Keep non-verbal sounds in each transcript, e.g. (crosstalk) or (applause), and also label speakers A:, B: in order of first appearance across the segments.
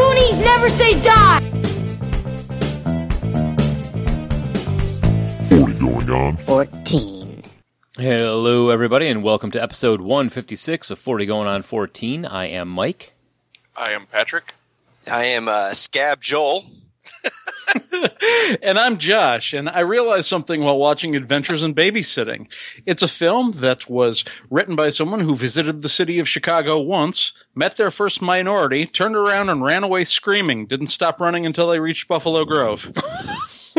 A: never say die!
B: 40 going on.
C: 14.
D: Hello, everybody, and welcome to episode 156 of 40 Going On 14. I am Mike.
E: I am Patrick.
F: I am uh, Scab Joel.
G: and I'm Josh, and I realized something while watching Adventures in Babysitting. It's a film that was written by someone who visited the city of Chicago once, met their first minority, turned around and ran away screaming, didn't stop running until they reached Buffalo Grove. (laughs)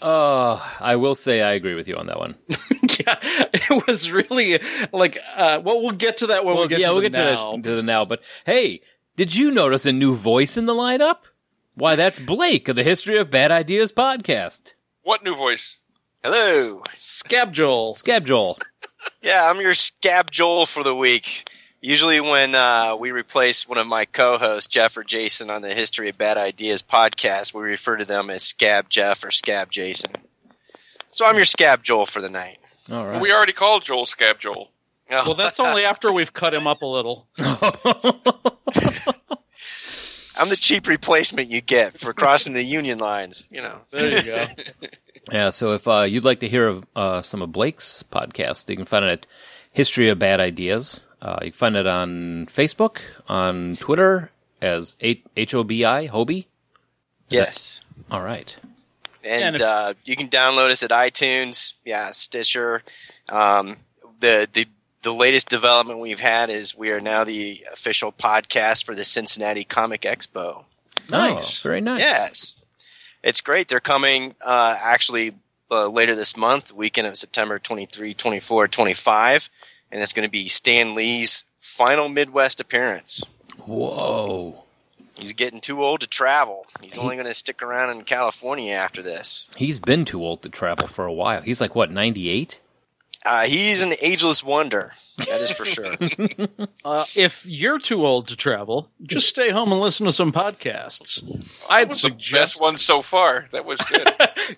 D: Uh, I will say I agree with you on that one.
G: yeah, it was really like, uh, well, we'll get to that when we get
D: yeah,
G: to
D: we'll
G: the
D: get
G: now.
D: to the, to the now. But hey, did you notice a new voice in the lineup? Why, that's Blake of the History of Bad Ideas podcast.
E: What new voice?
F: Hello.
G: Scab Joel.
D: Scab Joel.
F: Yeah, I'm your Scab Joel for the week. Usually, when uh, we replace one of my co hosts, Jeff or Jason, on the History of Bad Ideas podcast, we refer to them as Scab Jeff or Scab Jason. So I'm your Scab Joel for the night.
D: All right.
E: We already called Joel Scab Joel.
F: Oh,
G: Well, that's only after we've cut him up a little.
D: (laughs)
F: I'm the cheap replacement you get for crossing the union lines, you know.
G: There you go.
D: Yeah, so if uh, you'd like to hear of uh, some of Blake's podcasts, you can find it at History of Bad Ideas. Uh, you can find it on Facebook, on Twitter as H- H-O-B-I, Hobie.
F: Yes.
D: All right.
F: and,
G: And if-
F: uh, you can download us at iTunes, yeah, Stitcher. Um, the the the latest development we've had is we are now the official podcast for the Cincinnati Comic Expo.
G: Nice.
D: Oh, very nice.
F: Yes, it's great. They're coming uh, actually uh, later this month, the weekend of September 23, 24, 25, and it's going to be Stan Lee's final Midwest appearance.
D: Whoa.
F: He's getting too old to travel. He's only going to stick around in California after this.
D: He's been too old to travel for a while. He's like, what, 98?
F: Uh, he's an ageless wonder. That is for sure.
G: (laughs) Uh, if you're too old to travel, just stay home and listen to some podcasts. I'd
E: What's
G: suggest
E: the best one so far. That
G: (laughs)
E: was good.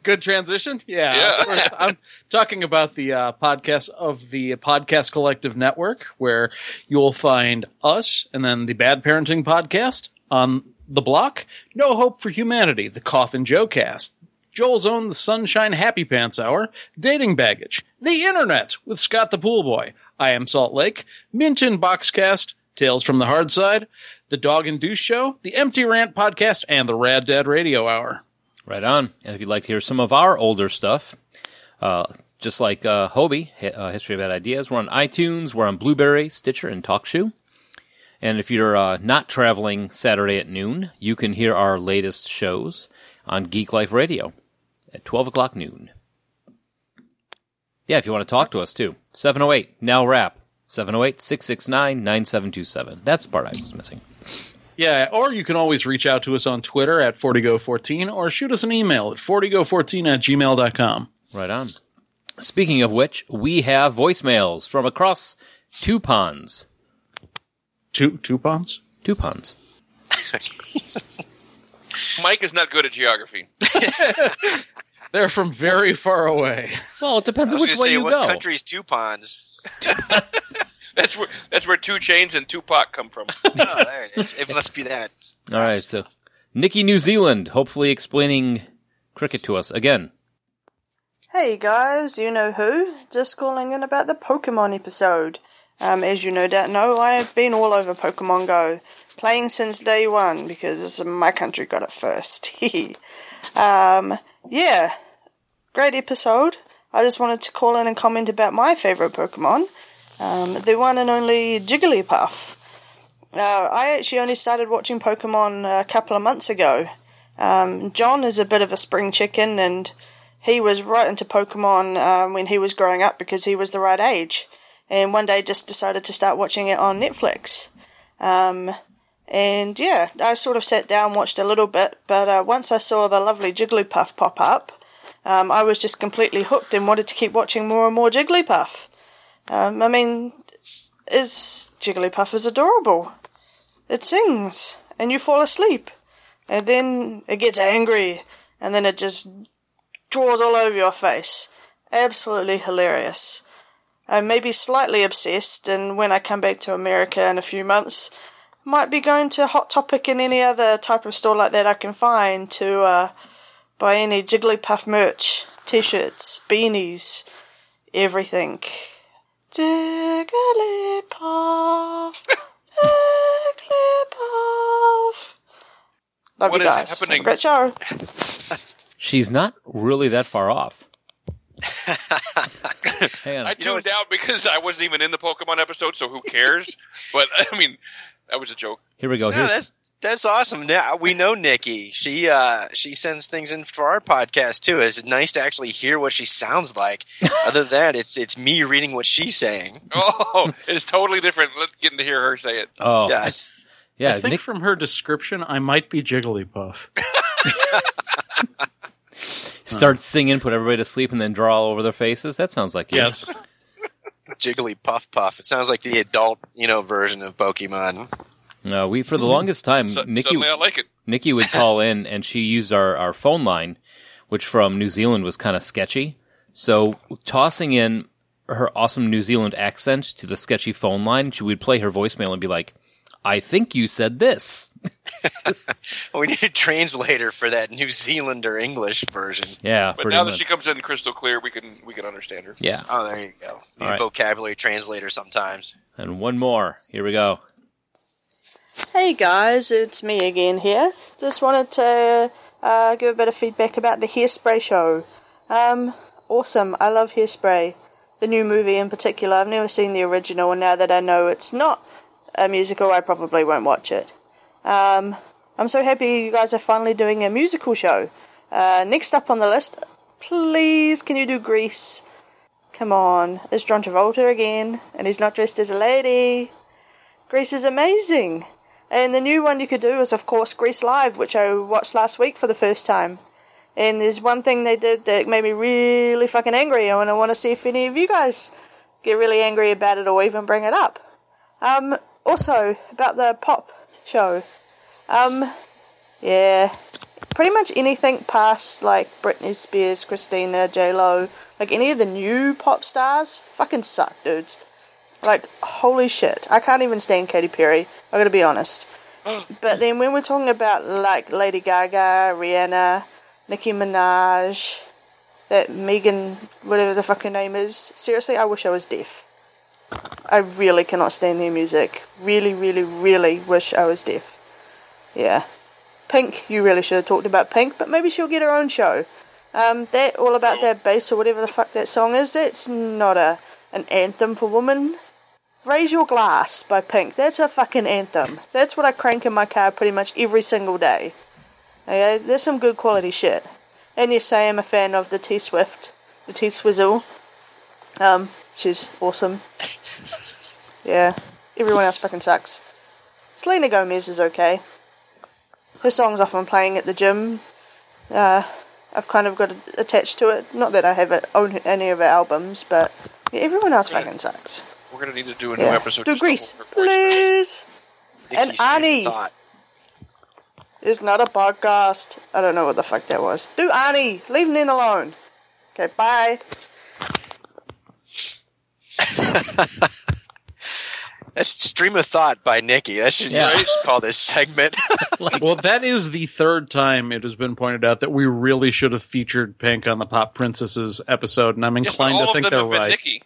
G: Good transition. Yeah.
E: Yeah.
G: of course. I'm talking about the uh, podcast of the Podcast Collective Network, where you'll find us and then the Bad Parenting Podcast on the block. No Hope for Humanity, the Coffin Joe Cast. Joel's own The Sunshine Happy Pants Hour, Dating Baggage, The Internet with Scott the Pool Boy, I Am Salt Lake, Minton Boxcast, Tales from the Hard Side, The Dog and Deuce Show, The Empty Rant Podcast, and The Rad Dad Radio Hour.
D: Right on. And if you'd like to hear some of our older stuff, uh, just like uh, Hobie, hi- uh, History of Bad Ideas, we're on iTunes, we're on Blueberry, Stitcher, and TalkShoe. And if you're uh, not traveling Saturday at noon, you can hear our latest shows on Geek Life Radio at 12 o'clock noon. Yeah, if you want to talk to us too, 708 Now Rap, 708 669 9727. That's the part I was missing.
G: Yeah, or you can always reach out to us on Twitter at 40go14 or shoot us an email at 40go14 at gmail.com.
D: Right on. Speaking of which, we have voicemails from across two ponds.
G: Two, two ponds?
D: Two ponds.
E: Mike is not good at geography.
G: They're from very far away.
D: Well, it depends
F: I
D: on
F: was
D: which
F: gonna
D: way
F: say,
D: you
F: what
D: go.
F: country's two ponds?
E: That's where that's where two chains and Tupac come
G: (laughs)
E: from.
F: Oh, there it is. It must be that.
D: All right, so Nikki, New Zealand, hopefully explaining cricket to us again.
H: Hey guys, you know who? Just calling in about the Pokemon episode. Um, as you no doubt know, I have been all over Pokemon Go, playing since day one because this is my country got it first. (laughs) um, yeah, great episode. I just wanted to call in and comment about my favorite Pokemon, um, the one and only Jigglypuff. Uh, I actually only started watching Pokemon a couple of months ago. Um, John is a bit of a spring chicken and he was right into Pokemon um, when he was growing up because he was the right age, and one day just decided to start watching it on Netflix. Um, and yeah, I sort of sat down, watched a little bit, but uh, once I saw the lovely Jigglypuff pop up, um, I was just completely hooked and wanted to keep watching more and more Jigglypuff. Um, I mean, is Jigglypuff is adorable. It sings, and you fall asleep, and then it gets angry, and then it just draws all over your face. Absolutely hilarious. I may be slightly obsessed, and when I come back to America in a few months, might be going to Hot Topic and any other type of store like that I can find to uh, buy any Jigglypuff merch, t-shirts, beanies, everything.
E: (laughs)
H: Jigglypuff, Jigglypuff. Love
E: What
H: you
E: is
H: guys. Have a
E: happening?
H: Great show.
D: She's not really that far off. Hang on.
E: I
F: You know,
E: tuned
F: it's-
E: out because I wasn't even in the Pokemon episode, so who cares? but (laughs) I mean, that was a joke. (laughs)
D: Here we go.
F: No,
D: Here's,
F: that's that's awesome. Now we know Nikki. She uh she sends things in for our podcast too. It's nice to actually hear what she
D: (laughs)
F: sounds like. Other than that, it's it's me reading what she's saying.
E: Oh, it's totally different. Let's get to hear her say it.
G: Um,
D: oh,
F: yes.
D: yeah.
G: (laughs) I think
D: Nick,
G: from her description, I might
E: (laughs)
G: be Jigglypuff.
D: Start singing, put everybody to sleep, and then draw all over their faces. That sounds like you.
G: yes.
F: Jiggly Puff Puff. It sounds like the adult, you know, version of Pokemon.
D: No, Uh, we for the longest time,
E: So,
D: Nikki
E: suddenly, I like it.
D: Nikki would call in, and she used our our phone line, which from New Zealand was kind of sketchy. So tossing in her awesome New Zealand accent to the sketchy phone line, she would play her voicemail and be like, "I think you said this."
F: We need a translator for that New Zealander English version.
D: Yeah,
E: But
D: pretty
E: now
D: much.
E: that she comes in crystal clear, we can we can understand her.
D: yeah,
F: Oh, there you go. Need a
D: right.
F: vocabulary translator sometimes.
D: and one more. Here we go.
H: Hey guys, it's me again here. Just wanted to uh, give a bit of feedback about the Hairspray show. Um, awesome. I love Hairspray. The new movie in particular. I've never seen the original, and now that I know it's not a musical, I probably won't watch it. Um, I'm so happy you guys are finally doing a musical show. Uh, next up on the list, please can you do Grease? Come on, it's John Travolta again, and he's not dressed as a lady. Grease is amazing. And the new one you could do is, of course, Grease Live, which I watched last week for the first time. And there's one thing they did that made me really fucking angry, and I want to see if any of you guys get really angry about it or even bring it up. Um, also, about the pop show. Um, yeah. Pretty much anything past, like, Britney Spears, Christina, J-Lo, like any of the new pop stars, fucking suck, dudes. Like, holy shit. I can't even stand Katy Perry. I gotta be honest. But then when we're talking about, like, Lady Gaga, Rihanna, Nicki Minaj, that Megan, whatever the fucking name is, seriously, I wish I was deaf. I really cannot stand their music. Really, really, really wish I was deaf. Yeah. Pink, you really should have talked about Pink, but maybe she'll get her own show. Um, that all about that bass or whatever the fuck that song is, that's not a an anthem for women. Raise Your Glass by Pink. That's a fucking anthem. That's what I crank in my car pretty much every single day. Okay, there's some good quality shit. And yes, I am a fan of the T Swift, the T Swizzle. Um, she's awesome. Yeah, everyone else fucking sucks. Selena Gomez is okay. Her song's often playing at the gym. Uh, I've kind of got attached to it. Not that I have it, own any of her albums, but yeah, everyone else fucking sucks.
E: We're gonna need to do a new
H: Yeah.
E: episode.
H: Do
E: just to
H: Greece,
E: hold her voice.
H: please. And
F: Nikki's train of
H: Annie.
F: thought.
H: It's not a podcast. I don't know what the fuck that was. Do Annie. Leave Nin alone. Okay, bye.
F: That's Stream of Thought by Nikki. That should
D: Yeah.
F: you should call this segment.
G: Well, that is the third time it has been pointed out that we really should have featured Pink on the Pop Princesses episode, and I'm
E: Yes, but
G: inclined
E: all
G: to
E: of them
G: think they're
E: have been
G: right.
E: Nikki.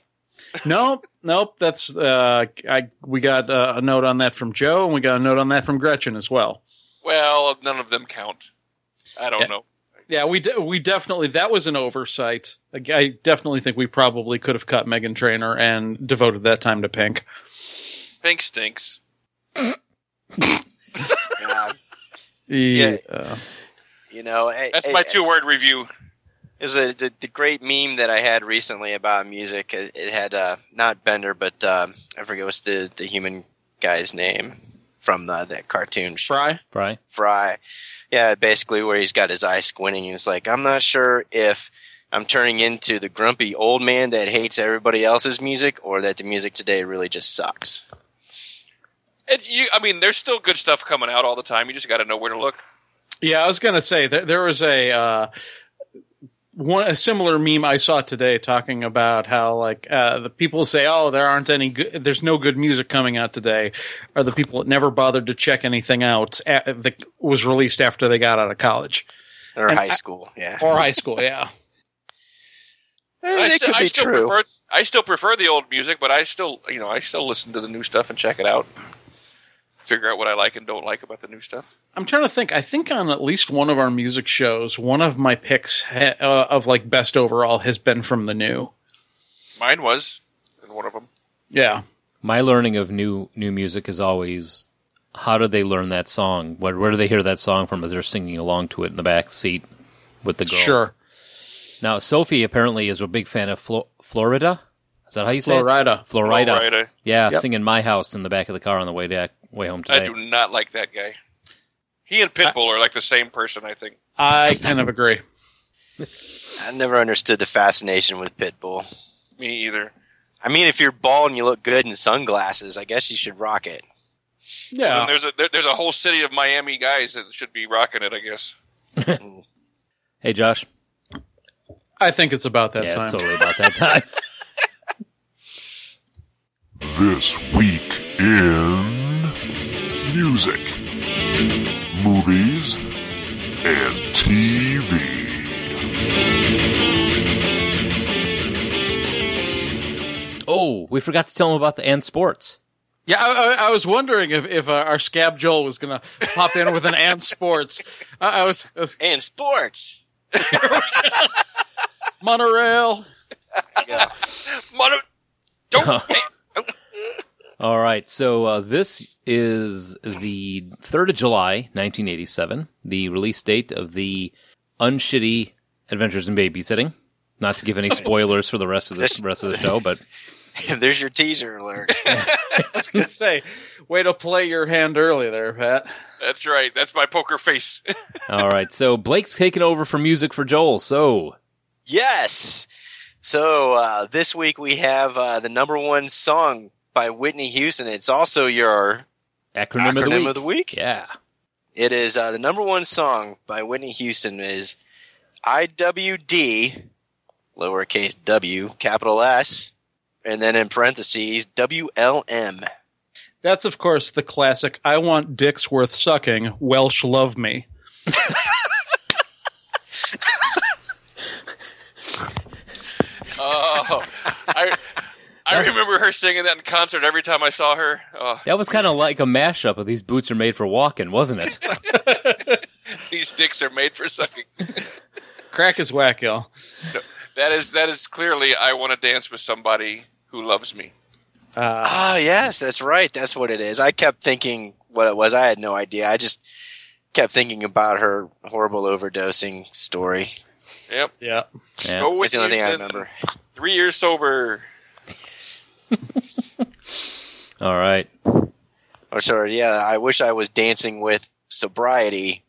G: nope, nope. That's uh, I. We got uh, a note on that from Joe, and we got a note on that from Gretchen as well.
E: Well, none of them count. I don't
G: Yeah.
E: know.
G: Yeah, we de- we definitely that was an oversight. Like, I definitely think we probably could have cut Megan Trainer and devoted that time to Pink.
E: Pink stinks.
F: Yeah,
G: Yeah.
F: you know, eh,
E: That's
F: eh,
E: my two-word review.
F: There's a the, the great meme that I had recently about music. It, it had uh, not Bender, but um, I forget what's the the human guy's name from the, that cartoon sh-
G: Fry.
D: Fry.
F: Fry. Yeah, basically where he's got his eye squinting. and He's like, I'm not sure if I'm turning into the grumpy old man that hates everybody else's music, or that the music today really just sucks.
E: It, you, I mean, there's still good stuff coming out all the time. You just got to know where to look.
G: Yeah, I was gonna say there, there was a uh, one a similar meme I saw today talking about how like uh, the people say, "Oh, there aren't any good, there's no good music coming out today," are the people that never bothered to check anything out a that was released after they got out of college
F: or
G: And
F: high
G: I-
F: school. Yeah,
G: or high school. Yeah,
F: I mean,
E: I,
F: Eh, it
E: still-
F: could
E: I
F: be
E: still
F: true.
E: prefer I still prefer the old music, but I still you know I still listen to the new stuff and check it out. Figure out what I like and don't like about the new stuff.
G: I'm trying to think. I think on at least one of our music shows, one of my picks ha- uh, of like best overall has been from the new.
E: Mine was in one of them.
G: Yeah,
D: My learning of new new music is always how do they learn that song? Where, where do they hear that song from as they're singing along to it in the back seat with the girl?
G: sure.
D: Now, Sophie apparently is a big fan of Flo- Florida. Is that how you say
G: Florida.
D: it?
F: uh,
D: Florida.
E: All right, I,
D: Yeah, singing My House in the back of the car on the way back, way home today.
E: I do not like that guy. He
F: Uh,
E: and Pitbull are like the same person, I think.
G: I kind of agree.
F: I never understood the fascination with Pitbull.
E: Me either.
F: I mean, if you're bald and you look good in sunglasses, I guess you should rock it. Oh.
G: Yeah,
E: and there's a there, there's a whole city of Miami guys that should be rocking it, I guess.
D: Hey, Josh.
G: I think it's about that
D: yeah,
G: time.
D: it's totally about that
G: (laughs)
D: time.
A: This week in music, movies, and TV.
D: oh, we forgot to tell him about the and sports.
G: Yeah, I, I, I was wondering if, if uh, our scab Joel was going to pop
D: (laughs)
G: in with an and sports. I, I, was, I was
F: And sports. (laughs)
G: monorail.
F: Yeah.
E: Mono- don't
D: All right, so uh, this is the 3rd of July, 1987, the release date of the unshitty Adventures in Babysitting. Not to give any spoilers for the rest of this
F: This-
D: rest of the show, but
F: There's your
E: (laughs)
F: teaser alert.
G: I was going to say, way to play your hand early there, Pat.
E: That's right. That's my poker face.
D: all right. So Blake's taking over for music for Joel. So
F: Yes. So uh, this week we have uh, the number one song by Whitney Houston. It's also your
D: acronym,
F: acronym
D: of, the week.
F: week.
D: Yeah,
F: It is uh, the number one song by Whitney Houston is IWD, lowercase w, capital S, and then in parentheses WLM.
G: That's, of course, the classic I want dicks worth sucking. Welsh love me.
E: Oh, I I remember her singing that in concert every time I saw her. Oh,
D: that was kind of like a mashup of "These Boots Are Made for Walking," wasn't
F: (laughs)
D: it?
E: these dicks are made for sucking.
G: Crack is whack, y'all.
E: That is that is clearly I want to dance with somebody who loves me.
G: Uh,
F: Ah, yes, that's right. That's what it is. I kept thinking what it was. I had no idea. I just kept thinking about her horrible overdosing story.
E: Yep.
G: yeah.
D: Yeah.
E: Go
F: That's
E: with
F: the only thing I
E: Houston,
F: remember.
E: Three years sober.
D: All right.
F: Or sorry, yeah, I wish I was dancing with sobriety.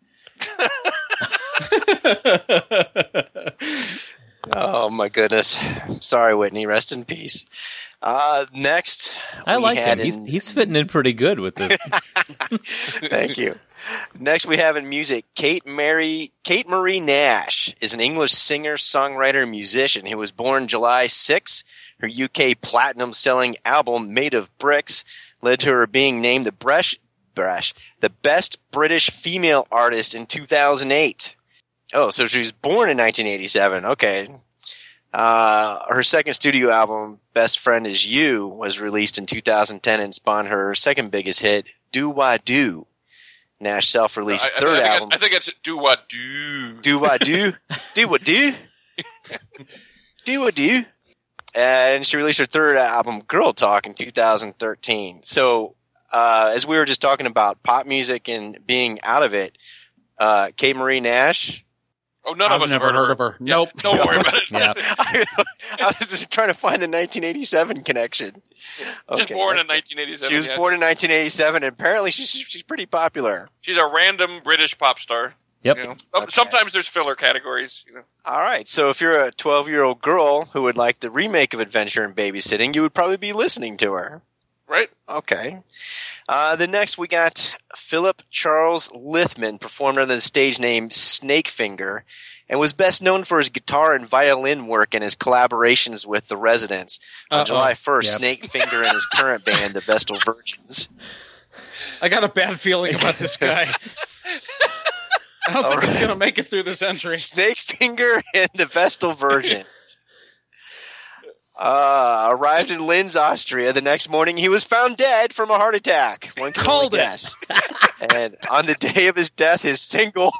F: oh my goodness. Sorry, Whitney. Rest in peace. Uh, next,
D: I
F: we
D: like
F: had
D: him. He's
F: in-
D: he's fitting in pretty good with
F: (laughs)
D: this.
F: Thank you. Next, we have in music Kate Mary Kate Marie Nash is an English singer, songwriter, and musician who was born July 6. Her UK platinum-selling album "Made of Bricks" led to her being named the Bresh, Bresh, the best British female artist in 2008. Oh, so she was born in 1987. Okay. Uh, her second studio album, Best Friend Is You, was released in 2010 and spawned her second biggest hit, Do Why Do. Nash self released
E: I- I,
F: third
E: I, think
F: album,
E: I, I think it's do what do.
F: Do Why Do. do What Do. do What Do. And she released her third album, Girl Talk, in 2013. So, uh, as we were just talking about pop music and being out of it, uh, K. Marie Nash, (laughs)
E: Oh, none
G: I've
E: of us
G: never
E: have
G: heard of her.
E: Yeah,
G: Nope.
E: Don't worry about it. (laughs)
D: Yeah.
F: I, was just trying to find the 1987 connection.
E: Just
F: Okay.
E: born in 1987.
F: She was
E: yeah.
F: born in 1987, and apparently she's she's pretty popular.
E: She's a random British pop star.
D: Yep.
E: You know? Some-
F: Okay.
E: Sometimes there's filler categories. You know.
F: All right, so if you're a 12 year old girl who would like the remake of Adventure in Babysitting, you would probably be listening to her.
E: Right?
F: Okay. Uh, the next we got Philip Charles Lithman performed under the stage name Snakefinger and was best known for his guitar and violin work and his collaborations with The Residents. On
G: Uh-oh.
F: July 1st,
D: Yep.
F: Snakefinger and his current band, The Vestal Virgins.
G: I got a bad feeling about this guy. I don't think he's going to make it through this entry.
F: Snakefinger and the Vestal Virgins. Uh, arrived in Linz, Austria. The next morning, he was found dead from a heart attack. One can only
G: Called it.
F: guess. and on the day of his death, his single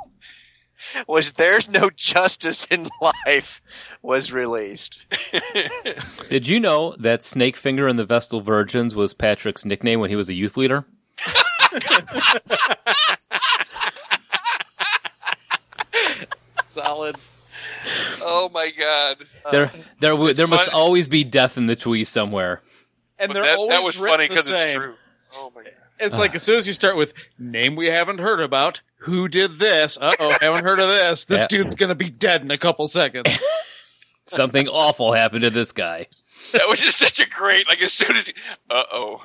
F: was "There's No Justice in Life" was released.
D: Did you know that Snakefinger and the Vestal Virgins was Patrick's nickname when he was a youth leader?
G: Solid.
E: Oh my god!
F: Uh,
D: there, there, w- there must
E: fun-
D: always be death in the Twee somewhere.
G: And
E: But
G: they're
E: that,
G: always
E: that was
G: written
E: funny
G: the
E: because it's
G: same.
E: true. Oh my god!
G: It's like as soon as you start with name we haven't heard about, who did this? Uh oh, haven't heard of this. This
D: Yeah.
G: dude's gonna be dead in a couple seconds.
F: (laughs)
D: Something awful happened to this guy.
E: That was just such a great. Like as soon as, uh oh,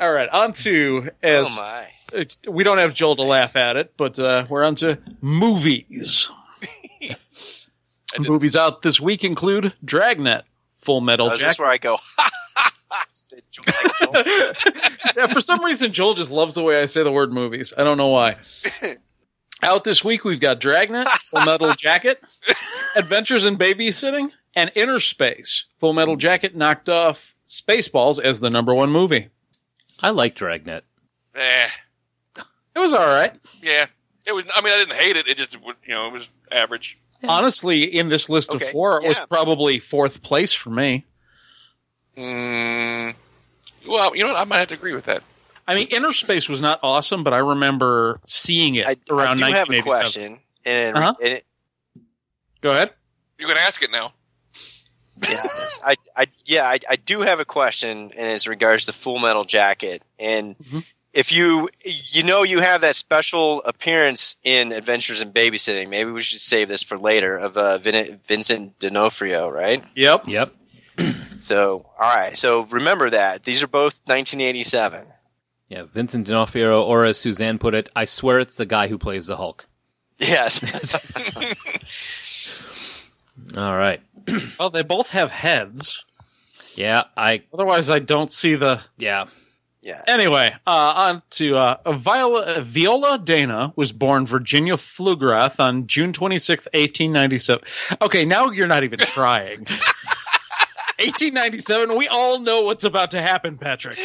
G: All right, on to as
F: Oh my!
G: it- we don't have Joel to laugh at it, but uh, we're on to movies. movies out this week include Dragnet, Full Metal
F: Oh, is this
G: Jacket.
F: where I go? (laughs)
G: (laughs)
F: Ha ha ha! ha.
G: yeah, for some reason, Joel just loves the way I say the word movies. I don't
F: (laughs)
G: know why. Out this week, we've got Dragnet, Full
F: (laughs)
G: Metal Jacket, Adventures in Babysitting, and Inner Space. Full Metal Jacket knocked off Spaceballs as the number one movie.
D: I like Dragnet.
E: (laughs) eh,
G: It was all right.
E: yeah. It was. I mean, I didn't hate it. It just, would- you know, it was average.
G: Honestly, in this list of
F: Okay,
G: four, it was
F: yeah.
G: probably fourth place for me.
E: Mm, well, you know what? I might have to agree with that.
G: I mean, Inner Space was not awesome, but I remember seeing it
F: I, I
G: around
F: do have a
G: 1987.
F: question, and,
G: Uh-huh.
F: and it,
G: Go ahead.
E: You can ask it now.
F: yeah, I, I, yeah, I, I do have a question in as regards to Full Metal Jacket, and
G: Mhm.
F: if you, you know, you have that special appearance in Adventures in Babysitting. Maybe we should save this for later of uh, Vin- Vincent D'Onofrio, right?
G: Yep.
D: Yep.
F: So, all right, so remember that these are both 1987.
D: Yeah, Vincent D'Onofrio, or as Suzanne put it, I swear it's the guy who plays the Hulk.
F: Yes,
D: All right.
G: Well, they both have heads.
D: Yeah, I.
G: Otherwise, I don't see the
D: Yeah.
F: yeah.
G: Anyway, uh, on to uh, Viola, Viola Dana was born Virginia Flugrath on June twenty sixth, 1897. Okay, now you're not even trying. 1897, we all know what's about to happen, Patrick.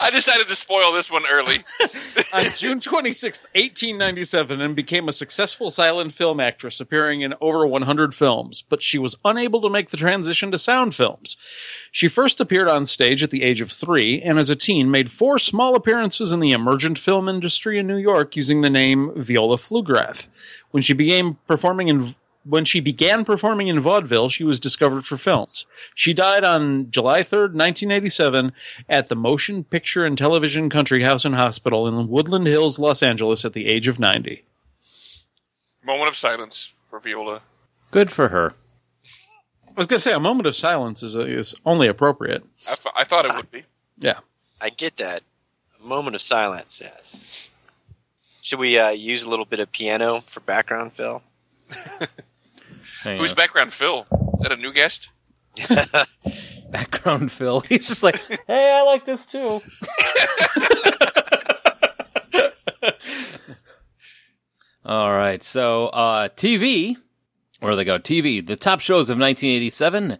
E: I decided to spoil this one early.
G: (laughs) On June twenty sixth, 1897, and became a successful silent film actress, appearing in over 100 films, but she was unable to make the transition to sound films. She first appeared on stage at the age of three, and as a teen made four small appearances in the emergent film industry in New York using the name Viola Flugrath. When she began performing in when she began performing in vaudeville, she was discovered for films. She died on July 3rd, 1987, at the Motion Picture and Television Country House and Hospital in Woodland Hills, Los Angeles, at the age of 90.
E: Moment of silence for Viola.
D: Good for her.
G: I was going to say, a moment of silence is, is only appropriate.
E: I, th- I thought it would be.
G: Yeah.
F: (laughs) I get that. A moment of silence. Yes. Should we uh, use a little bit of piano for background, Phil?
D: Hang
E: Who's
D: on.
E: background Phil? Is that a new guest?
D: background (laughs) Phil? He's just like, hey, I like this too. (laughs) All right. So, uh, TV. Where they go? TV. The top shows of 1987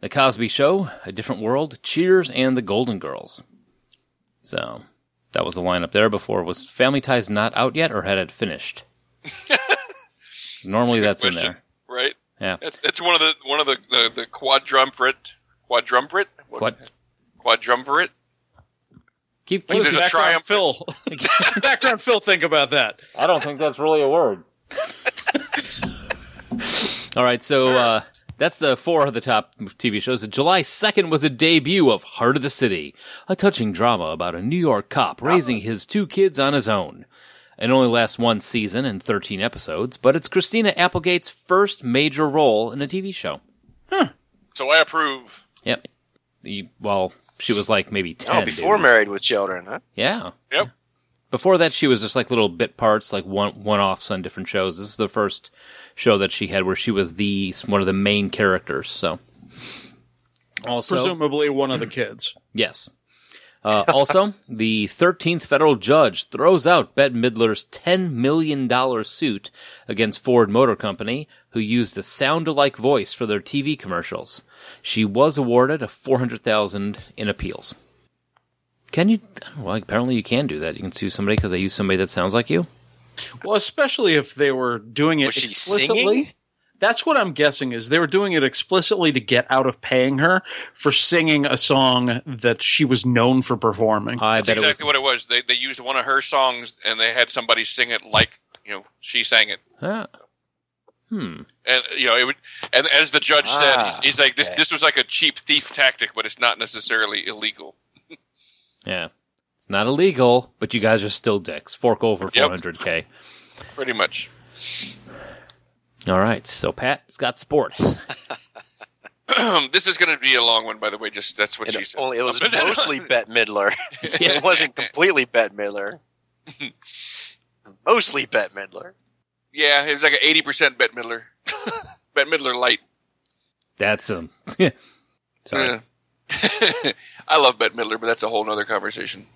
D: The Cosby Show, A Different World, Cheers, and The Golden Girls. So, that was the lineup there before. Was Family Ties not out yet, or had it finished?
E: (laughs)
D: Normally that's, in
E: question.
D: there.
E: Right.
D: Yeah.
E: That's, that's one of the one of the the, the quadrumvirate quadrumvirate What-
D: What?
E: quadrumvirate.
D: Keep,
G: What
D: keep
G: does
E: There's a
G: background
E: triumph.
G: Phil, (laughs) background Phil think about that?
D: I don't think that's really a word. (laughs) All right, so uh, that's the four of the top TV shows. July 2nd was the debut of Heart of the City, a touching drama about a New York cop raising his two kids on his own. It only lasts one season and 13 episodes, but it's Christina Applegate's first major role in a TV show.
E: So I approve.
D: Yep. The, well, she was like maybe 10.
F: Oh, before
D: dude.
F: Married with Children, huh?
D: Yeah.
E: Yep.
D: Before that, she was just like little bit parts, like one one offs on different shows. This is the first show that she had where she was the one of the main characters. So, also
G: Presumably one of the kids.
D: Yes. Uh, also,
E: (laughs)
D: the 13th federal judge throws out Bette Midler's $10 million suit against Ford Motor Company, who used a sound-alike voice for their TV commercials. She was awarded a 400000 in appeals. Can you? Well, apparently you can do that. You can sue somebody because they use somebody that sounds like you.
G: Well, especially if they were doing it
F: Was she
G: explicitly.
F: singing?
G: That's what I'm guessing is they were doing it explicitly to get out of paying her for singing a song that she was known for performing.
D: I
E: That's
D: bet
E: exactly
D: it was.
E: what it was. They they used one of her songs and they had somebody sing it like you know she sang it.
D: Ah,
E: And you know it would. And as the judge
F: Ah,
E: said, he's, he's like this.
F: okay.
E: This was like a cheap thief tactic, but it's not necessarily illegal.
D: yeah, it's not illegal, but you guys are still dicks. Fork over
E: Yep.
D: 400k.
E: Pretty much. (clears throat)
D: All right, so Pat's got sports.
E: this is going to be a long one, by the way. Just that's what
F: It,
E: she said.
F: only, it was
E: (laughs) But-
F: mostly
E: (laughs)
F: Bette Midler.
D: Yeah.
F: it wasn't completely Bette Midler. mostly Bette Midler.
E: yeah, it was like an eighty percent Bette Midler. (laughs) Bette Midler light.
D: That's (laughs) um. Sorry.
E: Yeah. (laughs) I love Bette Midler, but that's a whole other conversation.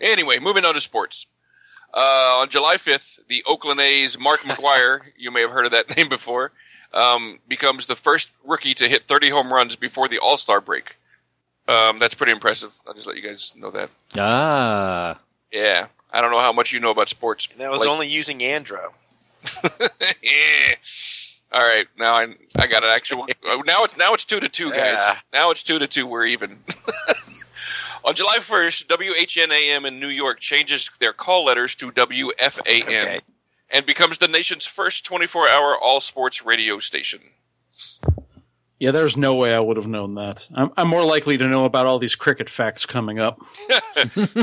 E: Anyway, moving on to sports. Uh, on July 5th, the Oakland A's Mark McGuire, you may have heard of that (laughs) name before, um, becomes the first rookie to hit 30 home runs before the All Star break. Um, that's pretty impressive. I'll just let you guys know that.
D: Ah,
E: Yeah. I don't know how much you know about sports.
F: And that was
E: Blake.
F: only using Andro.
E: Eh. All right, now I I got an
F: (laughs)
E: actual. oh, now it's now it's two to two, guys.
F: Yeah.
E: Now it's two to two. We're even. (laughs) On July first, WHNAM in New York changes their call letters to WFAN
F: Okay.
E: and becomes the nation's first 24-hour all-sports radio station.
G: yeah, there's no way I would have known that. I'm, I'm more likely to know about all these cricket facts coming up.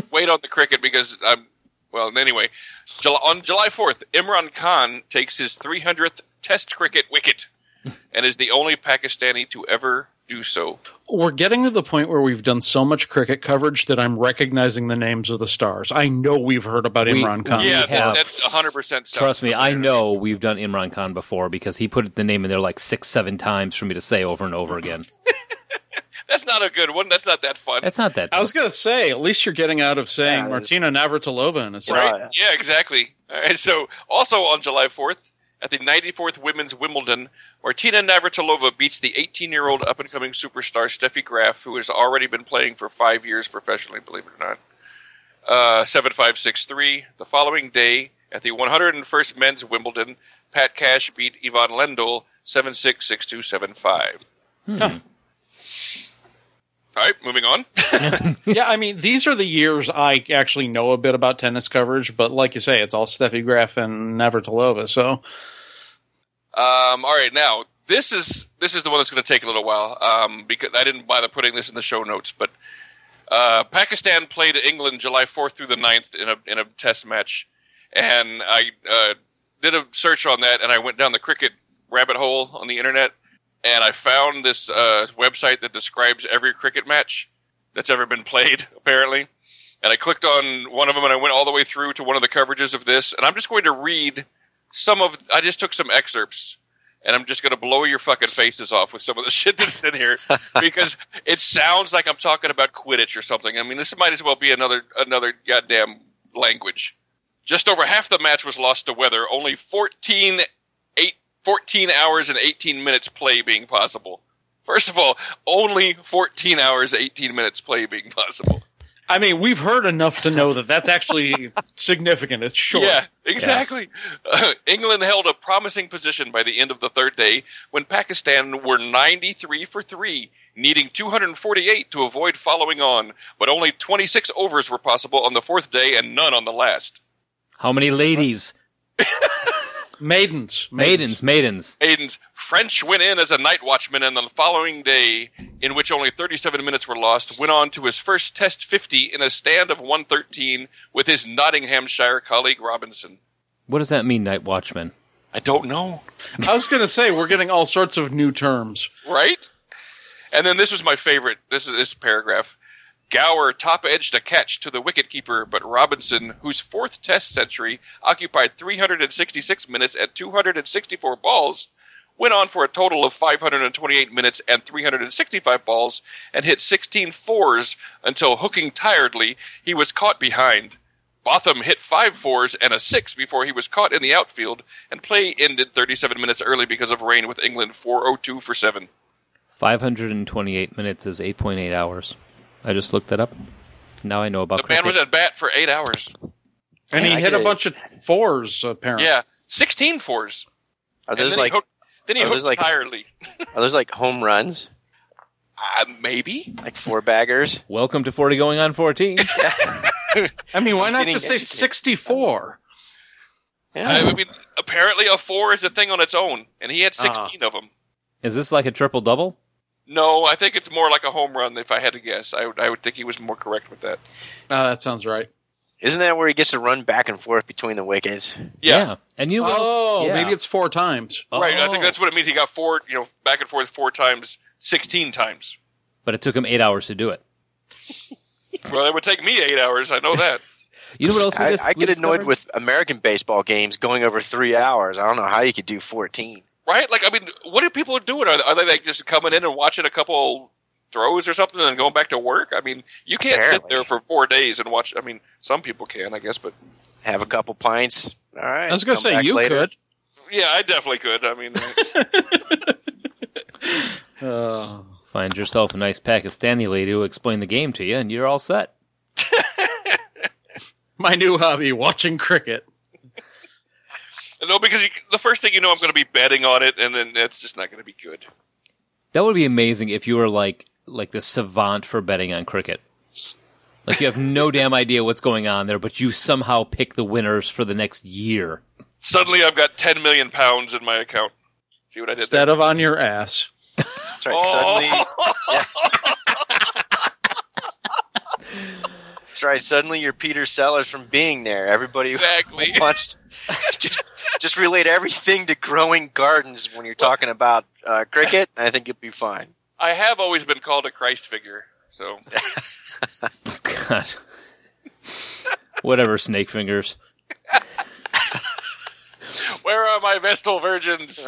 E: Wait on the cricket because I'm. Well, anyway, Jul on July 4th, Imran Khan takes his 300th Test cricket
F: (laughs)
E: wicket and is the only Pakistani to ever do so.
G: We're getting to the point where we've done so much cricket coverage that I'm recognizing the names of the stars. I know we've heard about
D: We-
G: Imran Khan.
D: we
E: Yeah,
D: have-
E: that, that's 100% sounds
D: trust me, I
E: familiar.
D: know we've done Imran Khan before because he put the name in there like six, seven times for me to say over and over again.
E: That's not a good one. That's not that fun.
D: That's not that.
G: I was gonna say, at least you're getting out of saying
F: Yeah, it is.
G: Martina Navratilova in a second.
E: right?
F: yeah.
E: Yeah, exactly. All right, so also on July 4th, at the 94th Women's Wimbledon, Martina Navratilova beats the 18-year-old up-and-coming superstar Steffi Graf, who has already been playing for five years professionally, believe it or not. Uh, 7-5-6-3. The following day, at the 101st Men's Wimbledon, Pat Cash beat Yvonne Lendl 7-6-6-2-7-5.
D: Hmm.
E: All right, moving on.
G: Yeah, I mean, these are the years I actually know a bit about tennis coverage, but like you say, it's all Steffi Graf and Navratilova. So
E: Um, all right, now this is this is the one that's going to take a little while um, because I didn't bother putting this in the show notes. But uh, Pakistan played England July fourth through the 9th in a in a test match, and I uh, did a search on that, and I went down the cricket rabbit hole on the internet, and I found this uh, website that describes every cricket match that's ever been played, (laughs) apparently. And I clicked on one of them, and I went all the way through to one of the coverages of this, and I'm just going to read some of I just took some excerpts and I'm just going to blow your fucking faces off with some of the (laughs) shit that's in here because it sounds like I'm talking about Quidditch or something. I mean, this might as well be another another goddamn language. Just over half the match was lost to weather, only 14, eight, 14 hours and 18 minutes play being possible. First of all, only 14 hours, 18 minutes play being possible.
G: I mean, we've heard enough to know that
E: (laughs)
G: that's actually significant. It's short.
E: Yeah, exactly. (laughs) Uh, England held a promising position by the end of the third day when Pakistan were 93 for 3, needing 248 to avoid following on, but only 26 overs were possible on the fourth day and none on the last.
D: How many ladies,
G: Maidens,
D: maidens, maidens?
E: Aiden's French went in as a night watchman, and on the following day, in which only 37 minutes were lost, went on to his first Test 50 in a stand of 113 with his Nottinghamshire colleague Robinson.
D: What does that mean, night watchman?
E: I don't know.
G: I was going to say we're getting all sorts of new terms.
E: right? And then this was my favorite. This is this paragraph. Gower top edged a catch to the wicketkeeper, but Robinson, whose fourth Test century occupied 366 minutes and 264 balls, went on for a total of 528 minutes and 365 balls and hit 16 fours until, hooking tiredly, he was caught behind. Botham hit five fours and a six before he was caught in the outfield, and play ended 37 minutes early because of rain with England 402 for seven.
D: 528 minutes is 8.8 hours. I just looked that up. Now I know about
E: The man was
D: cricket.
E: at bat for eight hours.
G: And he
F: I
G: hit
F: get
G: a
F: it.
G: bunch of fours, apparently.
E: Yeah, 16 fours.
F: Are
E: And
F: those
E: then
F: like
E: he hooked, then he
F: are
E: hooked
F: those like-
E: entirely.
F: are those like home runs?
E: Uh, maybe.
F: Like four baggers?
D: Welcome to 40 Going on 14.
G: I mean, why not
F: Getting
G: just say
F: educated.
G: 64?
E: I
F: Yeah.
E: (laughs) I mean, apparently a four is a thing on its own, and he had
F: Uh-huh.
E: 16 of them.
D: is this like a triple double?
E: No, I think it's more like a home run. If I had to guess, I would, I would think he was more correct with that.
G: Ah, that sounds right.
F: Isn't that where he gets to run back and forth between the wickets?
E: Yeah,
D: And you know what else-
G: Oh,
D: yeah.
G: maybe it's four times.
E: right. I
D: Oh.
E: think that's what it means. He got four, you know, back and forth four times, 16 times.
D: But it took him eight hours to do it.
E: Well, it would take me eight hours. I know that.
D: You know what else? We
F: I,
D: dis-
F: I
D: we
F: get annoyed
D: discovered?
F: with American baseball games going over three hours. I don't know how you could do fourteen.
E: right? Like, I mean, what are people doing? Are, are they like just coming in and watching a couple throws or something and going back to work? I mean, you can't sit
F: Apparently.
E: there for four days and watch. I mean, some people can, I guess, but
F: Have a couple pints. All right.
G: Oh. I was going to
F: come
G: say
F: back
G: you
F: later.
E: yeah, I definitely could. I mean, uh,
G: could. Uh,
D: Find yourself a nice Pakistani lady who explain the game to you, and you're all set.
G: my new hobby, watching cricket.
E: no, because you, the first thing you know, I'm going to be betting on it, and then that's just not going to be good.
D: That would be amazing if you were like like the savant for betting on cricket. Like you have no (laughs) damn idea what's going on there, but you somehow pick the winners for the next year. (laughs)
E: Suddenly, I've got 10 million pounds in my account. See what I did there?
G: Instead of on your ass.
F: That's right. Suddenly,
E: Oh,
F: (laughs) that's right. Suddenly, you're Peter Sellers from being there. Everybody
E: exactly.
F: (laughs) wants (laughs) just just relate everything to growing gardens when you're talking about uh, cricket. I think you'll be fine.
E: I have always been called a Christ figure. So
D: God. Whatever, snake fingers.
E: where are my Vestal virgins?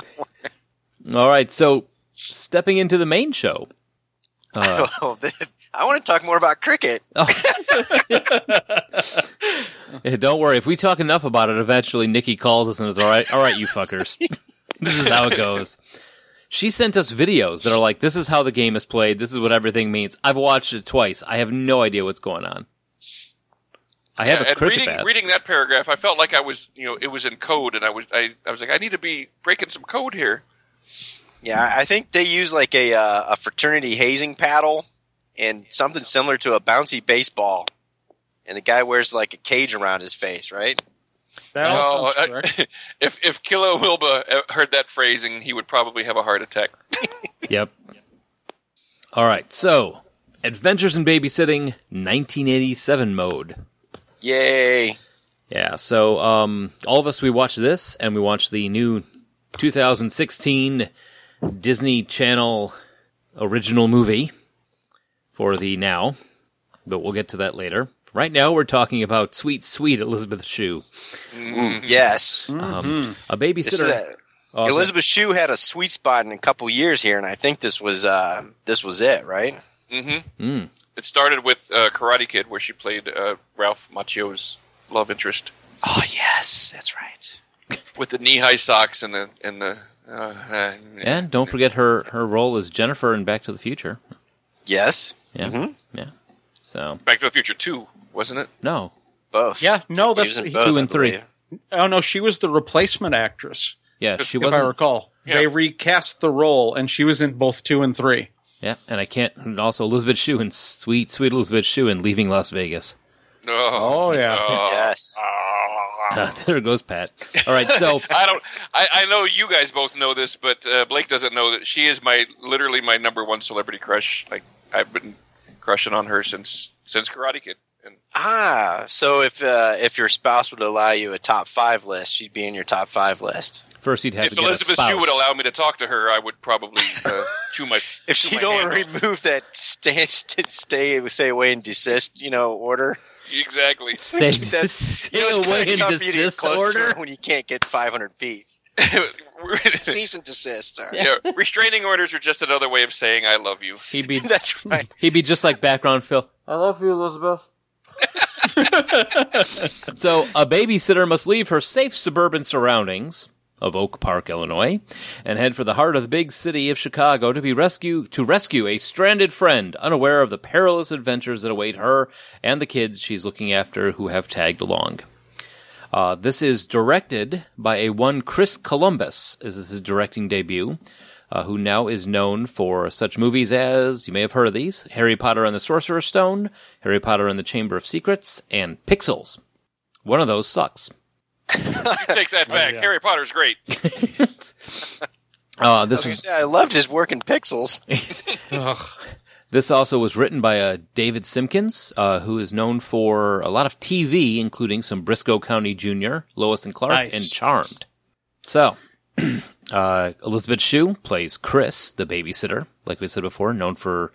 D: All right, so stepping into the main show. Uh,
F: (laughs) Well, then, I want to talk more about cricket.
D: (laughs) eh, don't worry, if we talk enough about it, eventually Nikki calls us and is all right. All right, you
E: (laughs)
D: fuckers. this is how it goes. She sent us videos that are like, this is how the game is played. This is what everything means. I've watched it twice. I have no idea what's going on. I have
E: Yeah,
D: a
E: and
D: cricket
E: reading,
D: bat.
E: reading that paragraph, I felt like I was, you know, it was in code, and I was, I, I was like, I need to be breaking some code here.
F: Yeah, I- I think they use like a uh, a fraternity hazing paddle and something similar to a bouncy baseball. And the guy wears like a cage around his face, right?
G: That all
E: Oh,
G: sounds
E: I-
G: correct.
E: (laughs) if if Kilo Wilba uh, heard that phrasing, he would probably have a heart attack.
D: Yep. All right, so Adventures in Babysitting 1987 mode.
F: Yay!
D: Yeah, so um, all of us we watched this, and we watched the new 2016 Disney Channel original movie for the now, but we'll get to that later. Right now, we're talking about sweet, sweet Elizabeth Shue,
F: Yes,
D: a
F: this is
D: babysitter.
F: a,
D: Oh, okay.
F: Elizabeth Shue had a sweet spot in a couple years here, and I think this was uh, this was it, right?
E: It started with uh, Karate Kid, where she played uh, Ralph Macchio's love interest
F: Oh yes, that's right.
E: with the knee high socks and the and the. Uh, uh,
D: and don't forget her her role as Jennifer in Back to the Future.
F: Yes,
D: Yeah, yeah. So
E: Back to the Future Two, wasn't it?
D: no,
F: both.
G: Yeah, no,
F: She was
G: that's.
F: in
G: He,
F: both,
D: two
F: I
D: and three.
F: believe.
G: oh, no, she was the replacement actress,
D: yeah, she
G: if I
D: wasn't.
G: recall.
E: Yeah.
G: They recast the role, and she was in both two and three.
D: Yeah, and I can't. And also Elizabeth Shue and sweet, sweet Elizabeth Shue in Leaving Las Vegas. (laughs)
E: No.
G: Oh, (laughs) yeah.
E: Uh,
F: Yes.
D: Ah, there goes Pat. All right, so
E: I don't. I, I know you guys both know this, but uh, Blake doesn't know that she is my literally my number one celebrity crush. Like I've been crushing on her since since Karate Kid. And
F: Ah, so if uh, if your spouse would allow you a top five list, she'd be in your top five list.
D: first you'd have
E: if
D: to get a
E: Elizabeth
D: spouse. (laughs)
E: Shue would allow me to talk to her, I would probably uh, chew my.
F: If
E: chew
F: you
E: my
F: don't
E: hand off.
F: (laughs) remove that stay, (laughs) stay, stay away and desist, you know, order.
D: (laughs)
E: exactly. (laughs)
D: Stay,
F: That's-
D: stay
F: you know, it's kinda
D: away and
F: tough for you to get
D: desist
F: close to
D: order.
F: it when you can't get 500
D: (laughs)
F: feet. Cease and desist. All right.
E: yeah, restraining orders are just another way of saying I
D: (laughs)
E: love you.
D: He'd
E: (laughs)
D: be
F: (laughs) That's right.
D: he'd be just like background Phil. I love you, Elizabeth. (laughs) so a babysitter must leave her safe suburban surroundings of Oak Park, Illinois, and head for the heart of the big city of Chicago to be rescue to rescue a stranded friend unaware of the perilous adventures that await her and the kids she's looking after who have tagged along. Uh, this is directed by a one Chris Columbus. This is his directing debut, uh, who now is known for such movies as you may have heard of these: Harry Potter and the Sorcerer's Stone, Harry Potter and the Chamber of Secrets, and Pixels. One of those sucks.
E: Take that back. Harry Potter's great.
D: Uh, this
F: I,
D: is
F: I loved his work in pixels.
D: This also was written by uh, David Simpkins, uh, who is known for a lot of TV, including some Briscoe County Jr., Lois and Clark,
G: Nice.
D: and Charmed. So, (clears throat) uh, Elizabeth Shue plays Chris, the babysitter, like we said before, known for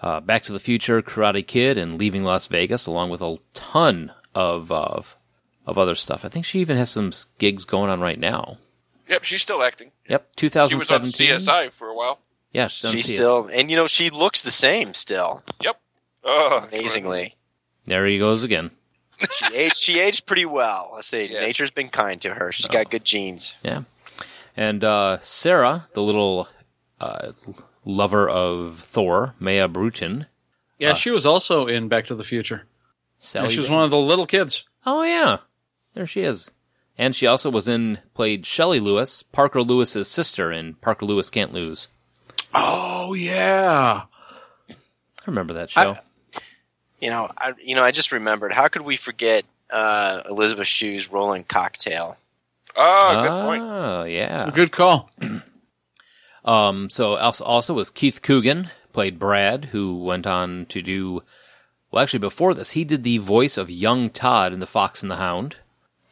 D: uh, Back to the Future, Karate Kid, and Leaving Las Vegas, along with a ton of of, of other stuff. I think she even has some s- gigs going on right now.
E: Yep, she's still acting.
D: Yep,
E: She was on
D: 2017.
E: CSI for a while.
D: Yeah, she's on
F: She
D: CSI.
F: still, and you know, she looks the same still.
E: Yep. Oh,
F: Amazingly,
D: There he goes again.
F: she aged. She aged pretty well. I say
E: Yes.
F: nature's been kind to her.
G: Oh.
F: She's got good genes.
D: Yeah. And uh, Sarah, the little uh, lover of Thor, Maya Bruton.
G: Yeah, she was also in Back to the Future.
D: Sally
G: she was
D: Rand-
G: one of the little kids.
D: Oh, yeah. There she is. And she also was in, played Shelley Lewis, Parker Lewis's sister in Parker Lewis Can't Lose.
G: Oh yeah.
D: I remember that show.
F: You know, I you know, I just remembered. How could we forget uh, Elizabeth Shue's Rolling Cocktail?
E: Oh, good point.
D: Ah, yeah.
G: Good call.
D: Um, so also, also was Keith Coogan, played Brad, who went on to do, well, actually before this, he did the voice of young Todd in The Fox and the Hound.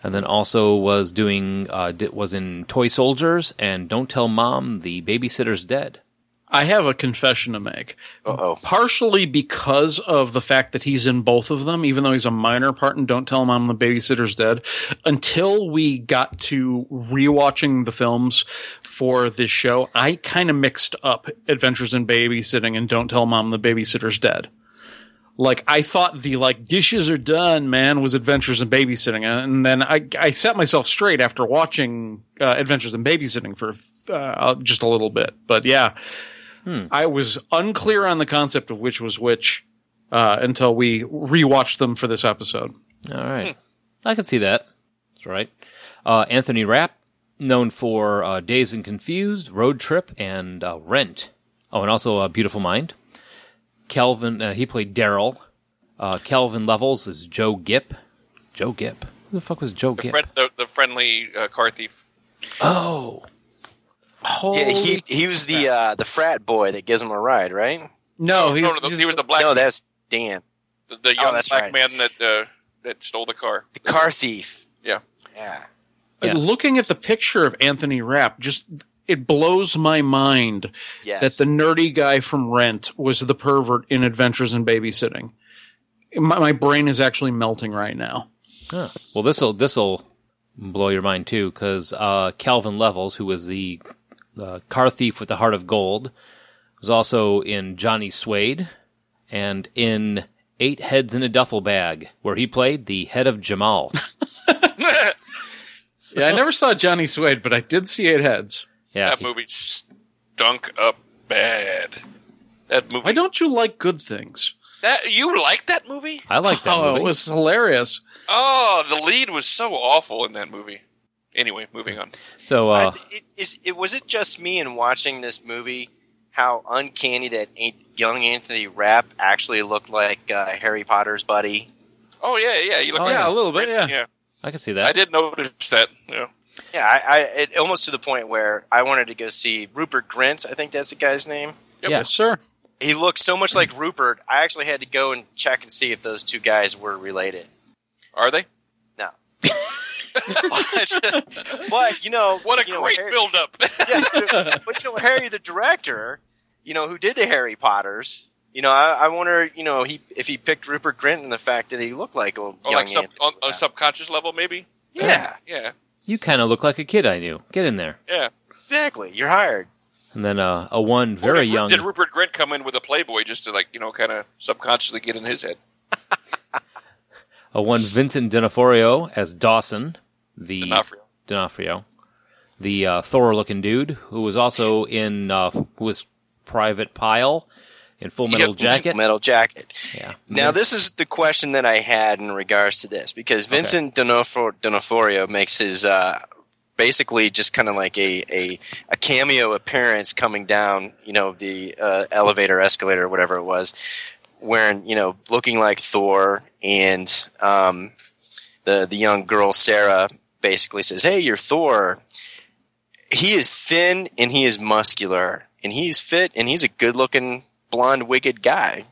D: And then also was doing, uh, di- was in Toy Soldiers and Don't Tell Mom, The Babysitter's Dead.
G: I have a confession to make.
F: Uh-oh.
G: Partially because of the fact that he's in both of them, even though he's a minor part and don't tell him I'm the babysitter's dead. Until we got to rewatching the films for this show, I kind of mixed up Adventures in Babysitting and Don't Tell Mom the Babysitter's Dead. Like I thought the like dishes are done, man, was Adventures in Babysitting, and then I I set myself straight after watching uh, Adventures in Babysitting for uh, just a little bit, but yeah, I was unclear on the concept of which was which uh, until we rewatched them for this episode.
D: All right. I can see that. That's right. Uh, Anthony Rapp, known for uh, Days and Confused, Road Trip, and uh, Rent. Oh, and also uh, Beautiful Mind. Kelvin, uh, he played Daryl. Uh, Kelvin Levels is Joe Gipp. Joe Gipp. Who the fuck was Joe Gipp?
E: Friend- the, the friendly uh, car thief.
D: oh,
F: Yeah, he he was the uh, the frat boy that gives him a ride, right?
G: Oh, No,
E: No,
G: he's,
E: no, no,
G: he's-
E: he was the black,
F: no, that's Dan,
E: the, the young
F: that's
E: black
F: right.
E: man that uh, that stole the car.
F: the car thief.
E: Yeah.
F: Yeah.
D: yeah.
G: looking at the picture of Anthony Rapp. Just it blows my mind
F: Yes.
G: that the nerdy guy from Rent was the pervert in Adventures in Babysitting. My, my brain is actually melting right now.
D: well, this'll this'll blow your mind too, because uh, Calvin Levels, who was the uh, car thief with the heart of gold, was also in Johnny Suede and in Eight Heads in a Duffel Bag, where he played the head of Jamal.
G: Yeah, I never saw Johnny Suede, but I did see Eight Heads.
D: Yeah,
E: That
D: he-
E: movie stunk up bad. That movie.
G: Why don't you like good things?
E: that you like that movie?
D: I like that
G: oh,
D: movie.
G: it was hilarious.
E: Oh, the lead was so awful in that movie. Anyway, moving on.
D: So
F: I
D: uh,
F: th- it, is, it was it just me in watching this movie how uncanny that an- young Anthony Rapp actually looked like uh, Harry Potter's buddy.
E: Oh yeah, yeah. You look
D: Oh,
E: like
D: yeah,
G: a little bit, yeah.
E: yeah.
D: I can see
E: I
D: that.
E: did notice that. Yeah.
F: Yeah, I, I it almost to the point where I wanted to go see Rupert Grint. I think that's the guy's name.
E: Yep.
D: Yeah.
G: Yes, sir.
F: He looked so much like Rupert. I actually had to go and check and see if those two guys were related. (laughs)
E: Are they?
F: No. but, but, you know
E: What a
F: you know,
E: great
F: Harry- (laughs)
E: build-up. (laughs)
F: Yeah, but you know Harry, the director, you know, who did the Harry Potters. You know, I, I wonder, you know, he if he picked Rupert Grint and the fact that he looked like a
E: Or
F: young
E: Oh, like sub,
F: Anthony
E: on a
F: Mackie.
E: subconscious level, maybe.
F: yeah,
E: Yeah,
D: You kind of look like a kid I knew. Get in there.
E: yeah.
F: exactly. You're hired.
D: And then uh, a one
E: Or
D: very
E: did,
D: young.
E: Did Rupert Grint come in with a Playboy just to like you know kind of subconsciously get in his head?
D: Uh, one Vincent D'Onofrio as Dawson, the
E: D'Onofrio.
D: D'Onofrio, the uh, Thor-looking dude who was also in uh, who was Private Pyle in Full Metal
E: Yep. (laughs)
D: Jacket.
F: Metal jacket.
D: Yeah.
F: Now, this is the question that I had in regards to this because Vincent D'Onofrio, D'Onofrio makes his uh, basically just kind of like a, a, a cameo appearance coming down, you know, the uh, elevator, escalator, whatever it was, wearing, you know, looking like Thor and um, the, the young girl, Sarah, basically says, Hey, you're Thor. He is thin and he is muscular and he's fit and he's a good looking, blonde, wicked
E: (laughs)
F: guy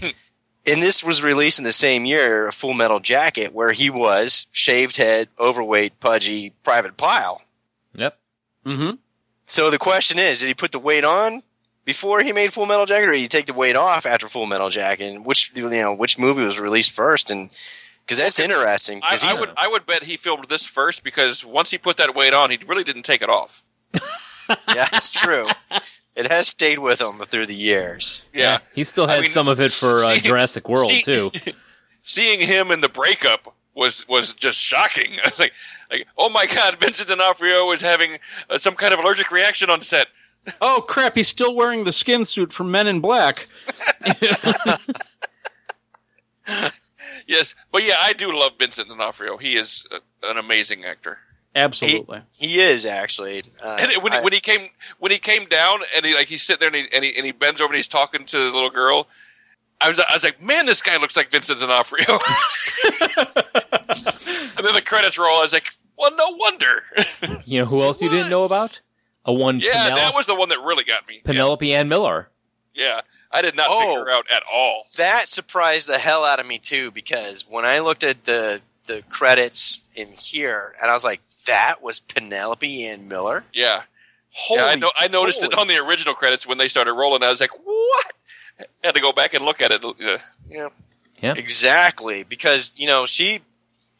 F: and this was released in the same year, a Full Metal Jacket, where he was shaved head, overweight, pudgy, Private Pile.
D: Yep.
G: Mm-hmm.
F: So the question is, did he put the weight on before he made Full Metal Jacket, or did he take the weight off after Full Metal Jacket? And which you know, which movie was released first? And because that's interesting.
E: I,
F: 'cause
E: I
F: he's-
E: would I would bet he filmed this first because once he put that weight on, he really didn't take it off.
F: (laughs) yeah,
E: (laughs)
F: that's true. It has stayed with him through the years.
E: Yeah,
D: He still
E: I
D: had
E: mean,
D: some of it for uh,
E: see-
D: Jurassic World
E: see- (laughs)
D: too.
E: seeing him in the breakup was was just shocking. (laughs) I was like, like oh my god, Vincent D'Onofrio is having uh, some kind of allergic reaction on set.
G: Oh crap! He's still wearing the skin suit from Men in Black.
E: Yes, but yeah, I do love Vincent D'Onofrio. He is uh an amazing actor.
F: He,
G: Absolutely.
F: he is actually. Uh,
E: (laughs) And it- when,
F: I-
E: when he came when he came down and he like he's sitting there and he, and he and he bends over and he's talking to the little girl. I was I was like, man, this guy looks like Vincent D'Onofrio. (laughs) and then the credits roll. I was like, well, no wonder. (laughs)
D: You know who else you didn't know
F: was.
D: about? A one
E: yeah,
D: Penel-
E: that was the one that really got me. Yeah.
D: Penelope Ann Miller.
E: Yeah, I did not
F: Oh.
E: figure her out at all.
F: that surprised the hell out of me too because when I looked at the the credits in here and I was like, that was Penelope Ann Miller.
E: Yeah,
F: Holy,
E: yeah. I, know, I noticed it
F: moly.
E: on the original credits when they started rolling. I was like, what? Had to go back and look at it. Uh, yeah,
F: exactly because you know she,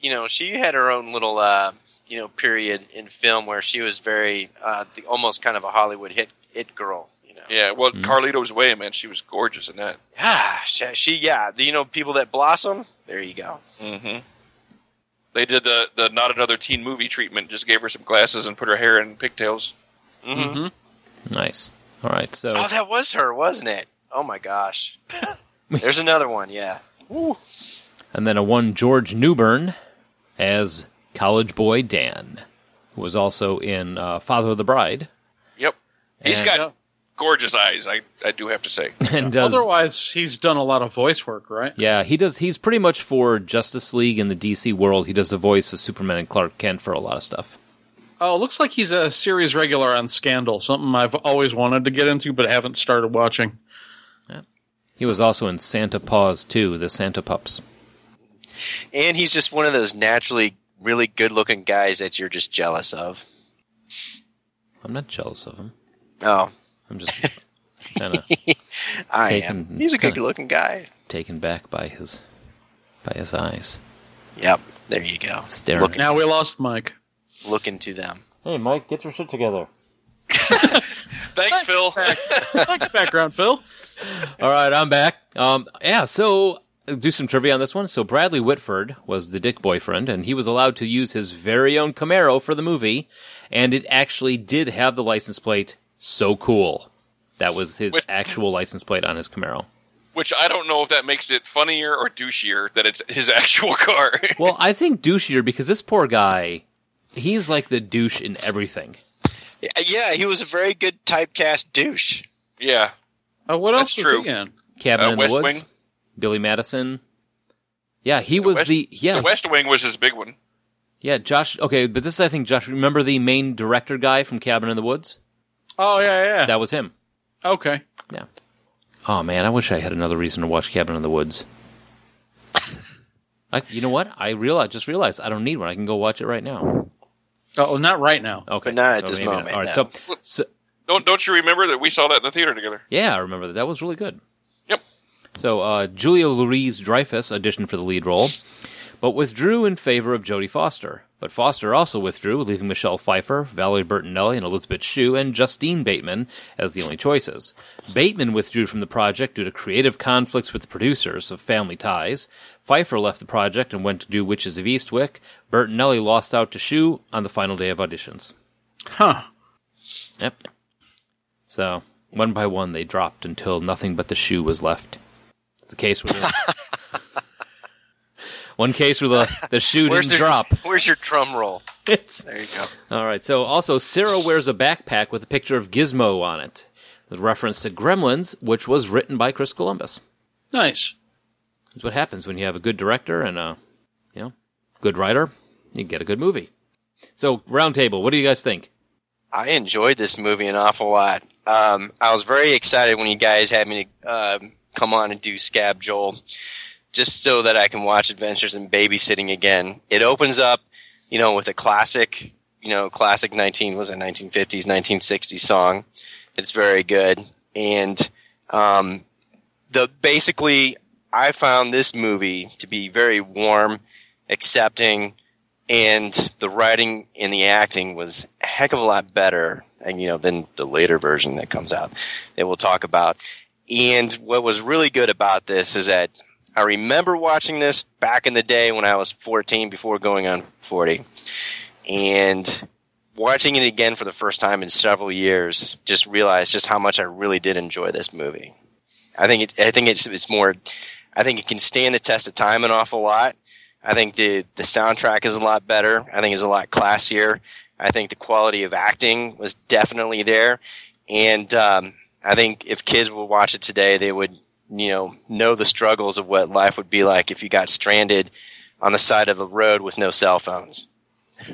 F: you know she had her own little uh, you know period in film where she was very uh, the, almost kind of a Hollywood hit hit girl. You know,
E: yeah. Well,
D: Mhm.
E: Carlito's Way, man, she was gorgeous in that.
F: ah, she, she yeah, the, you know people that blossom. There you go.
E: Mm-hmm. They did the the not another teen movie treatment. Just gave her some glasses and put her hair in pigtails.
F: Mhm.
D: Nice. All right. So
F: Oh, that was her, wasn't it? Oh
D: (laughs)
F: my gosh. There's another one. Yeah.
D: and then a one George Newbern as college boy Dan, who was also in uh, Father of the Bride (laughs)
E: Yep, he's
D: And-
E: got gorgeous eyes. I I do have
D: (laughs)
E: to say.
D: and does
G: Otherwise, he's done a lot of voice work, right?
D: Yeah, he does. He's pretty much for Justice League in the DC world. He does the voice of Superman and Clark Kent for a lot of stuff.
G: Oh, it looks like he's a series regular on Scandal, something I've always wanted to get into but haven't started watching.
D: He was also in Santa Paws 2, the Santa Pups.
F: And he's just one of those naturally really good looking guys that you're just jealous of.
D: I'm not jealous of him.
F: Oh,
D: I'm just kind of
F: I
D: Taken-
F: am. He's a good
D: kinda-
F: looking guy.
D: taken back by his by his eyes.
F: Yep. There you go.
D: Staring.
F: Look,
G: Now we lost Mike.
F: look into them.
D: Hey, Mike, get your shit together.
E: Thanks, Phil.
D: (laughs)
G: Thanks, background Phil.
D: All right, I'm back. Um, yeah, so uh, do some trivia on this one. So Bradley Whitford was the dick boyfriend, and he was allowed to use his very own Camaro for the movie, and it actually did have the license plate. So cool. That was his
E: Which-
D: actual license plate on his Camaro.
E: Which I don't know if that makes it funnier or douchier that it's his (laughs) actual car.
D: Well, I think douchier because this poor guy, he's like the douche in everything.
F: Yeah, he was a very good typecast douche.
E: yeah,
G: Uh, what
E: That's
G: else was
E: true.
G: he in?
D: Cabin
E: Uh,
D: in
E: West
D: the Woods,
E: Wing?
D: Billy Madison. Yeah, he was
E: West-
D: the yeah
E: The West Wing was his big one.
D: yeah Josh. Okay, but this is I think Josh. Remember the main director guy from Cabin in the Woods?
G: Oh yeah, yeah.
D: That was him.
G: okay.
D: Yeah. Oh man, I wish I had another reason to watch Cabin in the
F: (laughs)
D: Woods. I, you know what? I realize just realized I don't need one. I can go watch it right now.
G: Oh, not right now.
D: Okay,
F: But not at
D: Oh,
F: this
D: maybe
F: moment,
D: All right,
F: no.
D: so, so
E: Don't don't you remember that we saw that in the theater together?
D: Yeah, I remember that. That was really good.
E: Yep.
D: So uh, Julia Louise Dreyfus auditioned for the lead role, but withdrew in favor of Jodie Foster. But Foster also withdrew, leaving Michelle Pfeiffer, Valerie Bertinelli, and Elizabeth Shue, and Justine Bateman as the only choices. Bateman withdrew from the project due to creative conflicts with the producers of Family Ties. Pfeiffer left the project and went to do Witches of Eastwick. Bertinelli lost out to Shue on the final day of auditions.
G: Huh.
D: Yep. So one by one they dropped until nothing but the shoe was left. It's a case where the-
F: (laughs)
D: one case where the, the shoe
F: Where's
D: didn't
F: your
D: drop.
F: (laughs)
D: (laughs)
F: Where's your drum roll?
D: It's-
F: There you go.
D: all right. So also Sarah wears a backpack with a picture of Gizmo on it. The reference to Gremlins, which was written by Chris Columbus.
G: Nice.
D: That's what happens when you have a good director and a you know, good writer, you get a good movie. So roundtable, what do you guys think?
F: I enjoyed this movie an awful lot. Um, I was very excited when you guys had me to um, come on and do Scab Joel, just so that I can watch Adventures in Babysitting again. It opens up, you know, with a classic, you know, classic nineteen was it nineteen fifties, nineteen sixties song. It's very good, and um, the basically, I found this movie to be very warm, accepting, and the writing and the acting was a heck of a lot better and you know than the later version that comes out that we'll talk about and what was really good about this is that i remember watching this back in the day when i was 14 before going on 40 and watching it again for the first time in several years just realized just how much i really did enjoy this movie i think it i think it's, it's more i think it can stand the test of time an awful lot I think the the soundtrack is a lot better. I think it's a lot classier. I think the quality of acting was definitely there, and um, I think if kids would watch it today, they would you know know the struggles of what life would be like if you got stranded on the side of a road with no cell phones. (laughs)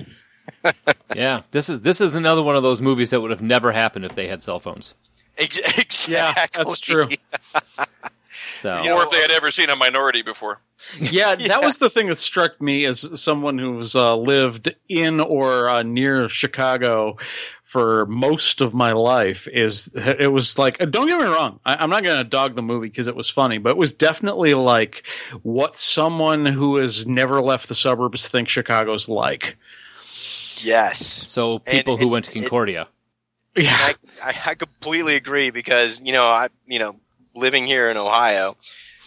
D: Yeah, this is this is another one of those movies that would have never happened if they had cell phones.
F: Ex- Exactly.
G: Yeah,
E: (laughs)
G: that's true.
D: So
E: or if they had ever seen a minority before.
G: (laughs) Yeah, that was the thing that struck me as someone who's uh, lived in or uh, near Chicago for most of my life. Is it was like, don't get me wrong, I, I'm not going to dog the movie because it was funny, but it was definitely like what someone who has never left the suburbs thinks Chicago's like.
F: Yes.
D: So people who
F: it-
D: went to
F: it-
D: Concordia.
G: Yeah,
F: I, I, I completely agree because you know I you know living here in Ohio,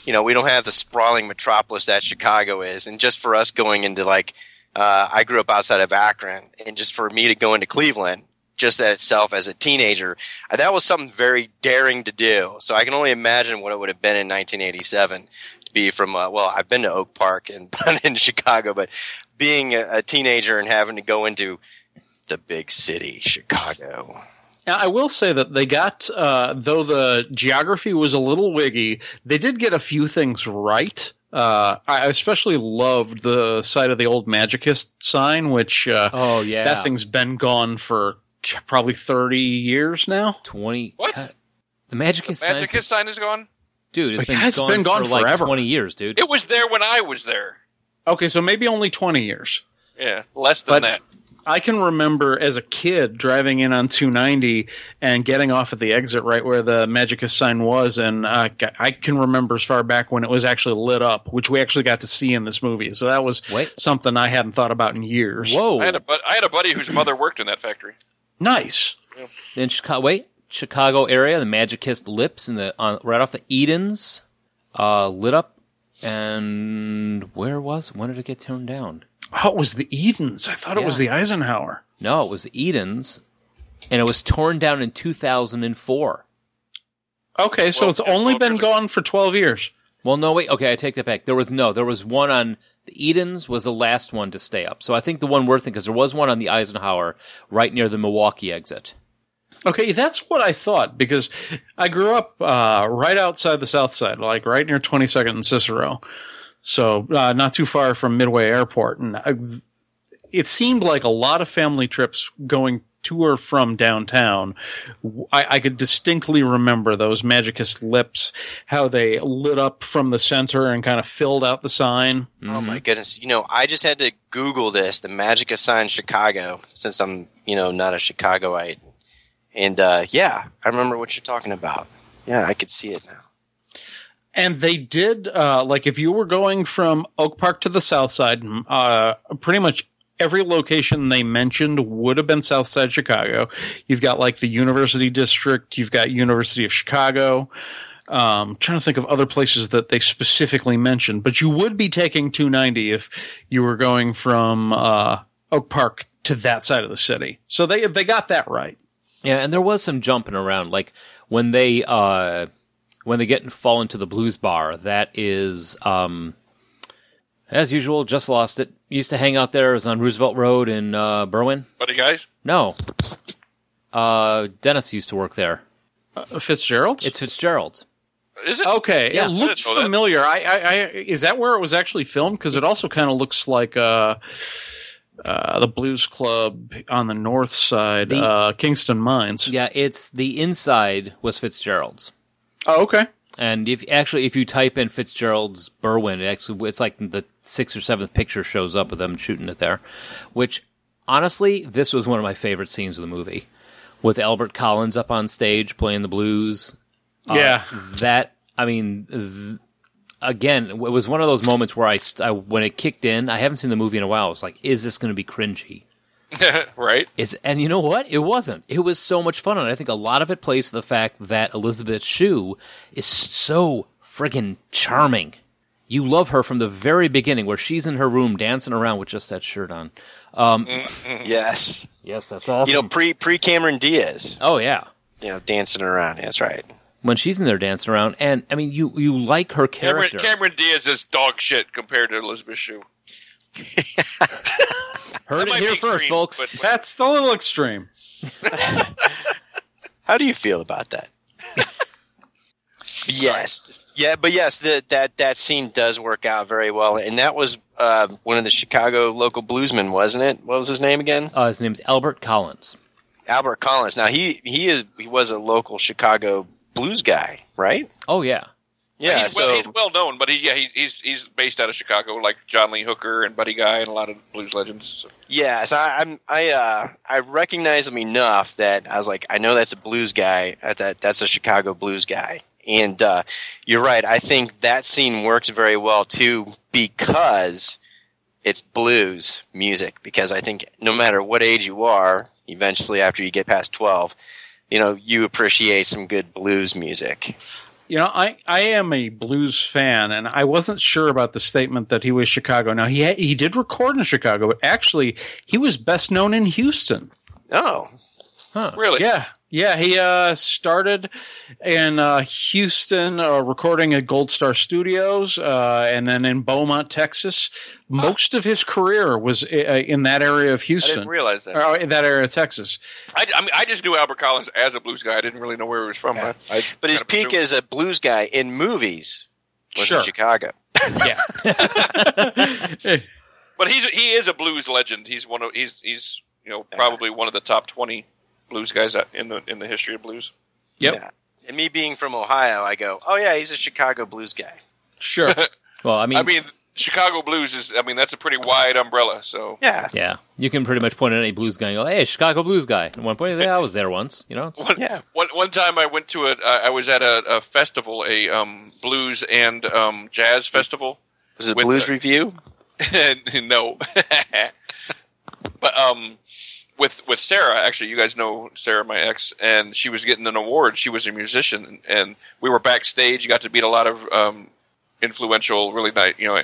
F: you know we don't have the sprawling metropolis that Chicago is, and just for us going into like uh, I grew up outside of Akron, and just for me to go into Cleveland, just that itself as a teenager, uh, that was something very daring to do. So I can only imagine what it would have been in 1987 to be from. Uh, well, I've been to Oak Park and (laughs) in Chicago, but being a, a teenager and having to go into the big city, Chicago.
G: Now, I will say that they got, uh, though the geography was a little wiggy, they did get a few things right. Uh, I especially loved the side of the old Magicist sign, which uh,
D: Oh yeah,
G: that thing's been gone for probably 30 years now.
D: twenty.
E: What?
D: God. The Magic is
E: Magic Kid sign is gone.
D: dude. It's
G: Like,
D: been,
G: Oh, it's
D: gone
G: been gone
D: for like
G: forever.
D: twenty years, dude.
E: It was there when I was there.
G: Okay, so maybe only 20 years.
E: Yeah, less than
G: But-
E: that.
G: I can remember as a kid driving in on 290 and getting off at the exit right where the Magicus sign was, and uh, g- I can remember as far back when it was actually lit up, which we actually got to see in this movie. So that was
D: Wait.
G: something I hadn't thought about in years.
D: Whoa!
E: I had a bud- I had a buddy whose mother worked in that factory.
G: Nice.
D: in Chicago, wait, Chicago area, the Magic Kissed Lips, and the on, right off the Edens, uh, lit up. And where was? When did it get torn down?
G: Oh, it was the Edens. I thought it was
D: Yeah.
G: the Eisenhower.
D: No, it was the Edens, and it was torn down in two thousand and four.
G: Okay, so
E: Well,
G: it's
E: yeah,
G: only
E: well,
G: been
E: there's a-
G: gone for 12 years.
D: Well, no, wait. Okay, I take that back. There was no. There was one on the Edens was the last one to stay up. So I think the one we're thinking because there was one on the Eisenhower right near the Milwaukee exit.
G: Okay, that's what I thought because I grew up uh, right outside the South Side, like right near 22nd and Cicero. So uh, not too far from Midway Airport. And I, it seemed like a lot of family trips going to or from downtown. I, I could distinctly remember those Magicus lips, how they lit up from the center and kind of filled out the sign.
F: Oh my goodness! You know, I just had to Google this, the magic of sign Chicago, since I'm you know not a Chicagoite, And uh, yeah, I remember what you're talking about. Yeah, I could see it now.
G: And they did, uh, like, if you were going from Oak Park to the south side, m- uh, pretty much every location they mentioned would have been south side Chicago. You've got, like, the University District, you've got University of Chicago. Um, trying to think of other places that they specifically mentioned, but you would be taking 290 if you were going from uh, Oak Park to that side of the city. So they they got that right.
D: Yeah, and there was some jumping around. Like when they uh when they get and fall into the blues bar, that is um as usual, just lost it. Used to hang out there, it was on Roosevelt Road in uh Berwyn.
E: Buddy guys?
D: No. Uh Dennis used to work there.
G: Uh, Fitzgerald's.
D: It's Fitzgerald's.
E: Is it?
G: Okay,
D: Yeah.
G: it looked
E: I didn't know that.
G: familiar. I, I, I, is that where it was actually filmed? Because it also kind of looks like uh, uh, the Blues Club on the north side,
D: The-
G: uh, Kingston Mines.
D: Yeah, it's the inside was Fitzgerald's.
G: Oh, okay.
D: And if actually if you type in Fitzgerald's Berwyn, it actually it's like the sixth or seventh picture shows up of them shooting it there. Which honestly, this was one of my favorite scenes of the movie. With Albert Collins up on stage playing the blues. Uh,
G: yeah,
D: mm. That I mean th- again, it was one of those moments where I, st- I when it kicked in, I haven't seen the movie in a while. I was like, is this going to be cringy?
E: right?
D: Is and you know what? It wasn't. It was so much fun, and I think a lot of it plays to the fact that Elizabeth Shue is so friggin' charming. You love her from the very beginning, where she's in her room dancing around with just that shirt on.
F: Yes.
D: Yes, that's awesome.
F: You know, pre pre Cameron Diaz,
D: oh yeah,
F: you know, dancing around. That's right.
D: when she's in there dancing around, and I mean, you you like her
E: Cameron,
D: character.
E: Cameron Diaz is dog shit compared to Elizabeth Shue.
D: Heard it
E: Might
D: here
E: be
D: first,
E: green,
D: folks.
E: but- but-
G: that's a little extreme.
F: How do you feel about that? yes. Yeah, but yes, the, that that scene does work out very well, and that was uh, one of the Chicago local bluesmen, wasn't it? What was his name again?
D: Uh, his name's Albert Collins.
F: Albert Collins. Now he he is he was a local Chicago blues guy, right?
D: Oh yeah,
F: Yeah.
E: he's,
F: so
E: well, he's well known, but he, yeah, he, he's he's based out of Chicago, like John Lee Hooker and Buddy Guy and a lot of blues legends. So.
F: yeah, so I, I'm I uh I recognize him enough that I was like, I know that's a blues guy. uh, That that's a Chicago blues guy. And uh, you're right. I think that scene works very well too because it's blues music. Because I think no matter what age you are, eventually after you get past twelve, you know you appreciate some good blues music.
G: You know, I, I am a blues fan, and I wasn't sure about the statement that he was Chicago. Now he he did record in Chicago, but actually he was best known in Houston.
F: Oh,
E: Really?
G: Yeah, yeah. He uh, started in uh, Houston, uh, recording at Gold Star Studios, uh, and then in Beaumont, Texas. Most of his career was uh, in that area of
E: I
G: Houston,
E: didn't realize that.
G: or in that area of Texas.
E: I, I, mean, I just knew Albert Collins as a blues guy. I didn't really know where he was from. I, I
F: But his
E: kinda
F: peak
E: presumed-
F: as a blues guy in movies was
G: Sure.
F: in Chicago.
G: Yeah,
E: But he's he is a blues legend. He's one of he's he's you know probably one of the top twenty blues guys out- in the in the history of blues.
G: yep,
F: Yeah. And me being from Ohio, I go, oh yeah, he's a Chicago blues guy.
G: sure.
D: well, I mean,
E: I mean, Chicago blues is I mean that's a pretty wide umbrella. So
F: Yeah.
D: yeah, you can pretty much point at any blues guy and go, "Hey, Chicago blues guy." At one point, yeah, I was there once. You know,
E: one,
F: Yeah.
E: one one time I went to a I I was at a, a festival, a um, blues and um, jazz festival. (laughs)
F: Was it
E: With
F: Blues
E: the-
F: Review?
E: no, (laughs) but um, with with Sarah actually, you guys know Sarah, my ex, and she was getting an award. She was a musician, and we were backstage. You got to meet a lot of um, influential, really nice, you know,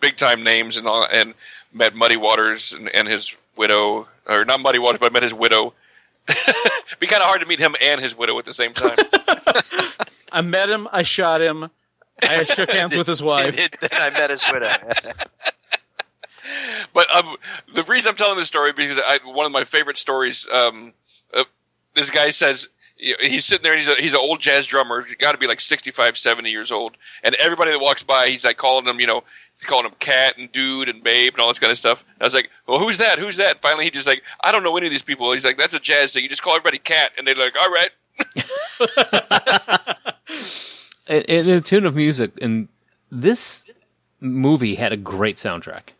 E: big time names, and all, and met Muddy Waters and, and his widow, or not Muddy Waters, but I met his widow. (laughs) Be kind of hard to meet him and his widow at the same time.
G: I met him. I shot him. I shook hands with
F: (laughs)
G: his wife.
F: It- I met his
E: (laughs)
F: widow.
E: But um, the reason I'm telling this story because I, one of my favorite stories. Um, uh, this guy says he's sitting there and he's a, he's an old jazz drummer. Got to be like 65, 70 years old. And everybody that walks by, he's like calling him, you know, he's calling him cat and dude and babe and all this kind of stuff. And I was like, well, who's that? Who's that? Finally, he just like, I don't know any of these people. He's like, that's a jazz thing. You just call everybody cat, and they're like, all right.
D: in, in the tune of music, and this movie had a great soundtrack.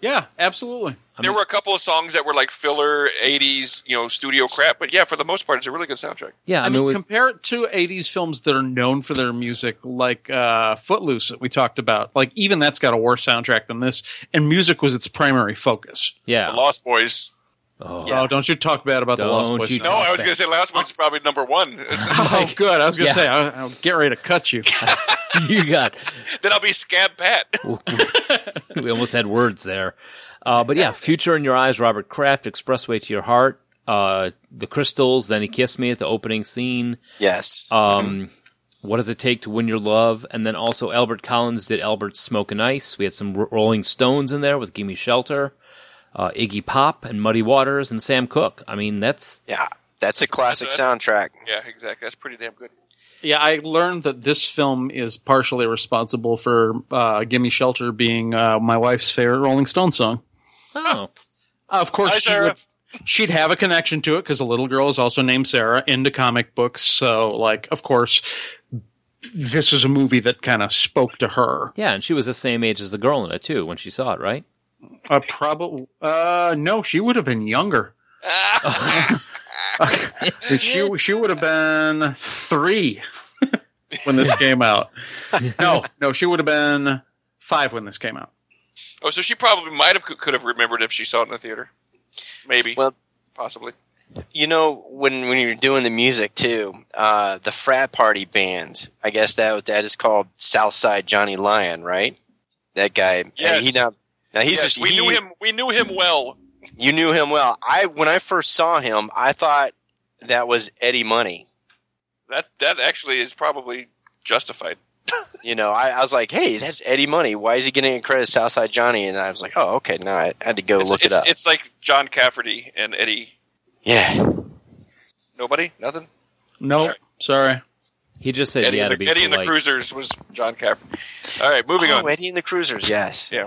G: Yeah, absolutely.
E: there were a couple of songs that were like filler '80s, you know, studio crap. But yeah, for the most part, it's a really good soundtrack.
D: Yeah,
G: I, mean, compare it to 80s films that are known for their music, like uh, Footloose that we talked about. Like, even that's got a worse soundtrack than this, and music was its primary focus.
D: yeah.
E: The Lost Boys.
D: Oh.
G: Oh, don't you talk bad about the Lost
D: Don't
G: Boys.
D: you
E: No,
D: Oh,
E: I was
D: thank-
E: going to say Lost
F: (laughs)
E: Boys is probably number one. (laughs) then
G: Oh, good. I was going
D: Yeah.
G: to say, I, I'll get ready to cut you.
D: (laughs) you got.
E: I'll be Scab Pat.
D: we almost had words there. Uh, but
G: (laughs)
D: yeah, Future in Your Eyes, Robert Kraft, Expressway to Your Heart, uh, The Crystals, Then He Kissed Me at the opening scene.
F: Yes.
E: Uh,
D: Um, What Does It Take to Win Your Love? And then also Albert Collins did Albert's Smoke and Ice. We had some R- Rolling Stones in there with Gimme Shelter, uh, Iggy Pop and Muddy Waters and Sam Cooke. I mean, that's
F: yeah. That's a classic soundtrack.
E: yeah, exactly. That's pretty damn good.
G: (laughs) Yeah, I learned that this film is partially responsible for uh, "Gimme Shelter" being uh, my wife's favorite Rolling Stone song.
D: oh,
G: Uh, of course,
E: Hi,
G: she
E: Sarah.
G: would. She'd have a connection to it because a little girl is also named Sarah into comic books. So, like, of course, this was a movie that kind of spoke to her.
D: yeah. And she was the same age as the girl in it too when she saw it, right?
G: Uh, probably, uh, no, she would have been younger. (laughs) she she would have been three (laughs) when this came out. No, no, she would have been five when this came out.
E: Oh, so she probably might have could have remembered if she saw it in the theater. Maybe.
F: Well-
E: possibly.
F: You know, when when you're doing the music too, uh, the frat party band. I guess that that is called Southside Johnny Lyon, right? That guy.
E: Yes.
F: He not, now he's
E: Yes,
F: just
E: we
F: he-
E: knew him. We knew him well.
F: You knew him well. I when I first saw him, I thought that was Eddie Money.
E: That that actually is probably justified.
F: you know, I, I was like, hey, that's Eddie Money. Why is he getting a credit as Southside Johnny? And I was like, oh, okay, no, I had to go
E: It's,
F: look
E: it's,
F: it up.
E: it's like John Cafferty and Eddie.
F: yeah.
E: Nobody, nothing.
G: No, sorry.
D: He just said
E: Eddie,
D: yeah
E: and
D: to
E: the,
D: be
E: Eddie and the
D: polite.
E: Cruisers was John Cafferty. All right, moving
F: oh,
E: on.
F: Eddie and the Cruisers, yes.
E: Yeah.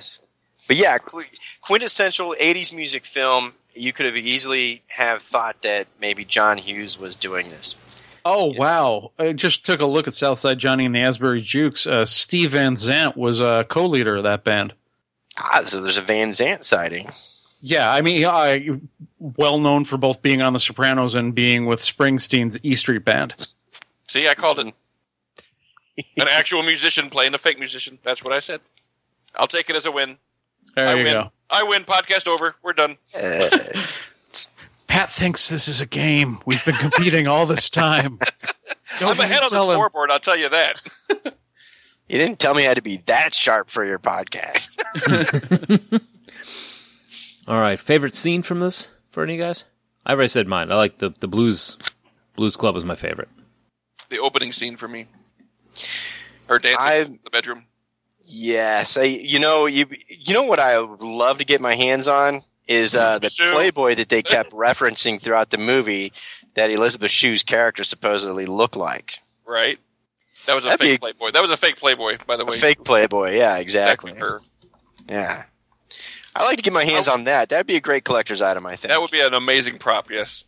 F: But yeah, qu- quintessential 80s music film. You could have easily have thought that maybe John Hughes was doing this.
G: Oh wow! I just took a look at Southside Johnny and the Asbury Jukes. Uh, Steve Van Zant was a co-leader of that band.
F: Ah, so there's a Van Zant sighting.
G: Yeah, I mean, I, well known for both being on The Sopranos and being with Springsteen's E Street Band.
E: See, I called
F: (laughs)
E: it an actual musician playing a fake musician. That's what I said. I'll take it as a win.
G: There
E: I
G: you
E: win.
G: go.
E: I win. Podcast over. We're done.
F: Uh,
G: Pat thinks this is a game. We've been competing all this time. Don't
E: (laughs) I'm ahead on the
G: tell him.
E: scoreboard. I'll tell you that. (laughs)
F: you didn't tell me I had to be that sharp for your podcast.
D: All right, favorite scene from this for any of you guys? I already said mine. I like the the blues. Blues Club was my favorite.
E: the opening scene for me. Her dancing
F: I-
E: in the bedroom.
F: Yes, I, you know you you know what I would love to get my hands on is uh, the
E: Shoe.
F: Playboy
E: (laughs)
F: that they kept referencing throughout the movie that Elizabeth Shue's character supposedly looked like
E: Right. That was a
F: That'd be-
E: fake Playboy. That was a fake Playboy, by the
F: a
E: way.
F: fake Playboy. Yeah,
E: Exactly
F: exactly.
E: her.
F: Yeah, I like to get my hands on that. That'd be a great collector's item, I think.
E: That would be an amazing prop. Yes.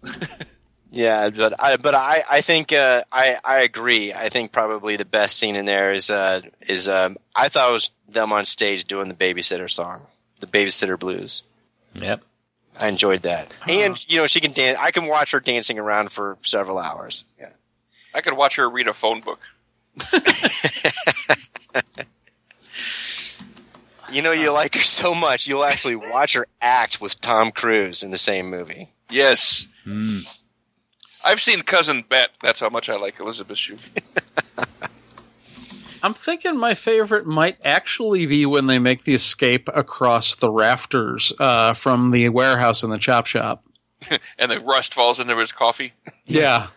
F: yeah, but I but I I think uh, I I agree. I think probably the best scene in there is uh, is um, I thought it was them on stage doing the babysitter song, the babysitter blues.
D: Yep.
F: I enjoyed that. And you know, she can dance. I can watch her dancing around for several hours. Yeah.
E: I could watch her read a phone book.
F: You know, you like her so much, you'll actually watch her act with Tom Cruise in the same movie.
E: Yes.
G: Hmm.
E: I've seen Cousin Bet. That's how much I like Elizabeth Shue.
G: I'm thinking my favorite might actually be when they make the escape across the rafters uh, from the warehouse and the chop shop.
E: and the rust falls into his coffee.
G: Yeah.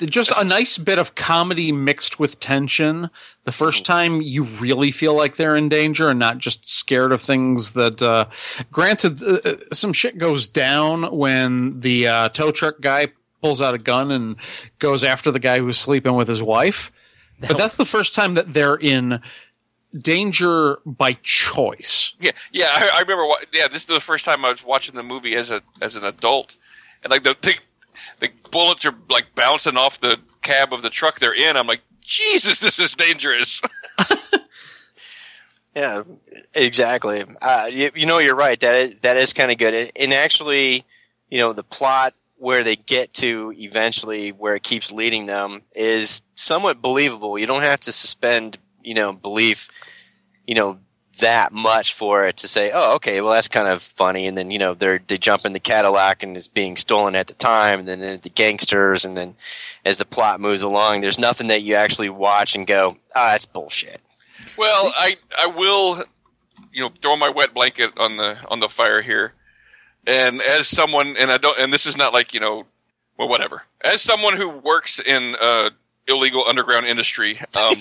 G: Just a nice bit of comedy mixed with tension. The first time you really feel like they're in danger and not just scared of things that, uh, granted, uh, uh, some shit goes down when the uh, tow truck guy pulls out a gun and goes after the guy who's sleeping with his wife. But that's the first time that they're in danger by choice.
E: Yeah, yeah. I, I remember. Wa- yeah, this is the first time I was watching the movie as a as an adult, and like the the, the bullets are like bouncing off the cab of the truck they're in. I'm like, Jesus, this is dangerous.
F: Yeah, exactly. Uh, you, you know, you're right. That is, that is kind of good. And- And actually, you know, the plot where they get to eventually, where it keeps leading them, is somewhat believable. You don't have to suspend, you know, belief, you know, that much for it to say, oh, okay, well, that's kind of funny. And then, you know, they're, they jump in the Cadillac and it's being stolen at the time. And then there's the gangsters. And then as the plot moves along, there's nothing that you actually watch and go, ah, that's bullshit.
E: (laughs) Well, I I will, you know, throw my wet blanket on the on the fire here, and as someone, and I don't, and this is not like you know, well, whatever. As someone who works in uh, illegal underground industry, um,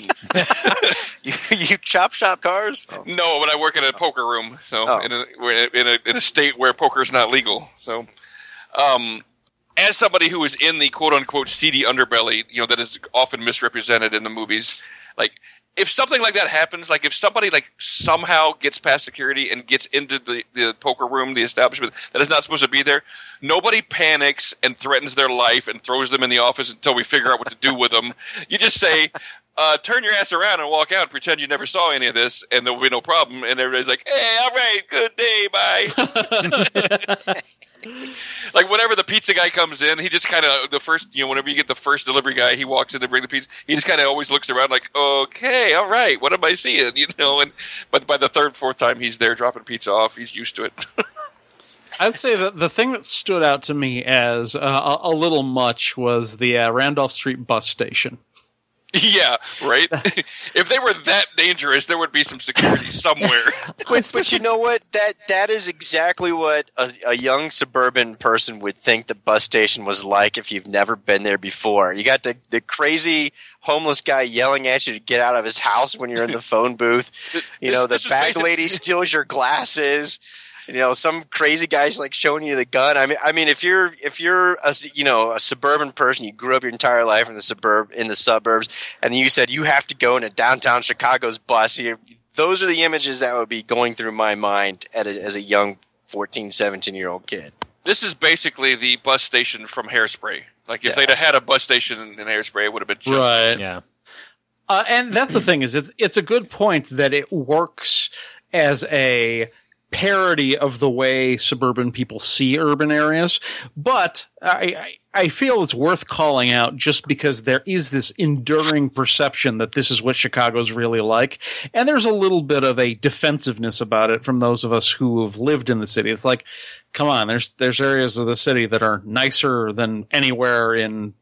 F: (laughs) you, you chop shop cars?
E: no, but I work in a poker room, so
F: Oh.
E: in a we're in a in a state where poker is not legal, so. Um, as somebody who is in the quote unquote seedy underbelly, you know, that is often misrepresented in the movies, like if something like that happens, like if somebody like somehow gets past security and gets into the, the poker room, the establishment that is not supposed to be there, nobody panics and threatens their life and throws them in the office until we figure out what to do with them. (laughs) You just say, uh, turn your ass around and walk out and pretend you never saw any of this and there will be no problem. And everybody's like, hey, all right, good day, bye like whenever the pizza guy comes in, he just kind of the first you know whenever you get the first delivery guy, he walks in to bring the pizza. He just kind of always looks around like, okay, all right, what am I seeing? (laughs) You know, and but by the third, fourth time he's there dropping pizza off, he's used to it. (laughs)
G: I'd say that the thing that stood out to me as uh, a, a little much was the uh, Randolph Street bus station.
E: yeah, right. (laughs) if they were that dangerous, there would be some security somewhere.
F: But, but you know what? That that is exactly what a, a young suburban person would think the bus station was like if you've never been there before. You got the, the crazy homeless guy yelling at you to get out of his house when you're
E: (laughs)
F: in the phone booth. You
E: This-
F: know, the
E: this is
F: bag
E: basic-
F: lady steals your glasses. You know, some crazy guy's like showing you the gun. I mean, I mean, if you're if you're a s- you know a suburban person, you grew up your entire life in the suburb in the suburbs, and you said you have to go in a downtown Chicago's bus. You, those are the images that would be going through my mind at a, as a young 14, 17 year old kid.
E: This is basically the bus station from Hairspray. Like if
F: Yeah.
E: they'd have had a bus station in Hairspray, it would have been just
D: Yeah.
G: Uh, and that's the thing is it's it's a good point that it works as a parody of the way suburban people see urban areas, but I, I I feel it's worth calling out just because there is this enduring perception that this is what Chicago's really like, and there's a little bit of a defensiveness about it from those of us who have lived in the city. It's like, come on, there's there's areas of the city that are nicer than anywhere in.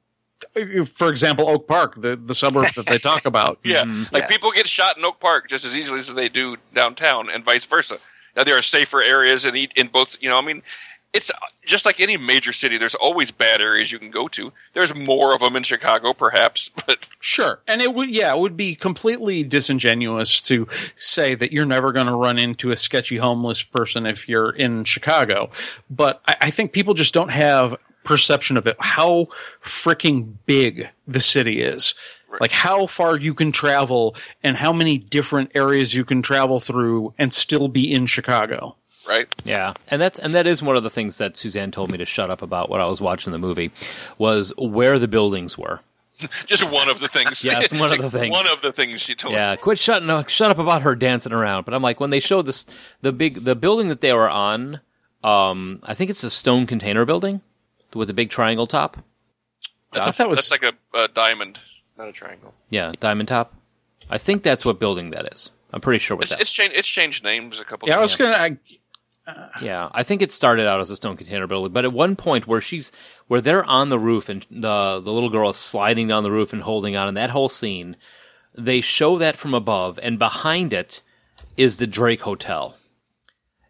G: For example, Oak Park, the, the suburb that they talk about.
E: Yeah,
D: Mm-hmm.
E: like
F: Yeah.
E: people get shot in Oak Park just as easily as they do downtown, and vice versa. Now there are safer areas in each- in both. You know, I mean, it's uh, just like any major city. There's always bad areas you can go to. There's more of them in Chicago, perhaps, (laughs) but
G: Sure. And it would, yeah, it would be completely disingenuous to say that you're never going to run into a sketchy homeless person if you're in Chicago. But I, I think people just don't have perception of it, how freaking big the city is. Like how far you can travel and how many different areas you can travel through and still be in Chicago.
E: right.
D: Yeah, and that's and that is one of the things that Suzanne told me to shut up about when I was watching the movie was where the buildings were.
E: Just one of
D: (laughs)
E: the things.
D: Yeah, it's
E: (laughs)
D: one of the things.
E: One of the things she told.
D: Yeah, quit shutting up, shut up about her dancing around. But I'm like, when they showed this the big the building that they were on, um, I think it's a stone container building with the big triangle top.
G: I thought that was
E: That's like a, a diamond, not a triangle.
D: Yeah, diamond top. I think that's what building that is. I'm pretty sure what
E: It's,
D: that.
E: it's changed. It's changed names a couple.
G: Yeah, I
E: times. (laughs)
G: was going to
D: Yeah, I think it started out as a stone container building, but at one point where she's where they're on the roof and the the little girl is sliding down the roof and holding on, and that whole scene, they show that from above, and behind it is the Drake Hotel.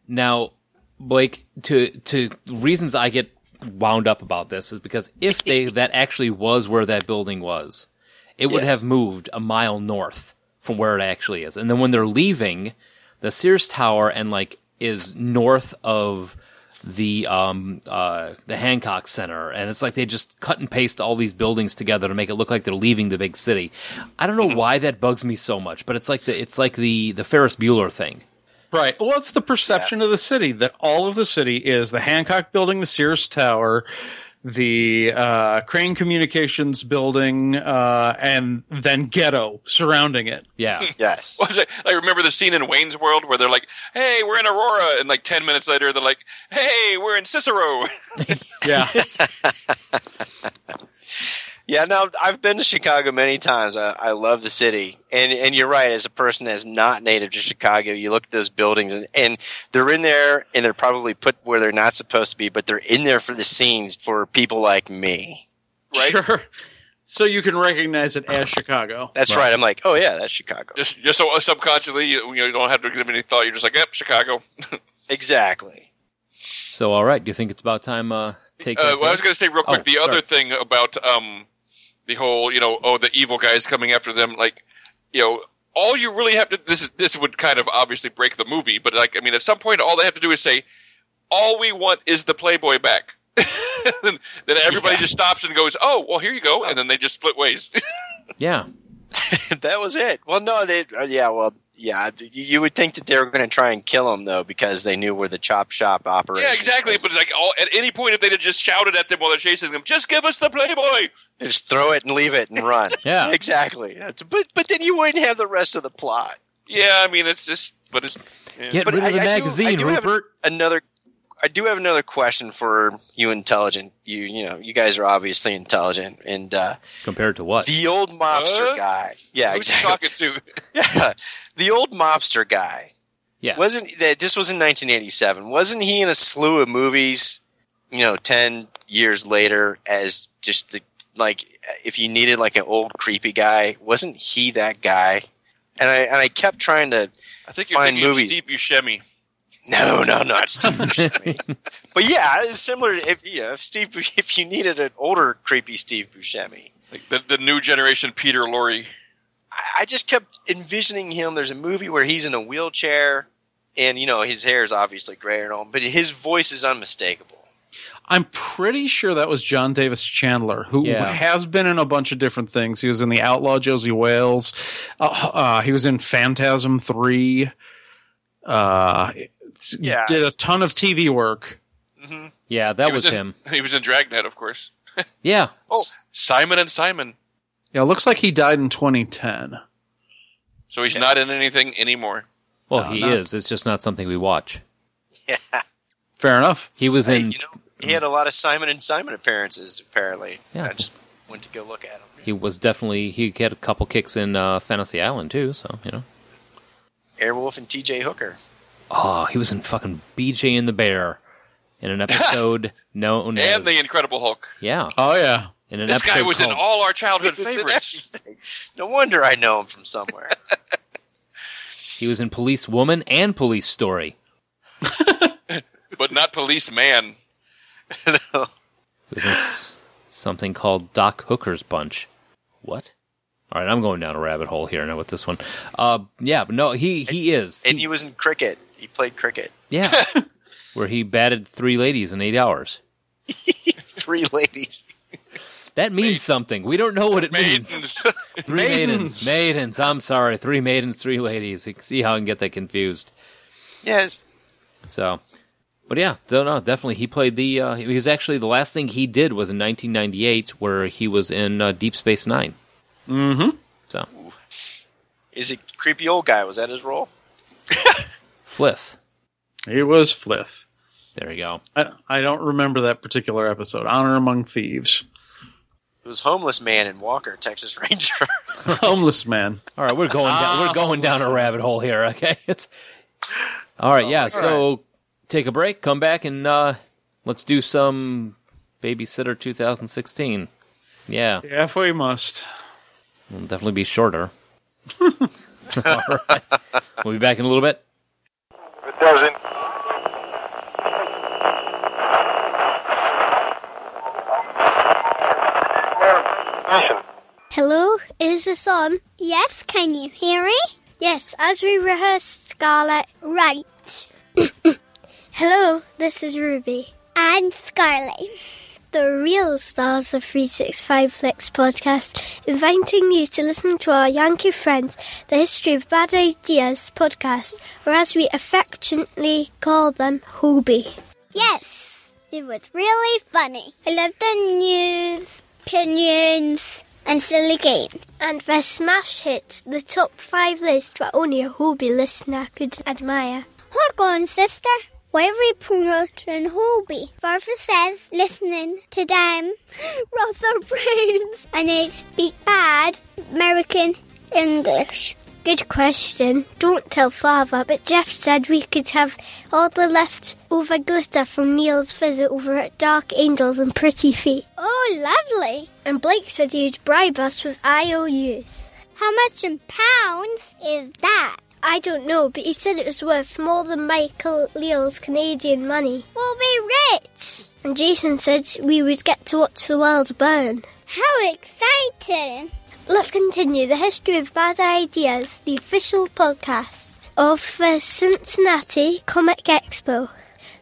D: Now, Blake, to to reasons I get wound up about this is because if they that actually was where that building was, it would have moved a mile north from where it actually is. And then when they're leaving, the Sears Tower and like is north of the um uh the Hancock Center and it's like they just cut and paste all these buildings together to make it look like they're leaving the big city. I don't know
F: Hmm.
D: why that bugs me so much, but it's like the it's like the the Ferris Bueller thing.
G: Right. Well, it's the perception of the city that all of the city is the Hancock Building, the Sears Tower, the uh, Crane Communications building, uh, and then Ghetto surrounding it.
F: Hmm.
D: Yeah.
F: Yes.
E: What was it? I remember the scene in Wayne's World where they're like, "Hey, we're in Aurora," and like ten minutes later, they're like, "Hey, we're in Cicero." (laughs)
G: (laughs) Yeah,
F: Yeah, no, I've been to Chicago many times. I, I love the city, and and you're right. As a person that's not native to Chicago, you look at those buildings, and, and they're in there, and they're probably put where they're not supposed to be, but they're in there for the scenes for people like me.
E: Right.
G: sure. So you can recognize it as Chicago.
F: That's right. I'm like, oh yeah, that's Chicago.
E: Just, just so subconsciously, you, you don't have to give any thought. You're just like, "Yep, Chicago."
F: Exactly.
D: So, all right. Do you think it's about time uh take?
E: Uh,
D: that
E: well, I
D: break?
E: was going to say real quick
D: Oh,
E: the
D: sorry.
E: other thing about um, the whole, you know, oh, the evil guys coming after them. Like, you know, all you really have to this is, this would kind of obviously break the movie, but like, I mean, at some point, all they have to do is say, "All we want is the Playboy back." (laughs) then then everybody just stops and goes, "Oh, well, here you go," and then they just split ways. (laughs)
D: Yeah.
F: (laughs) that was it. Well, no, they. uh, Yeah, well, yeah. You you would think that they were going to try and kill him though, because they knew where the chop shop operated.
E: yeah, exactly. But like, all, at any point, if they had just shouted at them while they're chasing them, "Just give us the Playboy!"
F: just throw it and leave it and run.
D: Yeah.
F: exactly. That's- But but then you wouldn't have the rest of the plot.
E: Yeah, I mean, it's just, but it's yeah.
D: Get
F: But
D: rid of the
F: I- I do- I
D: magazine,
F: do have
D: Rupert.
F: Another, I do have another question for you, intelligent. You you know you guys are obviously intelligent, and uh,
D: Compared to what?
F: the old mobster
E: Huh?
F: guy. Yeah,
E: Who's he talking
F: exactly.
E: to?
F: (laughs) Yeah, the old mobster guy.
D: Yeah.
F: wasn't that this was in 1987 wasn't he in a slew of movies you know 10 years later as just the like if you needed like an old creepy guy wasn't he that guy and i and i kept trying to
E: (laughs) I think you're
F: Fine
E: thinking of
F: movies.
E: Steve Buscemi.
F: no no not steve buscemi but yeah it's similar to if you know if steve Bu- if you needed an older creepy steve buscemi
E: Like the, the new generation Peter Lorre.
F: I- I just kept envisioning him. There's a movie where he's in a wheelchair, and you know his hair is obviously gray and all, but his voice is unmistakable. (laughs)
G: I'm pretty sure that was John Davis Chandler, who
D: Yeah.
G: has been in a bunch of different things. He was in The Outlaw Josie Wales. Uh, uh, he was in Phantasm 3. Uh, it's-
F: Yeah.
G: Did a ton of TV work.
D: yeah, that
E: He
D: was,
E: in-
D: him.
E: (laughs) He was in Dragnet, of course.
D: Yeah.
E: Oh, Simon and Simon.
G: Yeah, it looks like he died in 2010.
E: So he's not in anything anymore.
D: Well,
G: No,
D: he
G: not-
D: is. It's just not something we watch.
G: Fair enough.
D: He was
F: Hey,
D: in.
F: you know, he had a lot of Simon and Simon appearances. Apparently,
D: Yeah.
F: I just went to go look at him.
D: he was definitely. He had a couple kicks in uh, Fantasy Island too. So you know.
F: Airwolf and T.J. Hooker.
D: Oh, he was in fucking BJ and the Bear in (laughs) an episode known
E: And
D: as
E: the Incredible Hulk.
D: yeah.
G: Oh, yeah.
D: In an
E: This
D: episode
E: guy was in
D: called-
E: all our
F: (laughs)
E: childhood
F: He was in
E: favorites.
F: No wonder I know him from (laughs) somewhere.
D: He was in Police Woman and Police Story.
E: but not
F: (laughs)
E: Policeman.
D: He was in s- something called Doc Hooker's Bunch. What? All right, I'm going down a rabbit hole here now with this one. Uh, yeah, but no, he he is.
F: and
D: He-
F: he was in cricket. He played cricket.
D: yeah, (laughs) where he batted three ladies in eight hours.
F: (laughs) Three ladies.
D: That means something. We don't know what it means.
E: Maidens.
D: Three maidens.
G: Maidens.
D: Maidens. I'm sorry. Three maidens, three ladies. You can see how I can get that confused.
F: Yes.
D: So, but yeah, don't know. Definitely, he played the. Uh, he was actually the last thing he did was in 1998, where he was in uh, Deep Space 9 Mm-hmm. So,
F: Is it creepy old guy? Was that his role?
D: Flith.
G: He was Flith.
D: There you go.
G: I, I don't remember that particular episode. Honor Among (laughs) Thieves.
F: It was homeless man and Walker, Texas Ranger. (laughs)
G: Homeless man.
D: All right, we're going down, we're going down a rabbit hole here. Okay, (laughs) it's all right. Yeah, so take a break, come back, and uh, let's do some Babysitter 2016. Yeah,
G: If we must.
D: it'll definitely be shorter. (laughs) all right, we'll be back in a little bit.
B: It doesn't. Mission.
C: Hello, is this on? Yes, can you hear me? Yes, as we rehearsed, Scarlet. Right. Hello, this is Ruby. And Scarlet. The real stars of 365 Flicks podcast, inviting you to listen to our Yankee friends, the History of Bad Ideas podcast, or as we affectionately call them, Hobie. Yes, It was really funny. I love the news, opinions, and silly game. And their smash hits, the top five list that only a hobby listener could admire. Hold on, sister. Why are we promoting hobby? Father says listening to them (laughs) rots our brains and they speak bad American English. Good question. Don't tell Father, but Jeff said we could have all the leftover glitter from Neil's visit over at Dark Angels and Pretty Feet. Oh, lovely! And Blake said he'd bribe us with IOUs. How much in pounds is that? I don't know, but he said it was worth more than Michael Leal's Canadian money. We'll be rich! And Jason said we would get to watch the world burn. How exciting! Let's continue the history of bad ideas, the official podcast of the Cincinnati Comic Expo.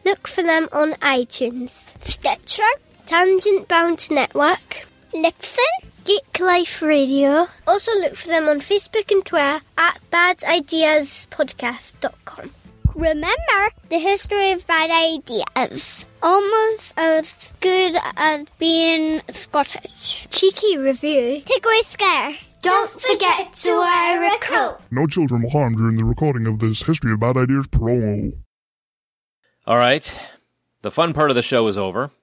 C: Look for them on iTunes, Stitcher, Tangent Bound Network, Lipson, Geek Life Radio. Also look for them on Facebook and Twitter at badideaspodcast.com. Remember the history of bad ideas. Almost as good as being Scottish. Cheeky review. Takeaway scare. Don't forget to wear a coat.
A: No children were harmed during the recording of this History of Bad Ideas promo.
D: All right. The fun part of the show is over. (laughs)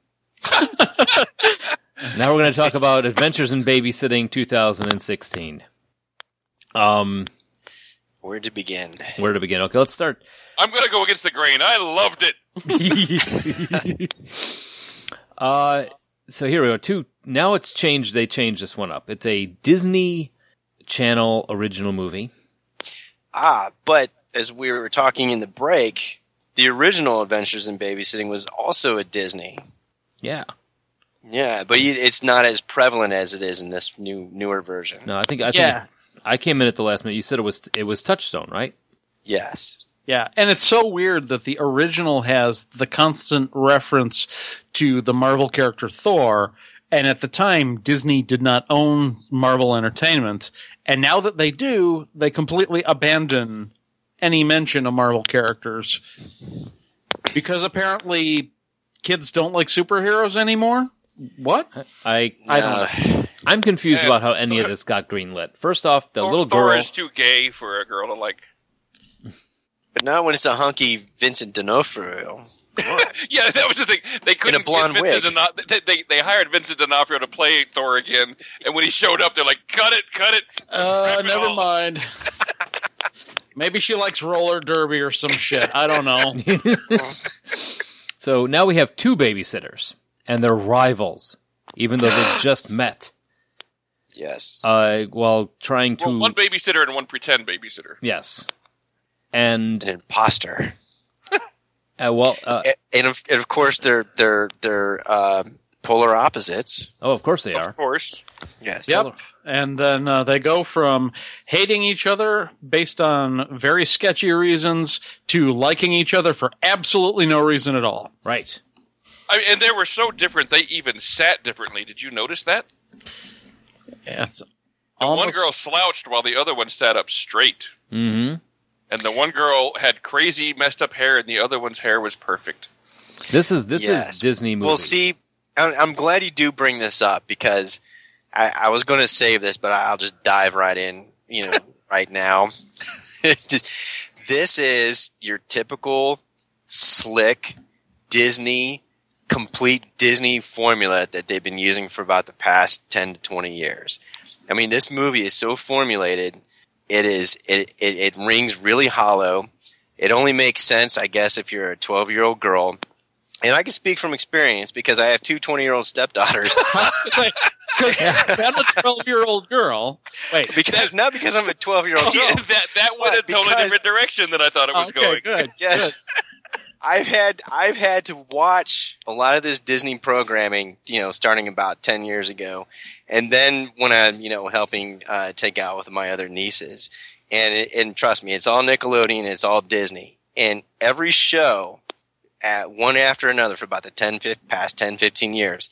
D: now we're going to talk about Adventures in Babysitting 2016. Um,
F: Where to begin?
D: where to begin? Okay, let's start. (laughs)
E: I'm gonna go against the grain. I loved it.
D: uh, so here we go. Two. Now it's changed. They changed this one up. It's a Disney Channel original movie.
F: Ah, but as we were talking in the break, the original Adventures in Babysitting was also a Disney.
D: Yeah.
F: Yeah, but you- it's not as prevalent as it is in this new newer version.
D: No, I think I think
G: Yeah.
D: I came in at the last minute. You said it was it was Touchstone, right?
F: Yes.
G: Yeah, and it's so weird that the original has the constant reference to the Marvel character Thor, and at the time Disney did not own Marvel Entertainment, and now that they do, they completely abandon any mention of Marvel characters because apparently kids don't like superheroes anymore. What?
D: I
F: I
D: don't. I'm confused
E: Yeah.
D: about how any of this got greenlit. First off, the
E: Thor,
D: little
E: Thor
D: girl.
E: is too gay for a girl to like. (laughs)
F: But not when it's a hunky Vincent D'Onofrio.
E: Yeah, that was the thing. They couldn't
F: blonde
E: get Vincent
F: wig.
E: D'Ono- they, they they hired Vincent D'Onofrio to play Thor again, and when he showed up, they're like, "Cut it, cut it."
G: Uh,
E: Wrap it
G: never
E: all.
G: (laughs) mind. Maybe she likes roller derby or some shit. I don't know.
D: (laughs) so now we have two babysitters, and they're rivals, even though they just met.
F: Yes.
D: Uh, while trying to
E: Well, one babysitter and one pretend babysitter.
D: yes, and
F: An imposter.
D: uh, well, uh,
F: A- And of, and of course they're they're they're uh, polar opposites.
D: oh, of course they
E: Of
D: are.
E: course,
F: Yes.
G: Yep. And then uh, they go from hating each other based on very sketchy reasons to liking each other for absolutely no reason at all.
D: Right.
E: I mean, and they were so different. They even sat differently. Did you notice that?
G: Yeah, it's
E: One girl
G: (laughs)
E: slouched while the other one sat up straight,
D: hmm
E: and the one girl had crazy messed up hair, and the other one's hair was perfect.
D: This is this
F: Yes.
D: is Disney movie.
F: Well, see, I'm, I'm glad you do bring this up because I, I was going to save this, but I'll just dive right in. You know, right now, (laughs) Just- this is your typical slick Disney, complete Disney formula that they've been using for about the past ten to twenty years. I mean, this movie is so formulated; it is it it, it rings really hollow. It only makes sense, I guess, if you're a 12 year old girl and I can speak from experience because I have two 20 year old stepdaughters.
E: (laughs)
G: (laughs) Because that's a 12 year old girl. Uh, Wait.
F: because not because I'm a 12 year old girl.
E: Yeah, (laughs) that that went a
F: Right,
E: totally
F: Oh, because-
E: different direction than I thought it was
G: Oh, okay,
E: going.
G: good.
F: Yes, I've had I've had to watch a lot of this Disney programming, you know, starting about 10 years ago, and then when I'm you know helping uh, take out with my other nieces, and it, and trust me, it's all Nickelodeon, it's all Disney, and every show at one after another for about the 10 fif- past 10 15 years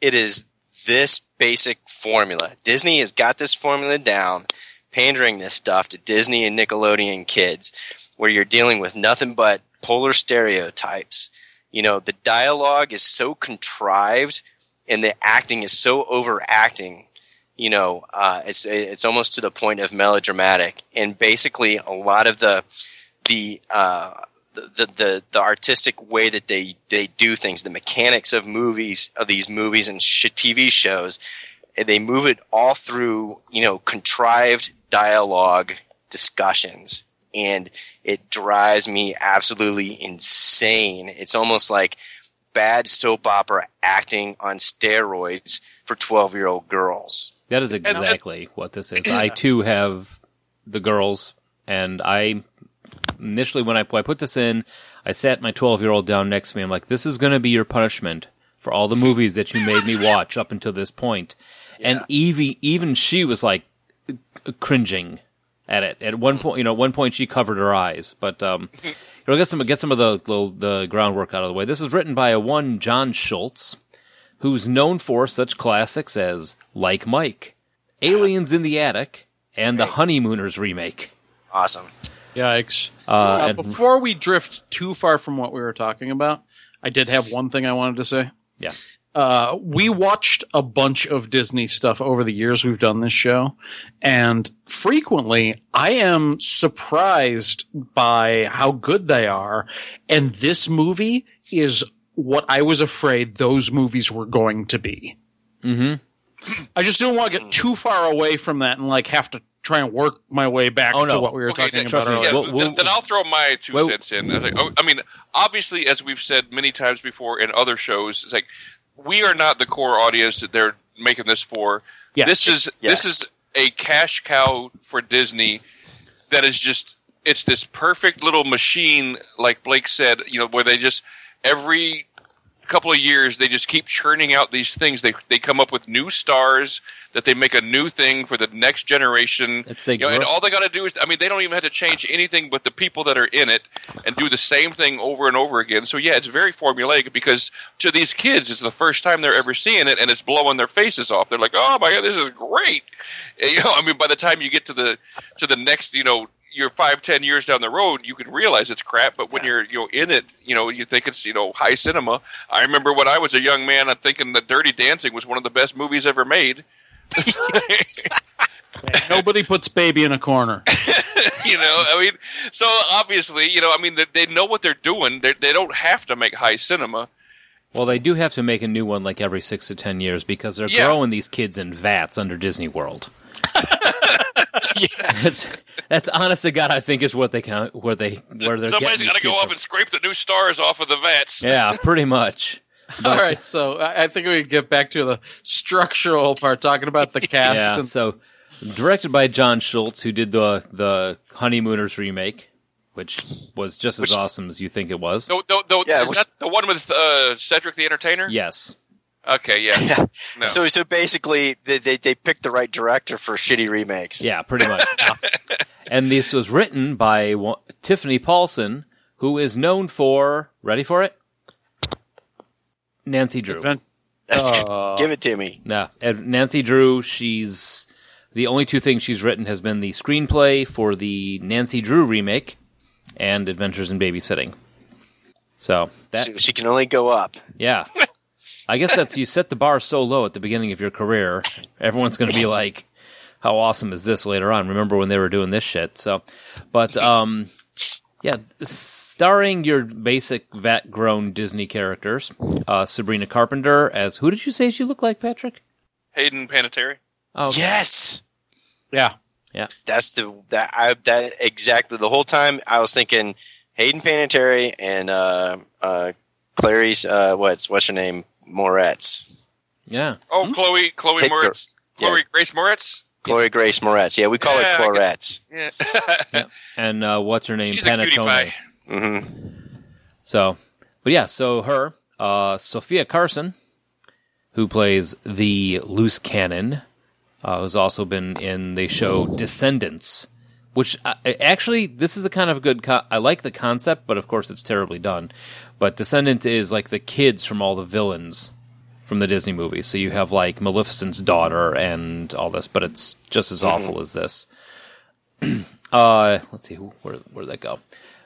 F: it is this basic formula disney has got this formula down pandering this stuff to disney and nickelodeon kids where you're dealing with nothing but polar stereotypes you know the dialogue is so contrived and the acting is so overacting you know uh, it's it's almost to the point of melodramatic and basically a lot of the the uh, the, the, the the artistic way that they they do things the mechanics of movies of these movies and sh- TV shows and they move it all through you know contrived dialogue discussions and it drives me absolutely insane it's almost like bad soap opera acting on steroids for 12 year old girls
D: That is exactly what this is. I too have the girls, and I initially when I, I put this in, I sat my twelve year old down next to me. I'm like, "This is going to be your punishment for all the movies that you made me watch up until this point." And Evie, even she was like cringing at it. At one point, you know, at one point she covered her eyes. But um, you know, get some get some of the, the the groundwork out of the way. This is written by a one John Schultz who's known for such classics as Like Mike, Aliens in the Attic, and the Honeymooners remake. (laughs)
F: awesome
G: Yikes.
D: Uh,
G: Uh,
D: and-
G: before we drift too far from what we were talking about, I did have one thing I wanted to say.
D: Yeah.
G: Uh, we watched a bunch of Disney stuff over the years we've done this show, and frequently I am surprised by how good they are. And this movie is what I was afraid those movies were going to be. Mm-hmm. I just didn't want to get too far away from that and like have to try and work my way back
D: Oh, no.
G: to what we were
E: Okay,
G: talking
E: then-
G: about
D: trust me,
G: earlier.
E: yeah,
D: Well,
E: th-
D: well-
E: then I'll throw my two
D: well-
E: cents in. I, was like, oh, I mean, obviously, as we've said many times before in other shows, it's like we are not the core audience that they're making this for.
G: Yeah.
E: This is
F: Yes.
E: this is a cash cow for Disney that is just it's this perfect little machine, like Blake said, you know, where they just every couple of years they just keep churning out these things. They they come up with new stars that they make a new thing for the next generation.
D: It's the
E: You know, and
D: gro-
E: all they got to do is I mean they don't even have to change anything but the people that are in it and do the same thing over and over again. So yeah, it's very formulaic because to these kids it's the first time they're ever seeing it and it's blowing their faces off. They're like, "Oh my god, this is great." (laughs) You know, I mean by the time you get to the to the next, you know, you're five, ten years down the road, you can realize it's crap. But when you're you're in it, you know, you think it's you know high cinema. I remember when I was a young man, I'm thinking that Dirty Dancing was one of the best movies ever made.
G: (laughs)
E: (laughs)
G: Nobody puts baby in a (laughs) corner.
E: you know, I mean, so obviously, you know, I mean, they, they know what they're doing. They they don't have to make high cinema.
D: well, they do have to make a new one like every six to ten years because they're
E: Yeah.
D: growing these kids in vats under Disney World. (laughs) that's, that's honest to God, I think is what they can, where they where they're
E: Somebody's
D: getting
E: got to
D: these
E: go
D: kids
E: up
D: from.
E: and scrape the new stars off of the
D: (laughs)
E: vats.
D: yeah, pretty much.
G: All right, so I I think we get back to the structural part, talking (laughs) about the cast.
D: Yeah,
G: and-
D: so directed by John Schultz, who did the the Honeymooners remake, which was just as awesome as you think it was.
E: No, no, no,
F: Yeah,
E: is
F: which-
E: that the one with uh, Cedric the Entertainer?
D: Yes,
E: Okay, yeah.
F: (laughs) Yeah.
E: No.
F: (laughs) So so basically, they, they they picked the right director for shitty remakes.
D: Yeah, pretty much. and this was written by wa- Tiffany Paulson, who is known for ready for it, Nancy Drew.
G: Ven-
F: That's-
G: Uh,
F: give it to me.
D: No, and Nancy Drew. She's the only two things she's written has been the screenplay for the Nancy Drew remake and Adventures in Babysitting. So that
F: She, she can only go up.
D: yeah. I guess that's you set the bar so low at the beginning of your career, everyone's going to be like, "How awesome is this?" Later on, remember when they were doing this shit? So, but um, yeah, starring your basic vat-grown Disney characters, uh, Sabrina Carpenter as who did you say she looked like, Patrick?
E: Hayden Panettiere.
D: Oh, okay.
F: Yes,
G: yeah.
F: that's the that I that exactly the whole time I was thinking Hayden Panettiere and uh, uh, Clary's uh, what's what's her name Moretz,
D: yeah.
E: Oh, Chloe, Chloe
F: Pick her.
E: Moritz,
F: Yeah.
E: Chloe Grace Moritz.
F: Chloe Grace Moretz. Yeah, we
E: Yeah,
F: call
E: I
F: her
E: get-
F: Cloretz.
E: Yeah, (laughs)
D: and uh, what's her name?
E: she's a cutie
D: Panettone.
E: pie.
F: Mm-hmm.
D: So, but yeah, so her, uh, Sophia Carson, who plays the loose cannon, uh, who's also been in the show Descendants, which I, I- actually this is a kind of good. Co- I like the concept, but of course it's terribly done. But Descendants is like the kids from all the villains from the Disney movies. So you have like Maleficent's daughter and all this, but it's just as awful as this. (clears throat) uh, let's see, who- where where did that go?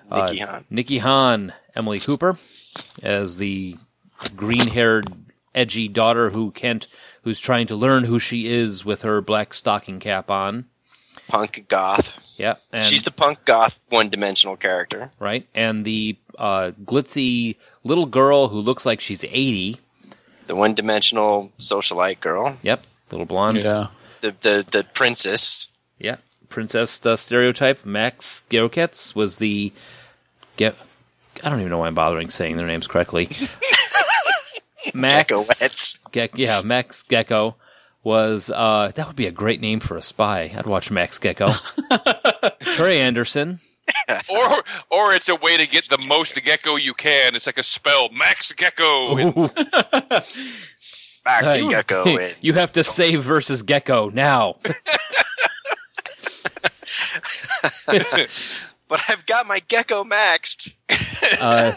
F: Nikki Hahn.
D: Nikki Hahn, Emily Cooper, as the green-haired, edgy daughter who Kent, who's trying to learn who she is with her black stocking cap on.
F: Punk goth.
D: Yeah, and,
F: She's the punk goth one dimensional character.
D: right, and the uh, glitzy little girl who looks like she's eighty.
F: The one dimensional socialite girl.
D: Yep, little blonde.
G: Yeah.
F: The the the princess.
D: Yeah, princess uh, stereotype. Max Geroketz was the get. I don't even know why I'm bothering saying their names
F: (laughs)
D: correctly. Max
F: Geckowetz.
D: Gek, yeah, Max Gecko was uh, that would be a great name for a spy. I'd watch Max
G: (laughs)
D: Gecko. Trey Anderson.
E: (laughs) or or it's a way to get the most gecko you can. It's like a spell, max gecko. And
F: Back to
D: Hey,
F: Gecko. It.
D: you have to save versus Gecko now.
F: But I've got my Gecko maxed.
D: Uh,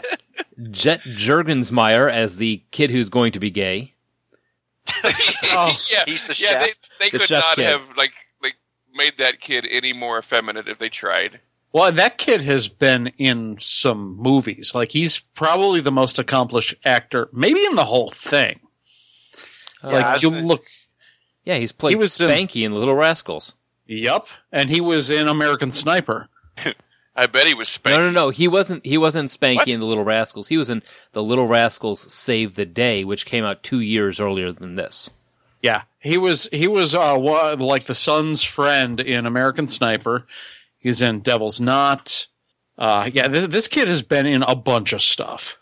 D: Jet Jurgensmeyer as the kid who's going to be gay.
E: yeah,
F: (laughs) He's the
E: (laughs) yeah,
F: chef.
E: They, they
D: The
E: could
D: chef
E: not
D: kid.
E: have like like made that kid any more effeminate if they tried.
G: Well, and that kid has been in some movies. Like he's probably the most accomplished actor, maybe in the whole thing.
F: I
G: like
F: was
G: you
F: gonna-
G: look,
D: Yeah, he's played
G: He was in-
D: Spanky in Little Rascals.
G: yup, and he was in American Sniper.
E: I bet he was
D: No,
E: spanked.
D: no, no. He wasn't. He wasn't Spanky
E: What?
D: in the Little Rascals. He was in the Little Rascals Save the Day, which came out two years earlier than this.
G: Yeah, he was he was uh wa- like the son's friend in American Sniper. He's in Devil's Knot. Uh, yeah, this, this kid has been in a bunch of stuff.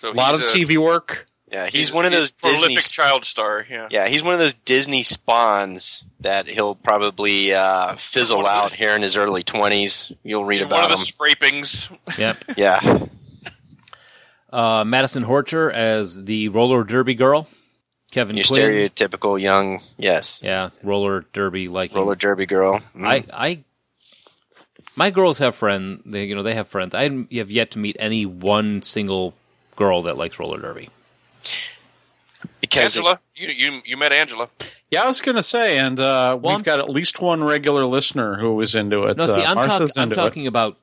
E: So
G: A lot of
E: he's
G: TV work.
F: Yeah, he's, one of those
E: prolific
F: Disney.
E: child star. Yeah.
F: Yeah, he's one of those Disney spawns that he'll probably uh, fizzle out here in his early twenties. You'll read
E: One of
F: about
E: the
F: him.
E: scrapings.
D: Yep.
F: Yeah,
D: uh, Madison Horcher as the roller derby girl. Kevin
F: your
D: Quinn.
F: stereotypical young, yes,
D: Yeah, roller derby like
F: roller derby girl. Mm.
D: I, I, my girls have friend. They, you know, they have friends. I have yet to meet any one single girl that likes roller derby.
F: because it-
E: Angela, you, you you met Angela.
G: Yeah, I was gonna say, and uh,
D: Well, I'm-
G: we've got at least one regular listener who was into it.
D: No, see,
G: Uh,
D: I'm, talk-
G: Martha's
D: I'm
G: into it.
D: talking about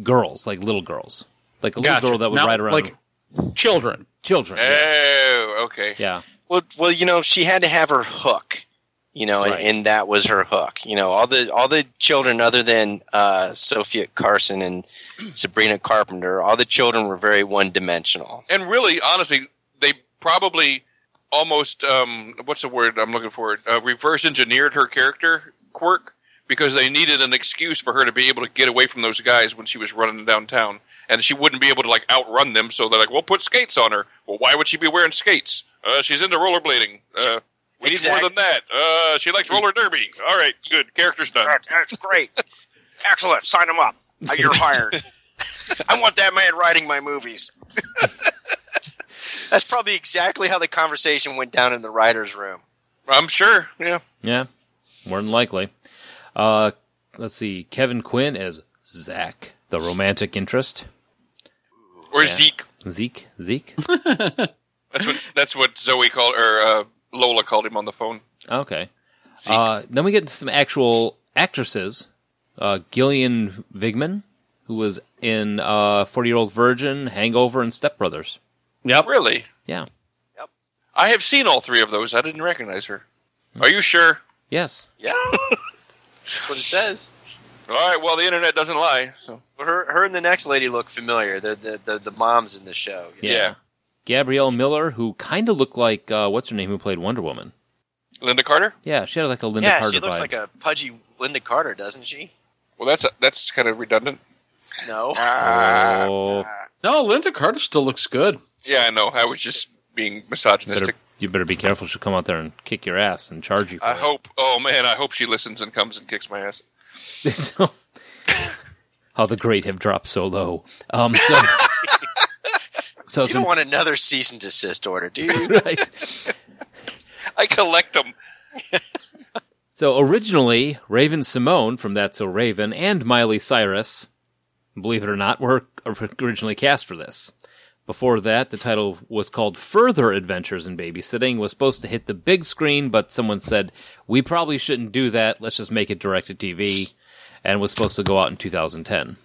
D: girls, like little girls, like a little
G: Gotcha.
D: girl that would
G: Not
D: ride around
G: like eh. children.
D: children. Yeah.
E: Oh, okay.
D: yeah.
F: well, well, you know, she had to have her hook, you know,
D: Right.
F: and, and that was her hook. You know, all the all the children other than uh, Sophia Carson and (clears throat) Sabrina Carpenter, all the children were very one dimensional.
E: And really, honestly, they probably almost um, what's the word I'm looking for? Uh, reverse engineered her character quirk because they needed an excuse for her to be able to get away from those guys when she was running downtown, and she wouldn't be able to like outrun them. So they're like, "Well, put skates on her." Well, why would she be wearing skates? Uh, she's into rollerblading. Uh, we need more
F: Exact-
E: than that. Uh, she likes roller derby. All right, good. Character's done.
F: That's great. Excellent. Sign him up. Uh, You're (laughs) hired. I want that man writing my movies. That's probably exactly how the conversation went down in the writer's room.
E: I'm sure. Yeah.
D: Yeah, more than likely. Uh, let's see, Kevin Quinn as Zach, the romantic interest.
E: Or
D: Yeah.
E: Zeke.
D: Zeke, Zeke.
E: That's what that's what Zoe called or uh, Lola called him on the phone.
D: Okay. Uh, then we get into some actual actresses. Uh, Gillian Vigman, who was in uh, Forty Year Old Virgin, Hangover, and Step Brothers.
E: Oh, Really?
D: Yeah.
E: I have seen all three of those. I didn't recognize her.
D: Hmm.
E: Are you sure?
D: Yes.
F: Yeah. That's what it says.
E: All right. Well, the internet doesn't lie. So
F: Her, her and the next lady look familiar. They're the, the, the moms in the show.
D: Yeah.
E: Yeah.
D: Gabrielle Miller, who kind of looked like uh, what's her name, who played Wonder Woman.
E: Linda Carter.
D: Yeah, she had like a Linda
F: Yeah,
D: Carter
F: she looks
D: vibe.
F: like a pudgy Linda Carter, doesn't she?
E: Well, that's that's kind of redundant.
F: (laughs) No. Uh,
D: oh,
F: Ah,
G: No, Linda Carter still looks good.
E: Yeah, I know. I was just being
D: better,
E: misogynistic.
D: you better be careful. She'll come out there and kick your ass and charge you. For
E: I
D: it.
E: hope. Oh man, I hope she listens and comes and kicks my ass.
D: (laughs) so, how the great have dropped so low. Um,
F: (laughs)
D: so, so
F: You
D: it's
F: don't
D: im-
F: want another cease and desist order, do you?
D: (laughs) right.
E: I collect them.
D: So originally, Raven Simone from That's So Raven and Miley Cyrus, believe it or not, were originally cast for this. Before that, the title was called Further Adventures in Babysitting, was supposed to hit the big screen, but someone said, we probably shouldn't do that, let's just make it direct to TV, and was supposed to go out in 2010.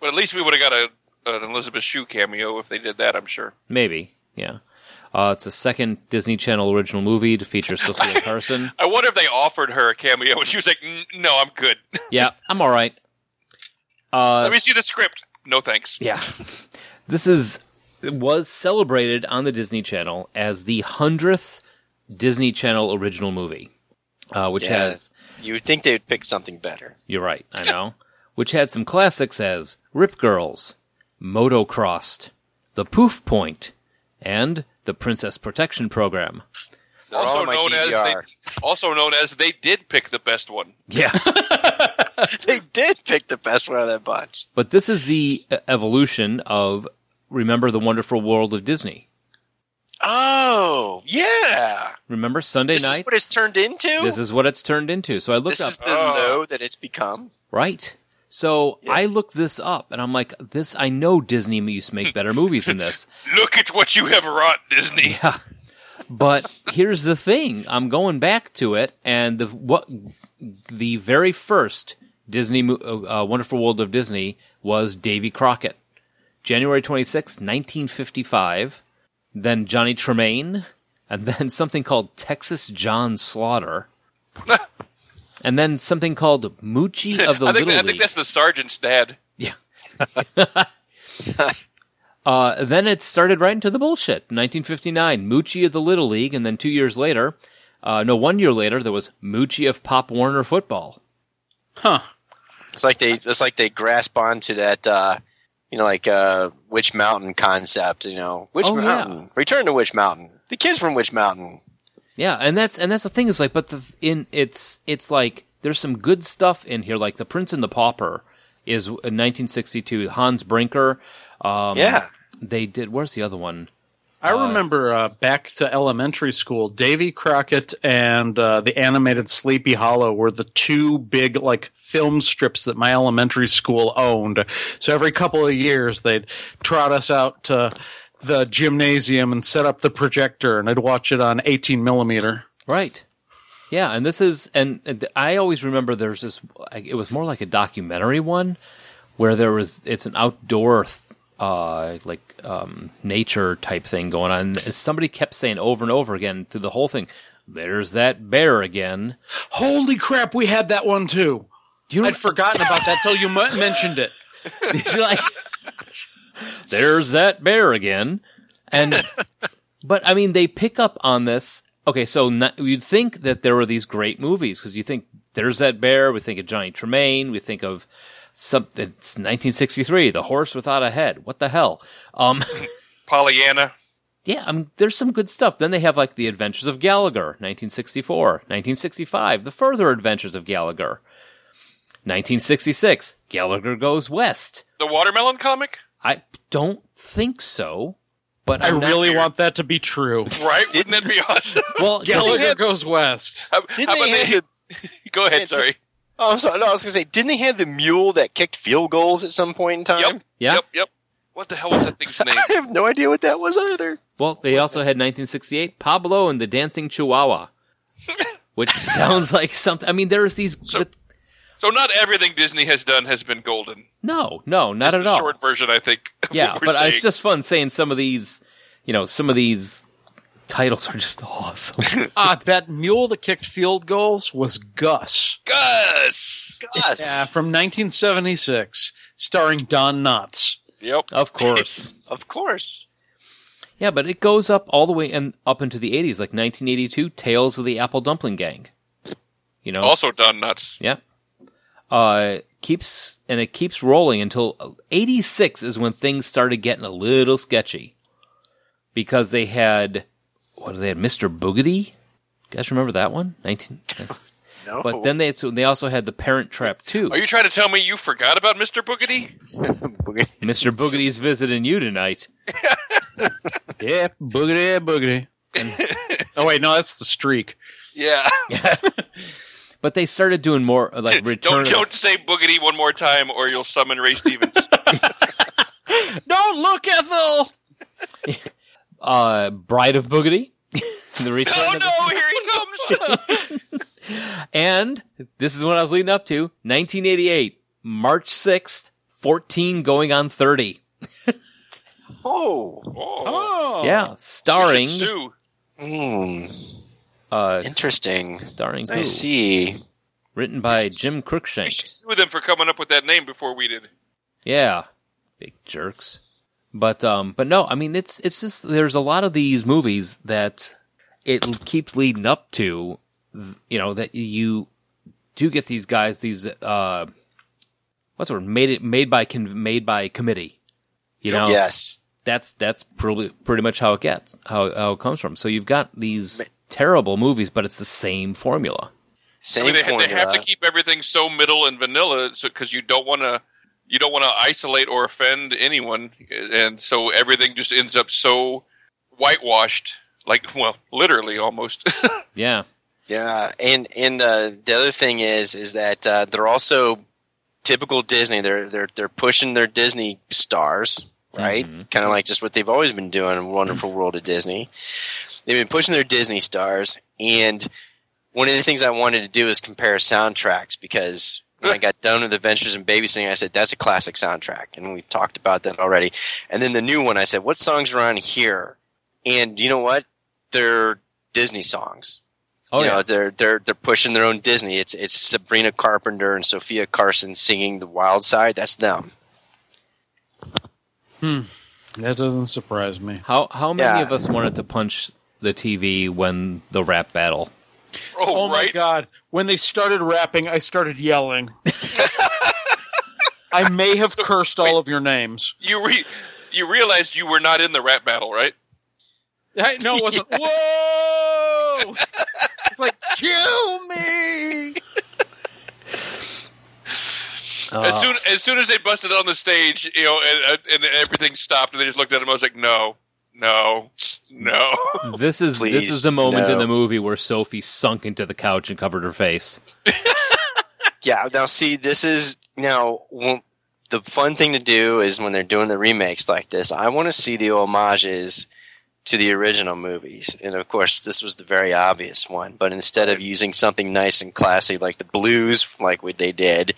E: But at least we would have got a an Elizabeth Shue cameo if they did that. I'm sure.
D: Maybe, yeah. Uh, it's the second Disney Channel original movie to feature Sophia Carson.
E: I wonder if they offered her a cameo and she was like, "N- "No, I'm good.
D: Yeah, I'm all right. Uh,
E: (laughs) Let me see the script." No thanks.
D: yeah, this is was celebrated on the Disney Channel as the hundredth Disney Channel original movie, uh, which
F: Yeah.
D: has
F: (laughs) You would think they'd pick something better.
D: You're right, I know. Which had some classics as Rip Girls, Motocrossed, The Poof Point, and The Princess Protection Program.
F: They're all
E: also
F: on my E
E: known
F: DVR.
E: as they, also known as they did pick the best one.
D: Yeah.
F: they did pick the best one of that bunch.
D: (laughs) but this is the e- evolution of Remember the Wonderful World of Disney.
F: Oh yeah,
D: Remember Sunday
F: this
D: night?
F: is what it's turned into.
D: this is what it's turned into. So I looked
F: This
D: up.
F: is the
E: Oh.
F: no that it's become.
D: right. So I looked this up and I'm like, this, I know Disney used to make better movies than this.
E: Look at what you have wrought, Disney.
D: (laughs) Yeah. But here's the thing. I'm going back to it and the what the very first Disney mo- uh, uh, Wonderful World of Disney was Davy Crockett. January 26, 1955, then Johnny Tremaine, and then something called Texas John
E: (laughs)
D: Slaughter. and then something called Moochie of the
E: I think
D: Little
E: I
D: League.
E: think that's the sergeant's dad.
D: Yeah. uh, then it started right into the bullshit. 1959, Moochie of the Little League, and then two years later, uh, no, one year later, there was Moochie of Pop Warner Football.
G: Huh.
F: It's like they it's like they grasp onto that uh you know like uh Witch Mountain concept, you know. Witch
D: Oh, yeah.
F: Mountain. Return to Witch Mountain. The kids from Witch Mountain.
D: Yeah, and that's and that's the thing is like, but the in it's it's like there's some good stuff in here, like The Prince and the Pauper is in 1962. Hans Brinker. Um,
F: Yeah.
D: they did. Where's the other one?
G: I remember uh, back to elementary school, Davy Crockett and uh, the animated Sleepy Hollow were the two big like film strips that my elementary school owned. So every couple of years, they'd trot us out to the gymnasium and set up the projector, and I'd watch it on 18 millimeter.
D: Right. Yeah, and this is and and I always remember there's this it was more like a documentary one where there was it's an outdoor th- uh like um nature type thing going on. And somebody kept saying over and over again through the whole thing, there's that bear again.
G: Holy crap, we had that one too.
D: You know
G: I'd forgotten about that till you mu-
D: (laughs)
G: mentioned it.
D: She's like, (laughs) there's that bear again. And, but I mean, they pick up on this. Okay, so not, you'd think that there were these great movies because you think there's that bear. We think of Johnny Tremaine. We think of something. It's 1963, The Horse Without a Head. What the hell? Um, (laughs)
E: Pollyanna.
D: yeah, I mean, there's some good stuff. Then they have like The Adventures of Gallagher, 1964, 1965, The Further Adventures of Gallagher, 1966, Gallagher Goes West.
E: The watermelon comic?
D: I don't think so, but
G: I
D: I'm not-
G: really want that to be true.
E: Right? Wouldn't that be awesome?
D: (laughs) Well,
G: (laughs) Gallagher goes west.
E: How,
F: Didn't
E: how
F: they
E: about
F: have the
E: Go ahead, sorry.
F: Oh I'm sorry, no, I was gonna say, didn't they have the mule that kicked field goals at some point in time?
E: Yep.
D: Yeah.
E: Yep, yep. What the hell was that thing's name?
F: I
D: (laughs)
F: have no idea what that was either.
D: well, they also had 1968 Pablo and the Dancing
G: (laughs)
D: Chihuahua, which sounds like something. I mean, there's these. but-
E: so not everything Disney has done has been golden.
D: no, no, not
E: That's
D: at
E: the
D: all.
E: short version, I think. (laughs) of
D: yeah,
E: what we're
D: but I-
E: saying.
D: it's just fun saying some of these. You know, some of these titles are just (laughs) awesome.
G: Ah, that mule that kicked field goals was Gus.
E: Gus.
F: Us.
G: Yeah, from 1976, starring Don Knotts.
E: Yep.
D: of
G: (laughs)
D: course.
F: Of course.
D: Yeah, but it goes up all the way and up into the 80s, like 1982, Tales of the Apple Dumpling Gang. You know,
E: Also done nuts.
D: Yeah. Uh, keeps and it keeps rolling until '86 is when things started getting a little sketchy because they had what do they had Mr. Boogedy? You guys remember that one?
E: (laughs)
D: Nineteen.
F: No.
D: But then they so they also had the Parent Trap too. (laughs)
E: Are you trying to tell me you forgot about Mr. Boogedy?
D: Mr. Boogedy's visiting you tonight.
G: Yeah, boogity boogity. oh wait, no, that's the streak.
E: Yeah. (laughs)
D: But they started doing more uh, like return.
E: Don't, don't say Boogedy one more time or you'll summon Ray Stevens.
D: (laughs)
E: (laughs)
G: Don't look, Ethel.
D: uh, Bride of (laughs) Boogedy. the return.
E: oh
D: of the-
E: no, here he comes.
D: (laughs) And this is what I was leading up to 1988, March 6th, 14 going on 30.
F: (laughs) Oh.
E: Oh,
G: Oh,
D: yeah, starring
E: Sue.
F: Hmm.
D: uh,
F: Interesting.
D: starring
F: I
D: who?
F: see.
D: written by Jim Cruikshank.
E: Sue them for coming up with that name before we did.
D: Yeah, big jerks. But um, but no, I mean it's it's just there's a lot of these movies that it keeps leading up to, you know, that you do get these guys these uh, what's the word made it made by con- made by committee, you know?
F: Yes.
D: that's that's pretty pretty much how it gets how how it comes from. So you've got these terrible movies, but it's the same formula.
E: I
F: Same
E: mean, they,
F: formula.
E: they have to keep everything so middle and vanilla because you don't want to you don't want to isolate or offend anyone, and so everything just ends up so whitewashed, like well, literally almost. (laughs) Oh,
D: Yeah,
F: Yeah, and and uh, the other thing is is that uh, they're also typical Disney. They're they're they're pushing their Disney stars, right? Kind of like just what they've always been doing in Wonderful World of Disney. They've been pushing their Disney stars, and one of the things I wanted to do is compare soundtracks because when I got done with Adventures in Babysitting, I said that's a classic soundtrack, and we've talked about that already. And then the new one, I said, what songs are on here? And you know what? They're Disney songs
D: oh
F: you know,
D: yeah,
F: they're they're they're pushing their own Disney. It's it's Sabrina Carpenter and Sophia Carson singing The Wild Side. That's them.
G: that doesn't surprise me.
D: how how many
F: Yeah.
D: of us wanted to punch the TV when the rap battle?
E: oh,
G: Oh my
E: right.
G: god! When they started rapping, I started yelling. I may have cursed all of your names.
E: You re- you realized you were not in the rap battle, right?
G: I- no, it (laughs) wasn't. Whoa!
F: It's like kill me. Uh.
E: as soon as soon as they busted on the stage, you know, and, and everything stopped, and they just looked at him. I was like, no, no, no. (laughs)
D: This is this
F: Oh, Please,
D: is the moment in
F: no.
D: the movie where Sophie sunk into the couch and covered her face.
F: Yeah. Now see, this is now when- the fun thing to do is when they're doing the remakes like this. I want to see the homages to the original movies, and of course, this was the very obvious one. But instead of using something nice and classy like the blues, like what they did,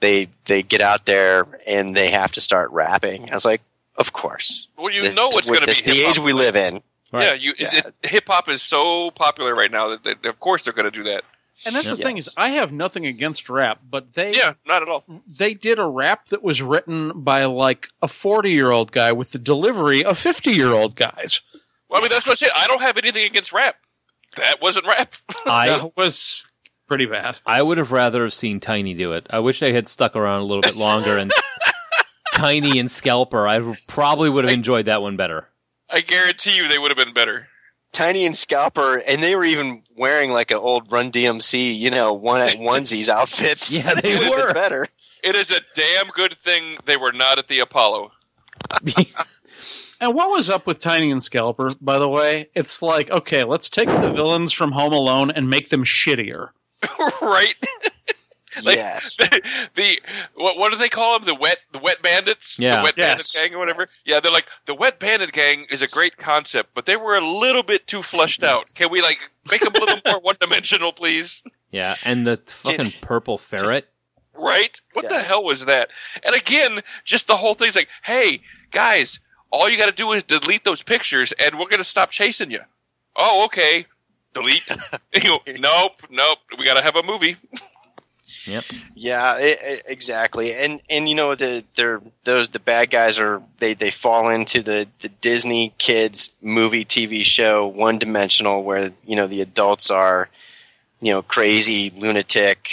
F: they they get out there and they have to start rapping. I was like, of course.
E: Well, you know what's going
F: With
E: to be
F: this- the
E: hip-hop.
F: age we live in.
D: Right.
E: Yeah, you.
F: Yeah.
E: Hip hop is so popular right now that they, of course they're going to do that.
G: And that's the
F: Yep.
G: thing is, I have nothing against rap, but they
E: Yeah, not at all.
G: they did a rap that was written by like a forty year old guy with the delivery of fifty year old guys.
E: Well, I mean, that's what I say. I don't have anything against rap. That wasn't rap. (laughs)
D: I
G: that was pretty bad.
D: I would have rather have seen Tiny do it. I wish they had stuck around a little bit longer
F: (laughs)
D: and Tiny and Scalper. I probably would have enjoyed that one better.
E: I guarantee you, they would have been better.
F: Tiny and Scalper, and they were even wearing like an old Run DMC, you know, one
D: (laughs)
F: onesies outfits.
D: Yeah, they
F: It would've been
D: were. (laughs)
F: better.
E: It is a damn good thing they were not at the Apollo.
G: And what was up with Tiny and Scalper, by the way? It's like, okay, let's take the villains from Home Alone and make them shittier.
E: (laughs) right? Like-
F: yes,
E: (laughs) the what, what do they call them? The wet the wet bandits.
D: Yeah.
E: the wet
G: Yes.
E: bandit gang or whatever. Yeah, they're like the wet bandit gang is a great concept, but they were a little bit too fleshed out. Can we like make them a (laughs) little more one dimensional, please?
D: Yeah, and the
F: (laughs)
D: fucking purple ferret.
E: Right? What the
F: Yes.
E: hell was that? And again, just the whole thing's like, hey guys, all you got to do is delete those pictures, and we're gonna stop chasing you. Oh, okay.
F: (laughs)
E: Delete. (laughs) You know, nope, nope. We got to have a movie.
D: Yep.
F: yeah, it, it- exactly. And and you know the they're those the bad guys are they they fall into the the Disney kids movie TV show one dimensional where you know the adults are you know crazy lunatic,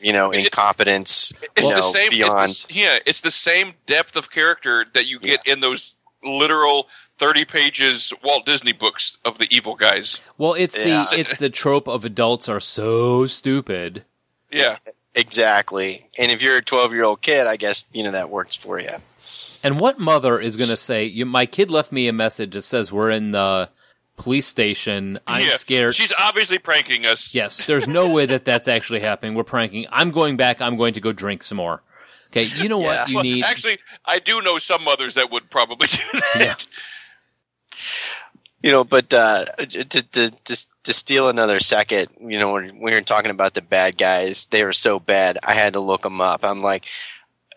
F: you know
E: It-
F: incompetence.
E: It's
F: you know,
E: the same.
F: beyond.
E: It's the, s- yeah, it's the same depth of character that you get in those literal thirty pages Walt Disney books of the evil guys.
D: Well, it's
F: Yeah.
D: the it's the trope of adults are so stupid.
E: Yeah,
F: Exactly. And if you're a 12 year old kid, I guess, you know, that works for you.
D: And what mother is going to say, you, "My kid left me a message that says we're in the police station. I'm
E: Yeah.
D: scared."
E: She's obviously pranking us.
D: Yes, there's no way that that's actually happening. We're pranking. I'm going back. I'm going to go drink some more. Okay, you know what? You
E: (laughs) Well,
D: need
E: Actually, I do know some mothers that would probably (laughs) do that.
D: Yeah.
F: You know, but uh, to, to, to, to steal another second, you know, when we were talking about the bad guys, they were so bad, I had to look them up. I'm like,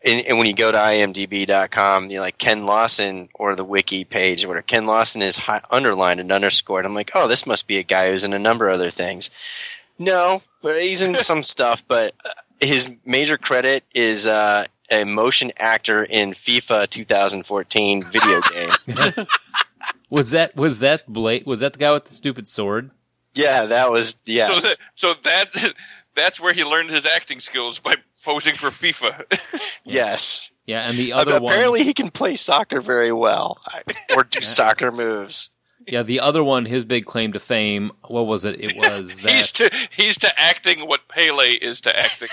F: and, and when you go to imdb.com, you like Ken Lawson or the wiki page or whatever. Ken Lawson is hi- underlined and underscored. I'm like, oh, this must be a guy who's in a number of other things. No, but he's in some stuff. But uh, his major credit is uh, a motion actor in FIFA 2014 video game.
D: Was that was that Blake? Was that the guy with the stupid sword?
F: yeah, that was yeah.
E: So, that, so that (laughs) that's where he learned his acting skills by posing for FIFA. (laughs)
F: yes.
D: Yeah, and the
E: Uh,
D: other one.
F: Apparently, he can play soccer very well, I- (laughs) or
E: (laughs)
F: do soccer moves.
D: Yeah, the other one. His big claim to fame. What was it?
E: (laughs)
D: It was that.
E: he's to he's to acting what Pele is to
D: (laughs)
E: acting.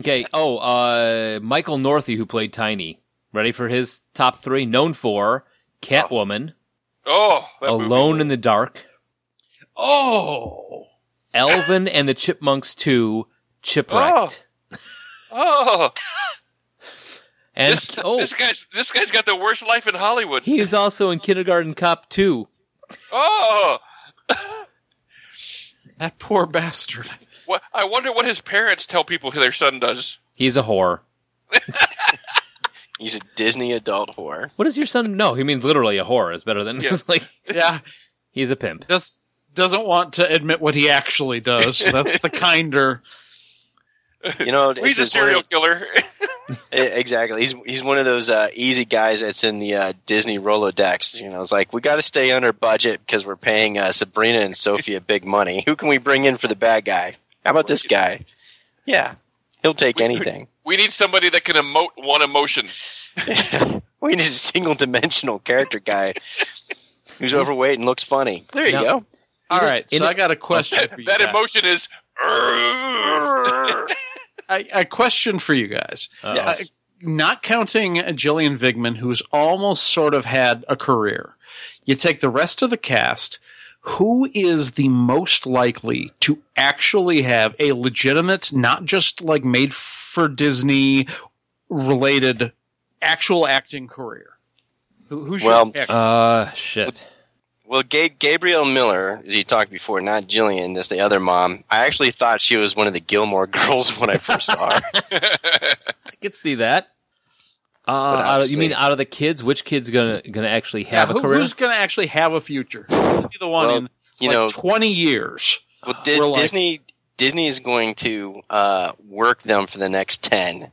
D: Okay. Oh, uh, Michael Northey, who played Tiny. Ready for his top three? Known for Catwoman,
E: Oh, that movie.
D: Alone in the Dark,
G: Oh,
D: Elvin and the Chipmunks 2, Chipwrecked.
E: Oh,
D: and
E: this,
D: oh,
E: this guy's this guy's got the worst life in Hollywood.
D: he is also in Kindergarten Cop 2.
E: Oh,
G: that poor bastard.
E: what, I wonder what his parents tell people their son does.
D: He's a whore.
F: He's a Disney adult whore.
D: What does your son? No, he means literally a whore. It's better than
E: Yeah.
D: it's (laughs) like
G: (laughs) Yeah,
D: he's a pimp.
G: does doesn't want to admit what he actually (laughs) does. That's the kinder.
F: You know,
E: he's
F: it's
E: a
F: just
E: serial
F: one
E: killer. (laughs)
F: of- e- exactly. He's he's one of those uh, easy guys that's in the uh, Disney Rolodex. You know, it's like we got to stay under budget because we're paying uh, Sabrina and Sophia big money. Who can we bring in for the bad guy? How about this guy? Yeah, he'll take anything.
E: we need somebody that can emote
D: (laughs)
E: one emotion.
F: (laughs) We need a single dimensional character
E: (laughs)
F: guy who's overweight and looks funny. There you
D: Now-
F: go.
G: All right, so
D: in-
G: I got a question for
E: (laughs)
G: you.
E: That
G: guys.
D: (laughs)
E: emotion is. Oh,
G: I, I question for you guys.
D: Uh,
F: Yes.
G: Not counting Jillian Vigman, who's almost sort of had a career. You take the rest of the cast. Who is the most likely to actually have a legitimate, not just like made for Disney related, actual acting career? Who, who's
F: Well,
G: your pick?
D: Uh, shit.
F: Well, Ga- Gabrielle Miller, as you talked before, not Jillian, that's the other mom. I actually thought she was one of the Gilmore (laughs) girls when I first saw her.
G: (laughs)
D: I could see that. Uh, out of- you mean out of the kids, which kid's gonna gonna actually have
G: Yeah,
D: a
G: who-
D: career?
G: Who's going to actually have a future? Who's going to be the one
F: Well,
G: in
F: you
G: like
F: know-
G: 20 years?
F: Well, Di-
G: We're like-
F: Disney Disney is going to uh, work them for the next ten.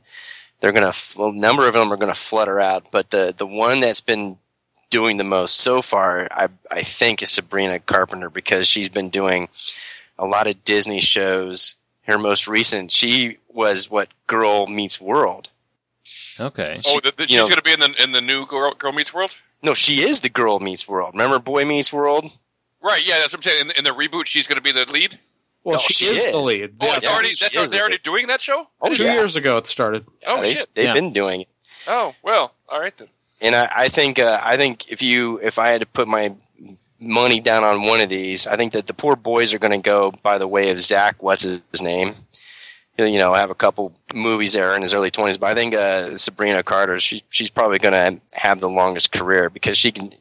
F: They're going to well, a number of them are going to flutter out, but the the one that's been doing the most so far, I I think, is Sabrina Carpenter because she's been doing a lot of Disney shows. Her most recent, she was what Girl Meets World.
D: Okay.
E: Oh, th- th-
F: You
E: she's
F: know-
E: going to be in the in the new Girl, Girl Meets World.
F: No, she is the Girl Meets World. Remember Boy Meets World?
E: Right? Yeah, that's what I'm saying. In, the- in the reboot, she's going to be the lead.
G: Well,
F: No,
G: she,
F: Oh, she
G: is, the
F: is.
G: lead.
E: Oh,
G: Yeah,
E: it's
F: yeah,
E: already
F: she
E: that's
F: is,
E: they're
F: I
E: already
F: think.
E: doing that show.
F: Oh,
G: Two
F: yeah.
G: years ago, it started.
E: Oh
F: they,
E: shit!
F: They've
D: Yeah.
F: been doing it.
E: Oh well, all right then.
F: And I, I think uh, I think if you if I had to put my money down on one of these, I think that the poor boys are going to go by the way of Zach. What's his name? He'll, You know, have a couple movies there in his early twenties, but I think uh, Sabrina Carter, she, she's probably going to have the longest career because she can.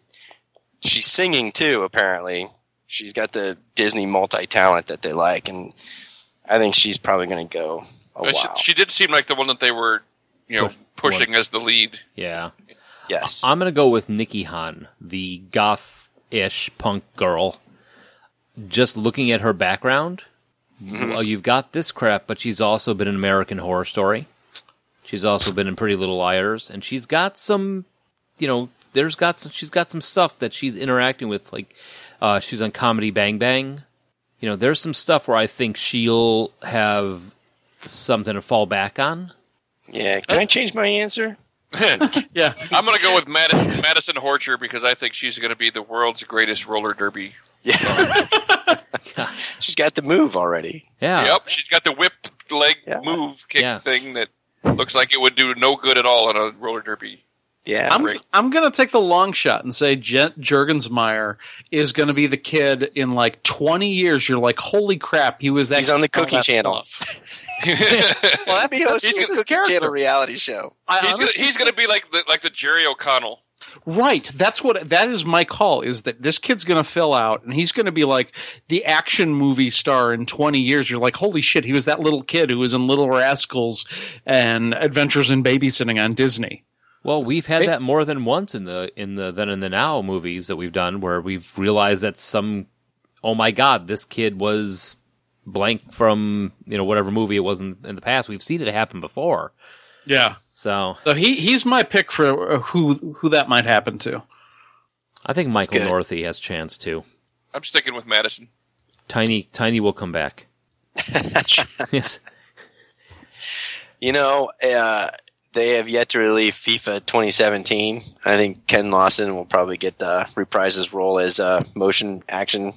F: She's singing too. Apparently, she's got the Disney multi talent that they like, and I think she's probably going to go a
E: Uh, she-
F: while.
E: She, did seem like the one that they were, you know,
D: Push-
E: pushing as the lead. (laughs)
D: Yeah.
F: yes,
D: I'm gonna go with Nikki Han, the goth-ish punk girl. Just looking at her background, well, you've got this crap, but she's also been in American Horror Story. She's also been in Pretty Little Liars, and she's got some, you know, there's got some, she's got some stuff that she's interacting with, like uh, she's on Comedy Bang Bang. You know, there's some stuff where I think she'll have something to fall back on.
F: yeah. Can I change my answer?
G: Yeah.
E: I'm going to go with Madison, Madison Horcher because I think she's going to be the world's greatest roller derby.
F: She's got the move already.
D: Yeah.
E: Yep, she's got the whip leg
F: Yeah.
E: move kick
D: Yeah.
E: thing that looks like it would do no good at all in a roller derby.
F: Yeah,
G: I'm,
E: Great.
G: I'm going to take the long shot and say Jen Jurgensmeyer is going to be the kid in like 20 years. You're like, holy crap, he was that.
F: He's on the
G: kid all
F: Cookie
G: that
F: Channel.
G: stuff.
F: Well, that'd be
G: that's his character.
F: reality show.
G: I
E: He's
G: honestly-
E: going to be like the, like the Jerry O'Connell.
G: Right. That's what that is my call is that this kid's going to fill out and he's going to be like the action movie star in 20 years. You're like, "Holy shit, he was that little kid who was in Little Rascals and Adventures in Babysitting on Disney."
D: Well, we've had that more than once in the in the then and the now movies that we've done where we've realized that some oh my god, this kid was blank from, you know, whatever movie it was in, in the past. We've seen it happen before.
G: Yeah.
D: So,
G: So he he's my pick for uh, who who that might happen to.
D: I think Michael
F: good.
D: Northey has chance too.
E: I'm sticking with Madison.
D: Tiny Tiny will come
E: (laughs)
D: back. yes.
F: You know, uh, they have yet to release FIFA 2017. I think Ken Lawson will probably get uh, reprise his role as uh, motion
E: (laughs)
F: action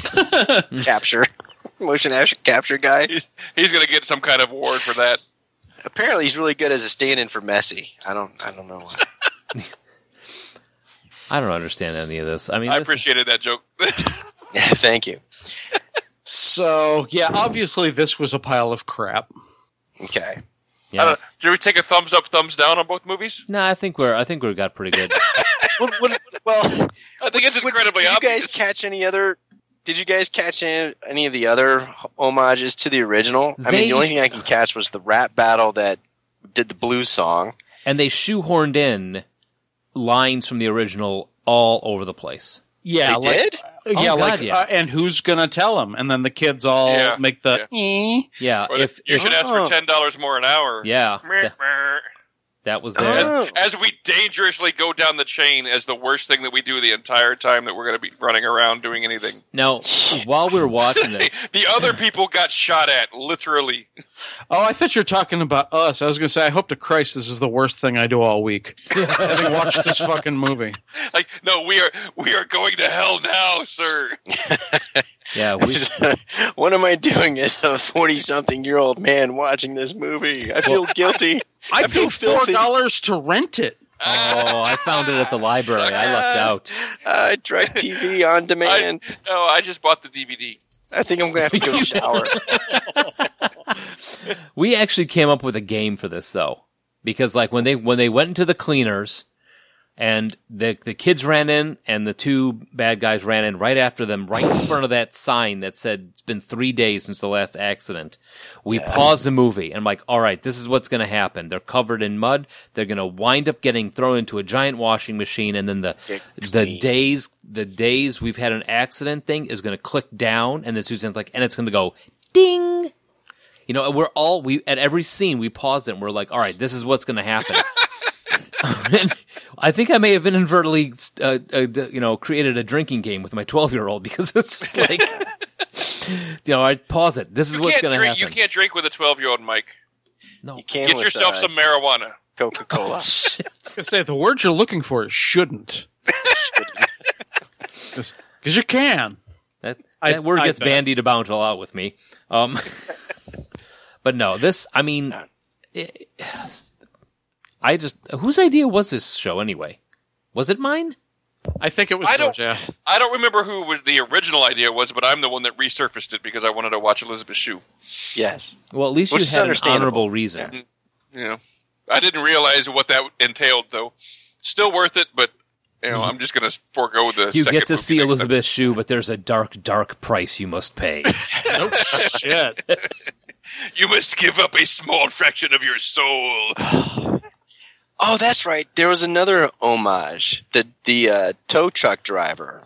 F: capture, (laughs) motion action capture guy.
E: He's, he's going to get some kind of award for that.
F: Apparently, he's really good as a stand-in for Messi. I don't, I don't
E: (laughs)
F: know. why. (laughs)
D: I don't understand any of this. I mean,
E: I
D: this-
E: appreciated that joke. (laughs)
F: Yeah, Thank you.
G: So, yeah, obviously this was a pile of crap.
F: Okay.
E: I
D: yeah.
E: don't, should we take a thumbs up, thumbs down on both movies?
D: No, I think we're I think we got pretty
E: (laughs)
D: good.
F: What, what, well,
E: I think it's
F: Would-
E: incredibly
F: did
E: obvious.
F: you guys catch any other? Did you guys catch any, any of the other homages to the original? I mean,
D: They-
F: the only thing I can catch was the rap battle that did the blues song.
D: and they shoehorned in lines from the original all over the place.
G: (laughs) Yeah,
F: They
G: like,
F: did?
D: Oh,
G: yeah,
D: God,
G: like
D: yeah.
G: Uh, and who's going to tell him? And then the kids all
E: Yeah,
G: make the "Eh."
D: Yeah,
E: Or
D: if,
E: you
D: if-
E: should ask
F: Oh.
E: for ten dollars more an hour.
D: yeah,
E: Meh,
D: tha-
E: meh.
D: that was
E: As,
D: there.
F: Oh.
E: as we dangerously go down the chain as the worst thing that we do the entire time that we're going to be running around doing anything.
D: Now, while we were watching this,
E: The
D: (laughs)
E: other people got shot at, literally.
G: Oh, I thought you were talking about us. I was going to say, I hope to Christ this is the worst thing I do all week. Having watched this fucking movie.
E: Like, no, we are we are going to hell now, sir.
D: yeah,
F: (laughs)
D: we,
F: what am I doing as a forty-something-year-old man watching this movie? I feel
E: (laughs)
F: guilty.
G: I
F: feel
G: paid four
F: filthy.
G: dollars to rent it.
D: oh, I found it at the library. I left out.
F: Uh, direct
E: (laughs)
F: TV on demand.
E: No, I just bought the DVD.
F: I, think I'm gonna have
E: (laughs)
F: to go shower.
D: We actually came up with a game for this though, because like when they when they went into the cleaners, and the the kids ran in, and the two bad guys ran in right after them, right in front of that sign that said it's been three days since the last accident. We paused the movie, and I'm like, all right, this is what's going to happen. They're covered in mud. They're going to wind up getting thrown into a giant washing machine, and then the
F: Get
D: the
F: clean.
D: days the days we've had an accident thing is going to click down, and then Suzanne's like, and it's going to go ding. You know, and we're all we at every scene we paused it and we're like, all right, this is what's going to
E: (laughs)
D: happen. (laughs) And I think I may have inadvertently, uh, uh, d- you know, created a drinking game with my twelve-year-old (laughs) because it's just like, you know, I pause it. This is
E: You
D: what's
E: can't
D: going to
E: drink.
D: happen.
E: You can't drink with a twelve-year-old, Mike.
F: You can
E: Get
F: with,
E: yourself
F: uh,
E: some marijuana. (laughs)
F: Coca-Cola.
D: (laughs) Shit.
G: I was gonna say the word you're looking for is shouldn't. Because you can.
D: That,
G: I-
D: that word
G: I
D: gets
G: bet.
D: bandied about a lot with me. Um, (laughs) but no, this, I mean, it- I just, whose idea was this show anyway? Was it mine?
G: I think it was
E: I
G: George.
E: don't-
G: Yeah.
E: I don't remember who was- the original idea was, but I'm the one that resurfaced it because I wanted to watch Elizabeth Shue.
F: yes.
D: Well, at least
F: Which is
D: you had an
F: understandable.
D: honorable reason.
E: You know, I didn't realize what that entailed, though. Still worth it, but you know, I'm just going to forego the.
D: You
E: second
D: get to
E: movie
D: see
E: next time.
D: Elizabeth Shue, but there's a dark, dark price you must pay.
G: Nope. Shit.
E: You must give up a small fraction of your soul.
F: Oh, that's right. There was another homage. The the uh, tow truck driver,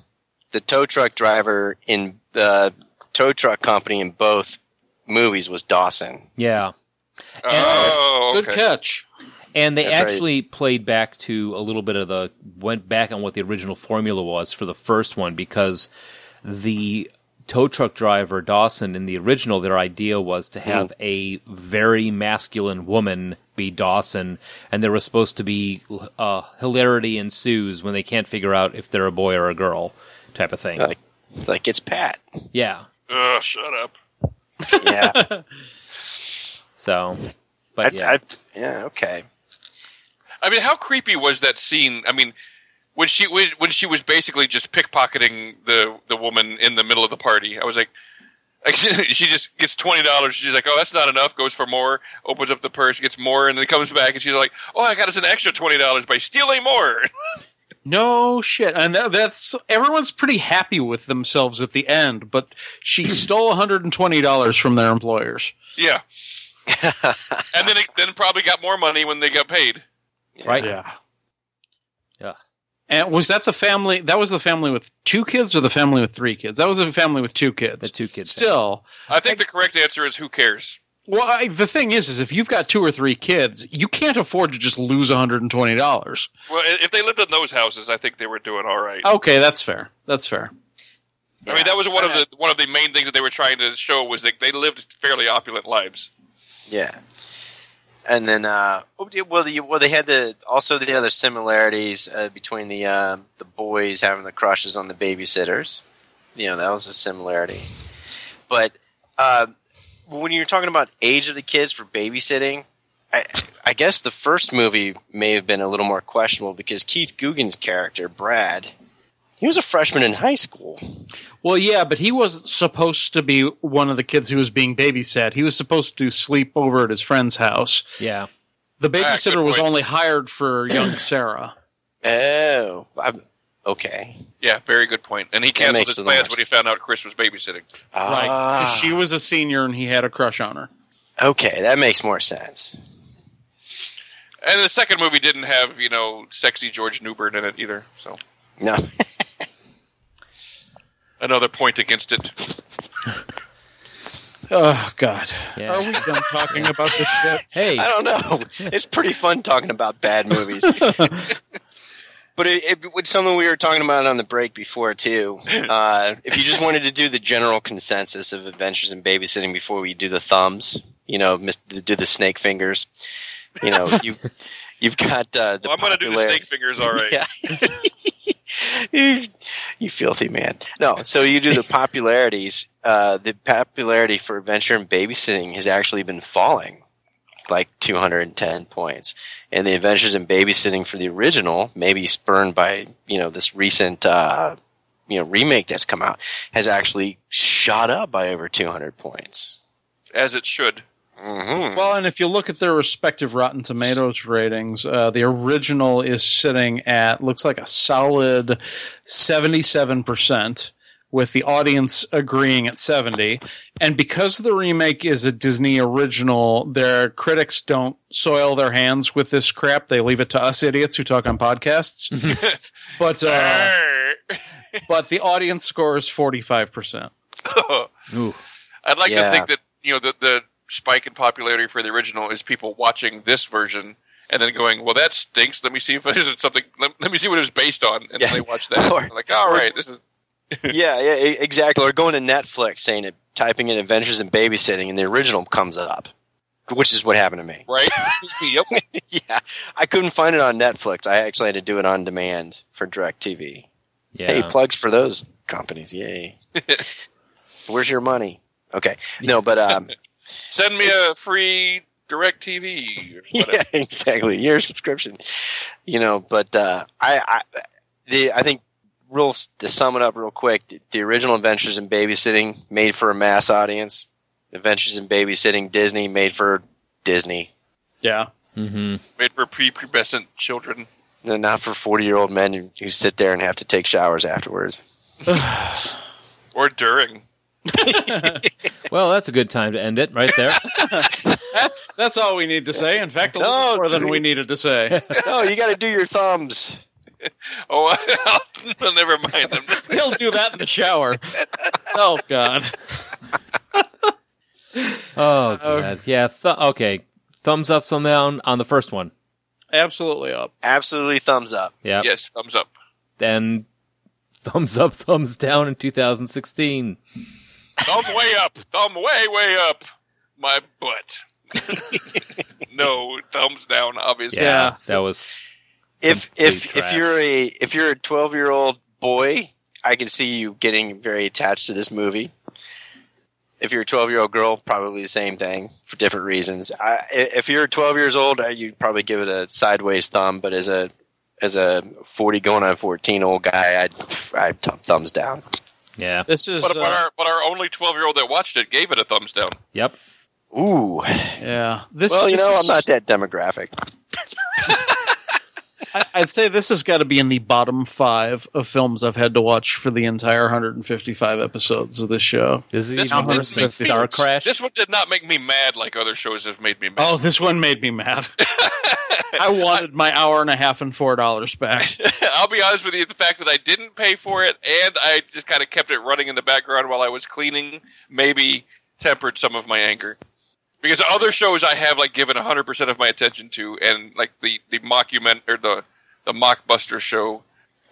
F: the tow truck driver in the tow truck company in both movies was Dawson.
D: yeah.
E: Oh,
G: Good
E: okay.
G: catch.
D: And they
F: That's right.
D: actually played back to a little bit of the went back on what the original formula was for the first one because the tow truck driver Dawson in the original their idea was to have a very masculine woman be Dawson and there was supposed to be uh, hilarity ensues when they can't figure out if they're a boy or a girl type of thing.
F: Like it's like
E: (laughs)
F: it's Pat.
D: yeah.
E: Oh, shut up.
F: Yeah,
D: So
F: I,
D: but yeah.
F: I, yeah. Okay.
E: I mean, how creepy was that scene? I mean, when she when, when she was basically just pickpocketing the the woman in the middle of the party, I was like, (laughs) like she just gets twenty dollars. She's like, oh, that's not enough. Goes for more. Opens up the purse, gets more, (laughs) and then comes back, and she's like, oh, I got us an extra twenty dollars by stealing more.
G: No shit. And that, that's everyone's pretty happy with themselves at the end, but
D: (clears throat)
G: she stole $120 from their employers.
E: Yeah. and then it, then probably got more money when they got paid.
D: right?
G: Yeah.
D: Yeah.
G: And was that the family that was the family with two kids or the family with three kids? That was a family with two kids.
D: The two kids.
G: Still,
E: I think the correct answer is who cares?
G: well, I, the thing is, is if you've got two or three kids, you can't afford to just lose one hundred and twenty dollars.
E: Well, i- if they lived in those houses, I think they were doing all right.
G: Okay, that's fair. That's fair.
E: I mean, that was one of the one of the main things that they were trying to show was that they lived fairly opulent lives.
F: Yeah. And then, uh, well, the, well, they had the also the other similarities uh, between the uh, the boys having the crushes on the babysitters. You know, that was a similarity. But uh, when you're talking about age of the kids for babysitting, I, I guess the first movie may have been a little more questionable because Keith Guggen's character Brad, he was a freshman in high school.
G: Well, yeah, but he wasn't supposed to be one of the kids who was being babysat. He was supposed to sleep over at his friend's house.
D: Yeah.
G: The
E: Ah, good
G: babysitter was
E: point.
G: only hired for
E: (clears throat)
G: young Sarah.
F: Oh, I'm, okay.
E: Yeah, very good point. And he canceled
F: makes
E: his
F: it
E: plans
F: worse.
E: when he found out Chris was babysitting.
G: Right. 'Cause
F: Ah.
G: she was a senior and he had a crush on her.
F: Okay, that makes more sense.
E: And the second movie didn't have you know sexy George Newbert in it either. So
F: No. (laughs)
E: another point against it.
G: Oh, God.
D: Yeah.
G: Are we done talking about this shit?
D: (laughs) Hey,
F: I don't know. It's pretty fun talking about bad movies. but it, it, with something we were talking about on the break before too, uh, if you just wanted to do the general consensus of adventures in babysitting before we do the thumbs, you know, mis- do the snake fingers, you know, you you've got uh, the.
E: Well, I'm going to do the
F: popular-
E: snake fingers, all right.
F: (laughs) Yeah. you, you filthy man. No, so
E: (laughs)
F: you do the popularities. Uh, the popularity for adventure and babysitting has actually been falling like 210 points. And the adventures in babysitting for the original, maybe spurned by, you know, this recent, uh, you know, remake that's come out, has actually shot up by over 200 points.
E: As it should.
F: Mm-hmm.
G: Well, and if you look at their respective Rotten Tomatoes ratings, uh, the original is sitting at looks like a solid seventy-seven percent, with the audience agreeing at seventy. And because the remake is a Disney original, their critics don't soil their hands with this crap. They leave it to us idiots who talk on podcasts. but uh, but the audience score is forty-five percent.
E: (laughs)
D: ooh,
E: I'd like to
F: Yeah.
E: think that you know the, the spike in popularity for the original is people watching this version and then going, "Well, that stinks. Let me see if there's something. Let, let me see what it was based on." And
F: Yeah.
E: then they watch that.
F: (laughs) Or-
E: and they're like, all right,
F: (laughs)
E: this is
F: yeah, yeah, e- exactly. Or going to Netflix, saying it, typing in "Adventures in Babysitting," and the original comes up, which is what happened
E: (laughs)
F: to me.
E: right." yep.
F: yeah, I couldn't find it on Netflix. I actually had to do it on demand for DirecTV.
D: yeah.
F: Hey, plugs for those companies! Yay. Where's your money? Okay, no, but um,
E: Send me a free direct TV.
F: (laughs) yeah, exactly. Your subscription, you know. But uh, I, I, the I think real to sum it up real quick, the, the original Adventures in Babysitting made for a mass audience. Adventures in Babysitting Disney made for Disney,
G: Yeah.
D: Mm-hmm.
E: Made for prepubescent children.
F: and not for forty-year-old men who- who sit there and have to take showers afterwards.
E: Or during.
D: Well, that's a good time to end it right there.
G: That's that's all we need to say. In fact, a
F: No,
G: little more than
F: dude.
G: we needed to say.
F: no, you got to do your thumbs.
E: Oh, (laughs) well, never mind. I'm just-
G: He'll do that in the shower. Oh God!
D: Oh, God. Yeah. Th- okay. Thumbs up, thumb down on the first one.
G: Absolutely up.
F: Absolutely, thumbs up.
D: Yeah.
E: Yes, thumbs up.
D: And thumbs up, thumbs down in 2016.
E: Thumb way up. Thumb way, way up. My butt. no, thumbs down, obviously.
G: Yeah.
D: That was.
F: If if
D: trash.
F: if you're a if you're a twelve-year-old boy, I can see you getting very attached to this movie. If you're a twelve-year-old girl, probably the same thing for different reasons. I, i- if you're twelve years old, uh, you'd probably give it a sideways thumb. But as a as a forty going on fourteen old guy, I'd I'd th- thumbs down.
D: Yeah.
G: This is
E: But, but,
G: uh,
E: our, but our only 12 year old that watched it gave it a thumbs down.
D: Yep.
F: Ooh.
G: yeah. This
F: Well, you
G: this
F: know,
G: is-
F: I'm not that demographic.
G: I, (laughs) I'd say this has got to be in the bottom five of films I've had to watch for the entire 155 episodes of this show.
D: This is
E: This
D: even
E: one
D: worse
E: did
D: than
E: make me-
D: Star Crash.
E: This one did not make me mad like other shows have made me mad.
G: Oh, this one made me mad. (laughs) I wanted my hour and a half and four dollars back.
E: (laughs) I'll be honest with you, the fact that I didn't pay for it and I just kind of kept it running in the background while I was cleaning maybe tempered some of my anger. Because other shows I have like given 100% of my attention to and like the the mockument or the the mockbuster show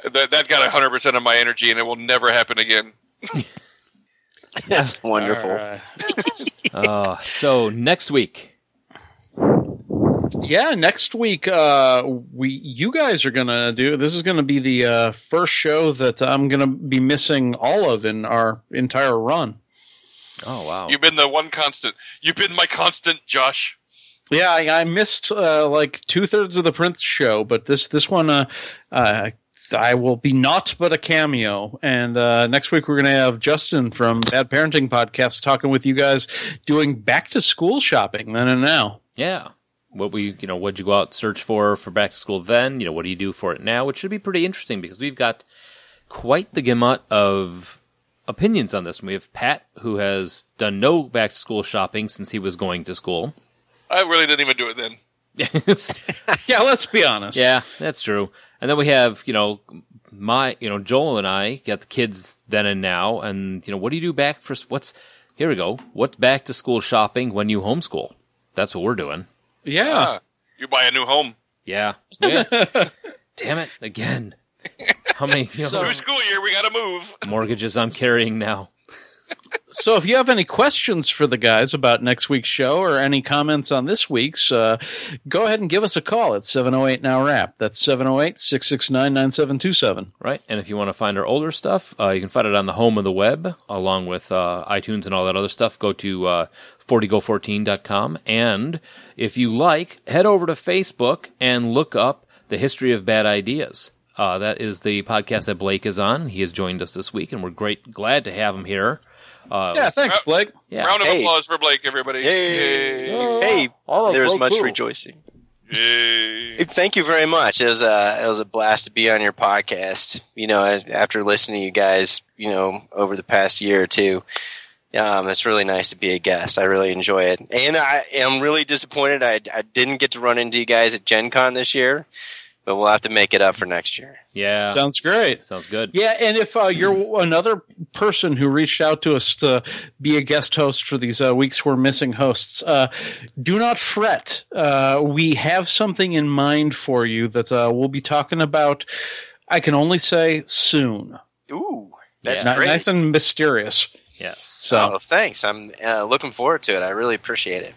E: that that got 100% of my energy and it will never happen again.
F: (laughs) That's wonderful.
D: Uh, so next week,
G: (laughs) Yeah, next week uh we you guys are going to do this is going to be the uh first show that I'm going to be missing all of in our entire run.
D: oh wow,
E: You've been the one constant. You've been my constant, Josh.
G: Yeah, I, I missed uh, like two thirds of the Prince show, but this this one, uh, uh, I will be not but a cameo. And uh, next week we're going to have Justin from Bad Parenting Podcast talking with you guys, doing back to school shopping then and now.
D: yeah. What we you know what'd you go out and search for for back to school then? You know what do you do for it now? Which should be pretty interesting because we've got quite the gamut of opinions on this. We have Pat who has done no back to school shopping since he was going to school. (laughs)
E: I really didn't even do it then.
G: Yeah, let's be honest.
D: Yeah, that's true. And then we have, you know, my, you know, Joel and I got the kids then and now. And, you know, what do you do back for, what's, here we go. What's back to school shopping when you homeschool? That's what we're doing.
G: yeah.
E: Ah, you buy a new home.
D: Yeah. Yeah. Damn it. Again. How many you know,
F: Hmm.
E: New school year, we got to move.
D: mortgages I'm carrying now?
G: So, if you have any questions for the guys about next week's show or any comments on this week's, uh, go ahead and give us a call at 708 Now Rap. That's 708 669 9727.
D: Right. And if you want to find our older stuff, uh, you can find it on the home of the web, along with uh, iTunes and all that other stuff. Go to uh, 40go14.com. And if you like, head over to Facebook and look up the history of bad ideas. Uh, that is the podcast that Blake is on. He has joined us this week, and we're great, glad to have him here. Uh,
G: Yeah, thanks, Blake.
D: yeah.
E: Round of
F: Hey.
E: applause for Blake, everybody.
F: Hey.
E: Yay.
F: Hey,
D: Oh,
F: there's
D: so
F: much
D: cool.
F: rejoicing.
E: Yay.
F: Thank you very much. It was a it was a blast to be on your podcast. You know, after listening to you guys, you know, over the past year or two, um, it's really nice to be a guest. I really enjoy it, and I am really disappointed I, I didn't get to run into you guys at Gen Con this year, but we'll have to make it up for next year.
D: Yeah. Sounds,
G: Sounds great.
D: good.
G: Yeah, and if uh, you're another person who reached out to us to be a guest host for these uh, weeks we're missing hosts, uh, do not fret. Uh, we have something in mind for you that uh, we'll be talking about. I can only say soon.
F: Ooh, that's
D: Yeah.
G: Ni-
F: great.
G: Nice and mysterious.
D: Yes.
G: So,
F: Oh, thanks. I'm uh, looking forward to it. I really appreciate it.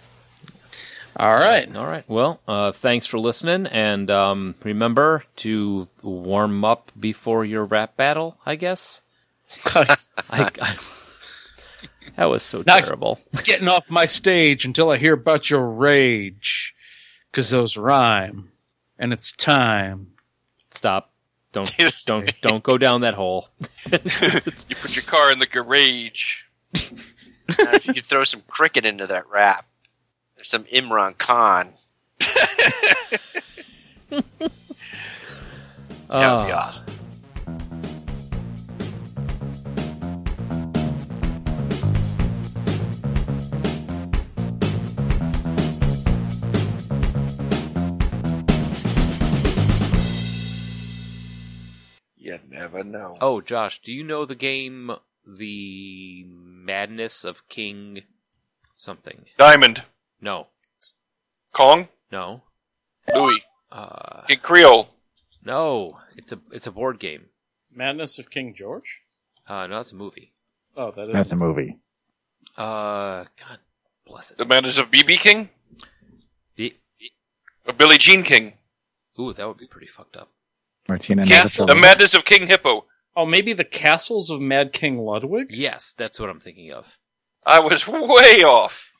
G: all right. (laughs)
D: All right. Well, uh, thanks for listening, and um, remember to warm up before your rap battle. I guess. I, I- that was so
G: Now-
D: terrible.
G: Getting off my stage until I hear about your rage, because those rhyme, and it's time.
D: Stop. Don't don't don't go down that hole.
E: You put your car in the garage.
F: Now, if you could throw some cricket into that rap, there's some Imran Khan. That would be
D: Ah.
F: awesome.
I: You never know.
D: Oh, Josh, do you know the game The Madness of King something?
E: Diamond.
D: No,
E: Kong.
D: no,
E: Louis.
D: uh,
E: King Creole.
D: no. It's a it's a board game.
G: Madness of King George.
D: Uh, no, it's a movie.
G: Oh, that is
J: That's a movie.
D: Uh, God bless it.
E: The Manners of BB King.
D: The-
E: Of Billie Jean King.
D: Ooh, that would be pretty fucked up.
J: Martina
E: King-
J: Navratilova.
E: the Madness of King Hippo.
G: Oh, maybe the castles of Mad King Ludwig?
D: Yes, that's what I'm thinking of.
E: I was (laughs) way off.